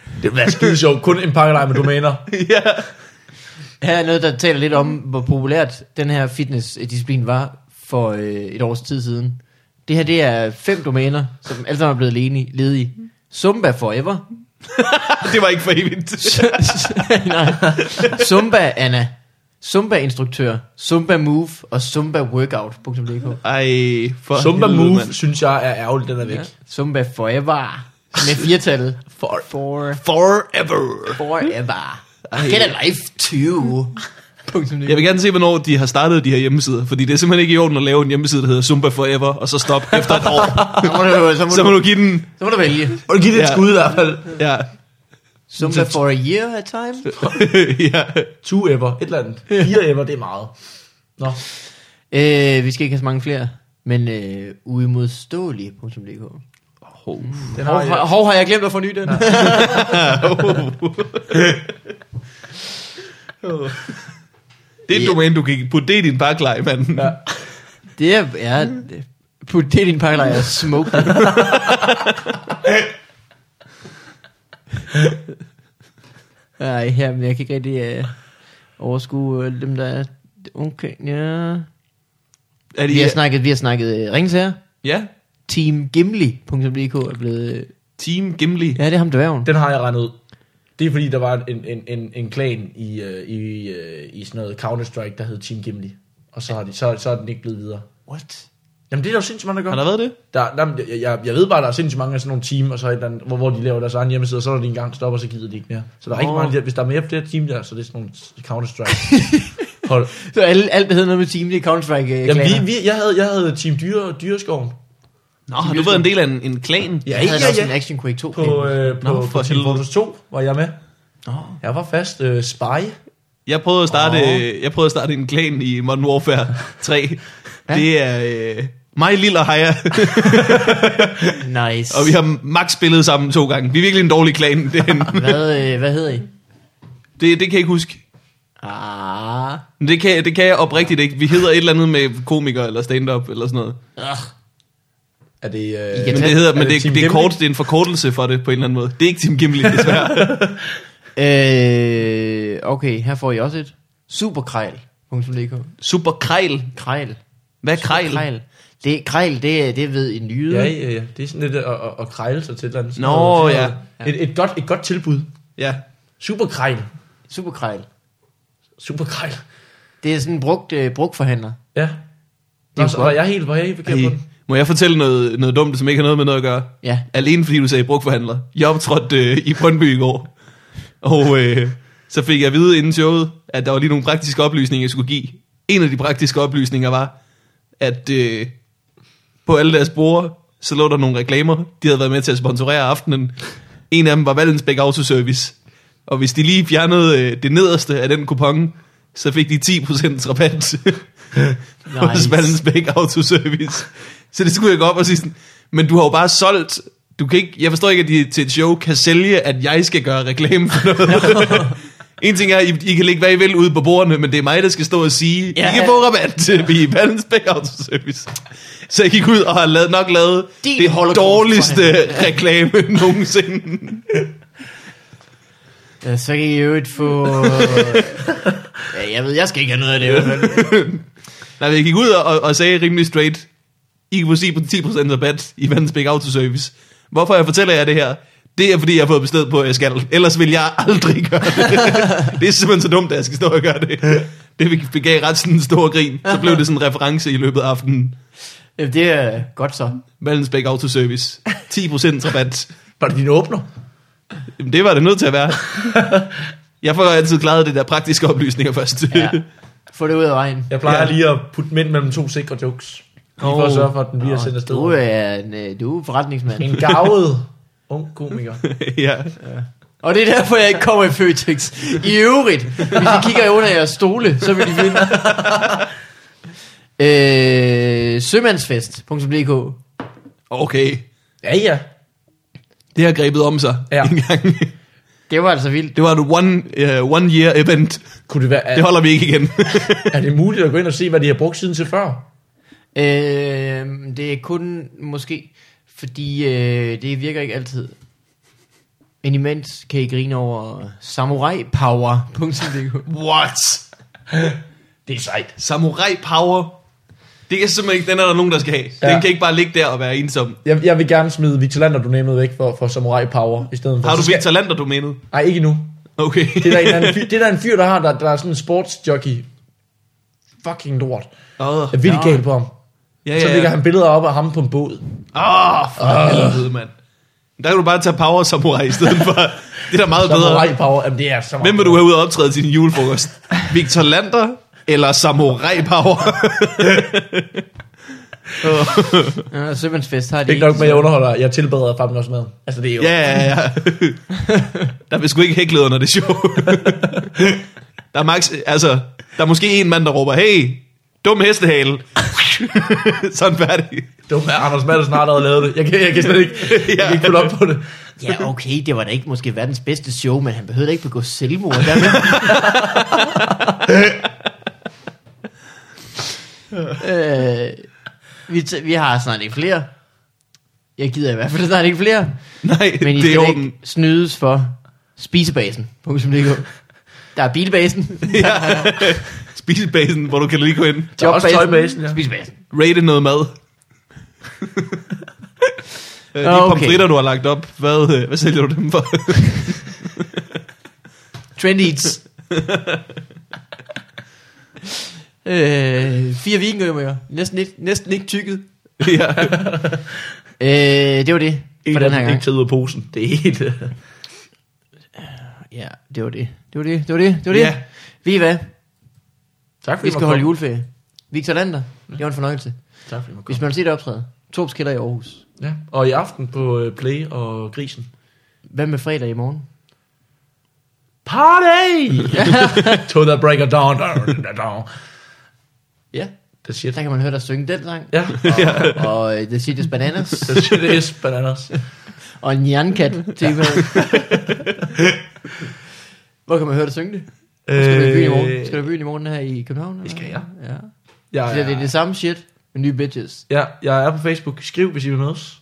Speaker 2: Det ville være skide sjovt. Kun en pakkelej med domæner.
Speaker 1: ja.
Speaker 3: Her er noget, der taler lidt om, hvor populært den her fitnessdisciplin var for øh, et års tid siden. Det her, det er fem domæner, som alle sammen er blevet ledige. ledige. Zumba Forever.
Speaker 1: Det var ikke for evigt.
Speaker 3: Nej. Zumba Anna. Zumba Instruktør. Zumba Move og Zumba Workout.dk.
Speaker 1: Ej, for
Speaker 2: Zumba
Speaker 1: helvede,
Speaker 2: Move,
Speaker 1: mand.
Speaker 2: synes jeg, er ærgerligt, den er væk.
Speaker 3: Ja. Zumba Forever. Med firetallet.
Speaker 2: For,
Speaker 3: For,
Speaker 1: Forever.
Speaker 3: forever. Get a life 20. Punktum
Speaker 1: Jeg vil gerne se, hvornår de har startet de her hjemmesider, fordi det er simpelthen ikke i orden at lave en hjemmeside, der hedder Zumba Forever, og så stop efter et år.
Speaker 3: Så må du, så må
Speaker 1: Så må
Speaker 3: du,
Speaker 1: du give den...
Speaker 3: så må du vælge.
Speaker 2: og giv det et
Speaker 1: Ja.
Speaker 2: skud i hvert fald.
Speaker 1: Ja.
Speaker 3: Zumba for a year at time.
Speaker 1: ja.
Speaker 2: Two ever, et eller andet. Fire ever, det er meget. Nå,
Speaker 3: Øh, vi skal ikke have så mange flere, men øh, uimodståelige.dk.
Speaker 2: den har
Speaker 3: Hov, har-
Speaker 2: jeg.
Speaker 3: hov, har jeg glemt at forny den?
Speaker 1: Det er et
Speaker 3: Ja.
Speaker 1: domæne, du kan putte det i din baklej, mand. Ja.
Speaker 2: Ja.
Speaker 3: det er... Ja,
Speaker 2: Mm.
Speaker 3: det- put det i din pakke, og smoke den. Ej, her, men jeg kan ikke rigtig øh, overskue øh, dem, der er... Okay, ja...
Speaker 1: Er de,
Speaker 3: Vi har snakket, vi har snakket øh, rings her.
Speaker 1: ja.
Speaker 3: Teamgimli.dk er blevet... øh,
Speaker 1: Team Gimli.
Speaker 3: Ja, det er ham dværgen.
Speaker 2: Den har jeg regnet ud. Det er fordi, der var en, en, en, en klan i, øh, i, øh, i sådan noget Counter-Strike, der hed Team Gimli. Og så, har de, så, så er den ikke blevet videre.
Speaker 3: What?
Speaker 2: Jamen det er der jo sindssygt mange, der gør.
Speaker 1: Har der været det?
Speaker 2: Der, der, jeg, jeg, jeg ved bare, der er sindssygt mange af sådan nogle team, og så et eller andet, hvor, hvor de laver deres egen hjemmeside, og så er de engang stopper, og så gider de ikke mere. Så der er oh. rigtig
Speaker 3: Åh.
Speaker 2: mange der. Hvis der er mere flere team der, så er det sådan nogle Counter-Strike. Hold.
Speaker 3: Så alt, alt der hedder noget med team, det er Counter-Strike. Øh,
Speaker 2: Jamen,
Speaker 3: klaner.
Speaker 2: vi, vi, jeg, havde, jeg havde Team Dyre, Dyreskoven.
Speaker 1: Nå, har du været en del af en, en klan?
Speaker 2: Ja,
Speaker 3: Jeg havde da
Speaker 2: ja,
Speaker 3: også
Speaker 2: ja.
Speaker 3: en Action Quake 2
Speaker 2: På, øh, på,
Speaker 1: Nå,
Speaker 2: på,
Speaker 1: for
Speaker 2: på Team
Speaker 1: helvede.
Speaker 2: Fortress 2 var jeg med.
Speaker 3: Nå.
Speaker 2: Jeg var fast øh, spy.
Speaker 1: Jeg prøvede at starte, øh,
Speaker 2: Åh.
Speaker 1: jeg prøvede at starte en klan i Modern Warfare 3. Det er øh, mig, Lille og Haya,
Speaker 3: Nice.
Speaker 1: og vi har max spillet sammen to gange. Vi er virkelig en dårlig klan. Det, er en-
Speaker 3: Hvad, øh, hvad hedder I?
Speaker 1: det, det kan jeg ikke huske.
Speaker 3: Ah.
Speaker 1: Men Det kan, det kan jeg oprigtigt ikke. Vi hedder et eller andet med komiker eller stand-up eller sådan noget.
Speaker 3: Ugh.
Speaker 2: Er det, øh,
Speaker 3: I
Speaker 1: Men
Speaker 3: kan-
Speaker 1: det, hedder,
Speaker 2: Er
Speaker 1: men
Speaker 2: det
Speaker 1: det,
Speaker 2: Team
Speaker 1: det, det, er
Speaker 2: Gimli?
Speaker 1: kort, det er en forkortelse for det på en eller anden måde. Det er ikke Team Gimli, desværre.
Speaker 3: Øh, okay, her får I også et. Superkrejl.dk
Speaker 1: Super Krejl.
Speaker 3: Krejl.
Speaker 1: Hvad er Krejl?
Speaker 3: Krejl. Det, krejl, det, er- det ved en jyde.
Speaker 2: Ja, ja, ja. Det er sådan lidt øh, at, at, at krejle sig til et eller andet.
Speaker 1: Nå,
Speaker 2: Sådan
Speaker 1: ja.
Speaker 2: noget. Et, et, godt, et godt tilbud.
Speaker 1: Ja.
Speaker 2: Super krejl.
Speaker 3: Superkrejl.
Speaker 2: Super krejl.
Speaker 3: Det er sådan en brugt, øh, brugtforhandler.
Speaker 2: Ja.
Speaker 3: jo
Speaker 2: Nå, så
Speaker 3: godt.
Speaker 2: var jeg helt, var jeg helt forkert på
Speaker 1: Ej,
Speaker 2: den.
Speaker 1: må jeg fortælle noget, noget dumt, som ikke har noget med noget at gøre?
Speaker 3: Ja.
Speaker 1: Alene fordi du sagde brugforhandler. Jeg optrådte øh, i Brøndby i går, og øh, så fik jeg at vide inden showet, at der var lige nogle praktiske oplysninger, jeg skulle give. En af de praktiske oplysninger var, at øh, på alle deres borde, så lå der nogle reklamer, de havde været med til at sponsorere aftenen. En af dem var Vallensbæk Autoservice. Og hvis de lige fjernede øh, det nederste af den kupon, så fik de 10% rabat hos Vallensbæk Autoservice. Så det skulle jeg gå op og sige sådan, men du har jo bare solgt, du kan ikke, jeg forstår ikke, at de til et show kan sælge, at jeg skal gøre reklame for noget. en ting er, I, I kan lægge hvad I vil ude på bordene, men det er mig, der skal stå og sige, ja.
Speaker 3: Ja.
Speaker 1: I kan få rabat i Vallensbæk Autoservice. Så jeg gik ud og har lavet, nok lavet
Speaker 3: Din
Speaker 1: det
Speaker 3: holocaust
Speaker 1: dårligste reklame nogensinde.
Speaker 3: Ja, Øh, så kan I jo ikke få... ja, jeg ved, jeg skal ikke have noget af det. i hvert fald.
Speaker 1: Nej, men jeg gik ud og, og sagde rimelig straight, I kan få 10% rabat i Vandsbæk Autoservice. Hvorfor jeg fortæller jer det her? Det er, fordi jeg har fået bestemt på, at jeg skal. Ellers vil jeg aldrig gøre det. det er simpelthen så dumt, at jeg skal stå og gøre det. Det begav ret sådan en stor grin. Så blev det sådan en reference i løbet af aftenen.
Speaker 3: Jamen, Det er godt så.
Speaker 1: Vallensbæk Autoservice. 10% rabat.
Speaker 2: Var det din åbner?
Speaker 1: Jamen, det var det nødt til at være. Jeg får altid klaret det der praktiske oplysninger først.
Speaker 3: Ja. Få det ud af vejen.
Speaker 2: Jeg plejer
Speaker 1: Ja.
Speaker 2: ja. lige at putte dem ind mellem to sikre jokes. Lige for at
Speaker 1: Åh.
Speaker 2: sørge for, at den bliver
Speaker 3: Nå,
Speaker 2: sendt afsted.
Speaker 3: Du er en, øh, du er forretningsmand.
Speaker 2: En gavet ung komiker.
Speaker 1: ja.
Speaker 3: Og det er derfor, jeg ikke kommer i Føtex. I øvrigt, hvis I kigger under jeres stole, så vil I vinde. øh, sømandsfest.dk
Speaker 1: Okay.
Speaker 2: Ja, ja.
Speaker 1: Det har grebet om sig
Speaker 2: Ja.
Speaker 1: en gang.
Speaker 3: Det var altså vildt.
Speaker 1: Det var et one, uh, one year event.
Speaker 2: Kunne det være, er,
Speaker 1: Det holder vi ikke igen.
Speaker 2: er det muligt at gå ind og se, hvad de har brugt siden til før?
Speaker 3: Øh, det er kun måske, fordi øh, det virker ikke altid. Men imens kan I grine over samuraipower.dk.
Speaker 1: What?
Speaker 2: Det er sejt.
Speaker 1: Samurai power. Det er simpelthen ikke, den er der nogen, der skal have. Den
Speaker 2: Ja.
Speaker 1: kan ikke bare ligge der og være ensom.
Speaker 2: Jeg, jeg vil gerne smide Vitalander donamet væk for, for Samurai Power i stedet for.
Speaker 1: Har du
Speaker 2: Så skal-
Speaker 1: vildt talenter, du mener?
Speaker 2: Nej, ikke endnu.
Speaker 1: Okay.
Speaker 2: Det er der en, eller anden fyr, det er der en fyr, der har, der, der er sådan en sportsjockey. Fucking lort.
Speaker 1: Åh,
Speaker 2: Jeg er vildt gal på ham.
Speaker 1: ja,
Speaker 2: Så
Speaker 1: ja,
Speaker 2: lægger
Speaker 1: ja.
Speaker 2: han billeder op af ham på en båd.
Speaker 1: Åh, oh, for helvede, mand. Der kan du bare tage power samurai i stedet for. Det er da meget bedre.
Speaker 2: Samurai Power, jamen det er så meget.
Speaker 1: Hvem vil du have ud og optræde til din julefrokost? Victor Lander eller Samurai Power?
Speaker 3: Ja, Sømandsfest har
Speaker 2: Det
Speaker 3: det
Speaker 2: er ikke nok med, at jeg underholder. Jeg tilbereder fandme også mad. Altså det er jo...
Speaker 1: ja, ja, ja. Der vil sgu ikke hæklet under det show. der er max, altså, der er måske en mand, der råber, hey, dum hestehale. Sådan færdig.
Speaker 2: Dumme er Anders Maddelsen har allerede lavet det. Jeg kan, jeg kan slet ikke, jeg kan ikke følge op på det.
Speaker 3: Ja, okay, det var da ikke måske verdens bedste show, men han behøvede da ikke begå selvmord. Dermed. øh, vi, t- vi har snart ikke flere. Jeg gider i hvert fald snart ikke flere.
Speaker 1: Nej,
Speaker 3: Men I
Speaker 1: det er
Speaker 3: skal
Speaker 1: orden.
Speaker 3: ikke snydes for spisebasen.dk. Der er bilbasen,
Speaker 1: Spisebasen, hvor du kan lige gå ind.
Speaker 2: Der er også tøjbasen, ja.
Speaker 3: spisebasen.
Speaker 1: Rate noget mad. Øh, De
Speaker 3: Ah, Okay.
Speaker 1: okay. pomfritter, du har lagt op, hvad, øh, hvad sælger du dem for?
Speaker 3: Trend Eats. øh, fire vikingømmer. Næsten ikke, næsten ikke tykket.
Speaker 1: ja.
Speaker 3: Øh, det var det for den her gang.
Speaker 2: Ikke taget ud af posen. Det er helt... øh,
Speaker 3: Ja, det var det. Det var det, det var det, det var det.
Speaker 1: Ja.
Speaker 3: Ved I hvad?
Speaker 2: Tak fordi
Speaker 3: Vi
Speaker 2: I
Speaker 3: skal
Speaker 2: måtte
Speaker 3: holde
Speaker 2: komme.
Speaker 3: juleferie. Victor Lander, det var en fornøjelse.
Speaker 2: Tak fordi I måtte
Speaker 3: Hvis
Speaker 2: komme.
Speaker 3: man vil se det optræde, Torps Kælder i Aarhus.
Speaker 2: Ja. Og i aften på øh, Play og Grisen.
Speaker 3: Hvad med fredag i morgen?
Speaker 2: Party! to the break of dawn.
Speaker 3: Ja,
Speaker 2: Det siger
Speaker 3: der
Speaker 2: det.
Speaker 3: kan man høre dig synge den sang.
Speaker 2: Ja,
Speaker 3: Og øh, The City's Bananas.
Speaker 2: det siger det is bananas.
Speaker 3: og en jernkat tema. Hvor kan man høre dig synge det? Skal du i byen i morgen? Skal du i byen i morgen her i København? Det
Speaker 2: Øh. skal jeg.
Speaker 3: Ja.
Speaker 2: Ja,
Speaker 3: Så det er det samme shit med nye bitches.
Speaker 2: ja, jeg er på Facebook. Skriv, hvis I vil mødes.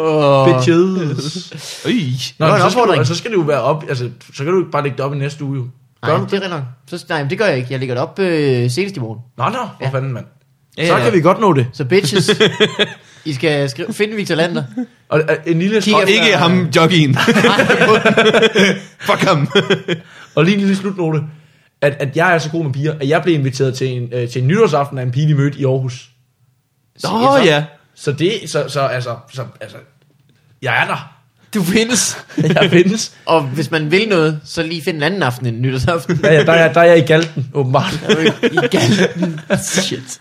Speaker 3: Oh.
Speaker 2: Bitches.
Speaker 1: Øj.
Speaker 2: Nå,
Speaker 3: Det var en
Speaker 2: så, skal du,
Speaker 3: opfordring.
Speaker 2: så skal det jo være op, altså, så kan du ikke bare lægge det op i næste uge. jo.
Speaker 3: Nej,
Speaker 2: Gør
Speaker 3: det
Speaker 2: du
Speaker 3: er rigtigt nok. Så, nej, men det gør jeg ikke. Jeg lægger det op øh, senest i morgen.
Speaker 2: Nå, nå,
Speaker 3: Ja.
Speaker 2: hvor fanden, mand.
Speaker 1: Ja,
Speaker 2: Så
Speaker 1: ja.
Speaker 2: kan vi godt nå det.
Speaker 3: Så bitches, I skal skrive, finde Victor Lander.
Speaker 2: Og øh, en lille,
Speaker 3: Kig
Speaker 2: og,
Speaker 1: Og ikke ham, joggien. Fuck ham.
Speaker 2: og lige en lille slutnote, at, at jeg er så god med piger, at jeg blev inviteret til en, øh, til en nytårsaften af en pige, vi mødte i Aarhus.
Speaker 1: Nå ja.
Speaker 2: Så det, så, så, altså, så, altså, jeg er der.
Speaker 3: Du findes.
Speaker 2: Jeg findes.
Speaker 3: Og hvis man vil noget, så lige find en anden aften end nytårsaften.
Speaker 2: Ja, ja, der, er, der er jeg i galten, åbenbart.
Speaker 3: I galten. Shit.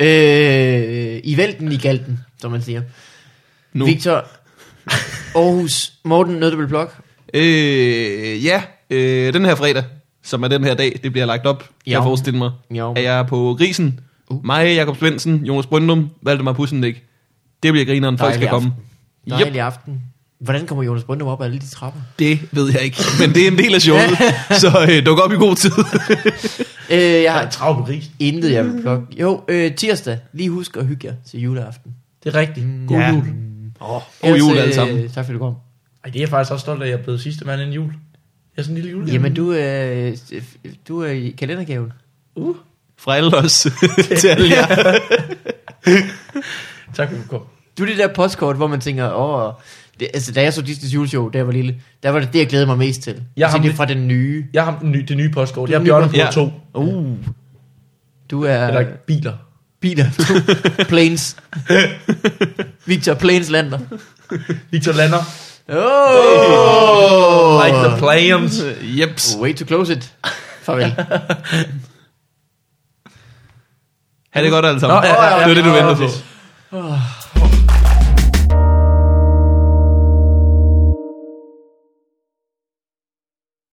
Speaker 3: Øh, I vælten i galten, som man siger.
Speaker 1: Nu.
Speaker 3: Victor, Aarhus, Morten, Nødebel Blok.
Speaker 1: Øh, ja, øh, den her fredag, som er den her dag, det bliver lagt op, kan jeg
Speaker 3: Jo.
Speaker 1: forestille mig.
Speaker 3: Jo.
Speaker 1: Er jeg på Grisen? Uh. Mig, Jakob Svendsen, Jonas Brøndum, Valdemar Pussendik. Det bliver grineren, folk skal
Speaker 3: Dejlig
Speaker 1: komme.
Speaker 3: Dejlig yep. aften. Hvordan kommer Jonas Brøndum op af alle de trapper?
Speaker 1: det ved jeg ikke, men det er en del af showet, så øh, duk op i god tid.
Speaker 3: Øh, jeg
Speaker 2: Jeg er
Speaker 3: har
Speaker 2: travlt på gris.
Speaker 3: intet, jeg vil plukke. Jo, øh, tirsdag. Lige husk at hygge jer til juleaften.
Speaker 2: Det er rigtigt. God
Speaker 1: Ja.
Speaker 2: ja. jul.
Speaker 1: God jul
Speaker 3: Ellers, øh,
Speaker 1: alle sammen.
Speaker 3: tak fordi du kom.
Speaker 2: Ej, det er jeg faktisk også stolt af, at jeg er blevet sidste mand inden jul. Jeg er sådan en lille jul.
Speaker 3: Jamen, du, øh, du er i kalendergaven.
Speaker 1: Fra alle os til alle jer.
Speaker 2: Tak for at du kom.
Speaker 3: Du er det der postkort, hvor man tænker, åh, det, altså da jeg så Disney's juleshow, da jeg var lille, der var det det, jeg glædede mig mest til. Jeg
Speaker 2: Jeg
Speaker 3: altså,
Speaker 2: har
Speaker 3: det er
Speaker 2: mit-
Speaker 3: fra den nye.
Speaker 2: Jeg har den nye, det nye postkort. Jeg er
Speaker 3: nye
Speaker 2: Bjørn på
Speaker 1: postkort.
Speaker 2: to.
Speaker 3: Uh. Du er
Speaker 2: Eller biler.
Speaker 3: biler. planes. Victor Planes lander.
Speaker 2: Victor Lander.
Speaker 3: Oh!
Speaker 2: Like the plans.
Speaker 1: Jeps.
Speaker 3: Way to close it. Farvel.
Speaker 1: Ha' det godt alle
Speaker 2: Nå,
Speaker 1: sammen.
Speaker 2: ja, ja, ja.
Speaker 1: det var det, du ventede på.
Speaker 2: Præcis.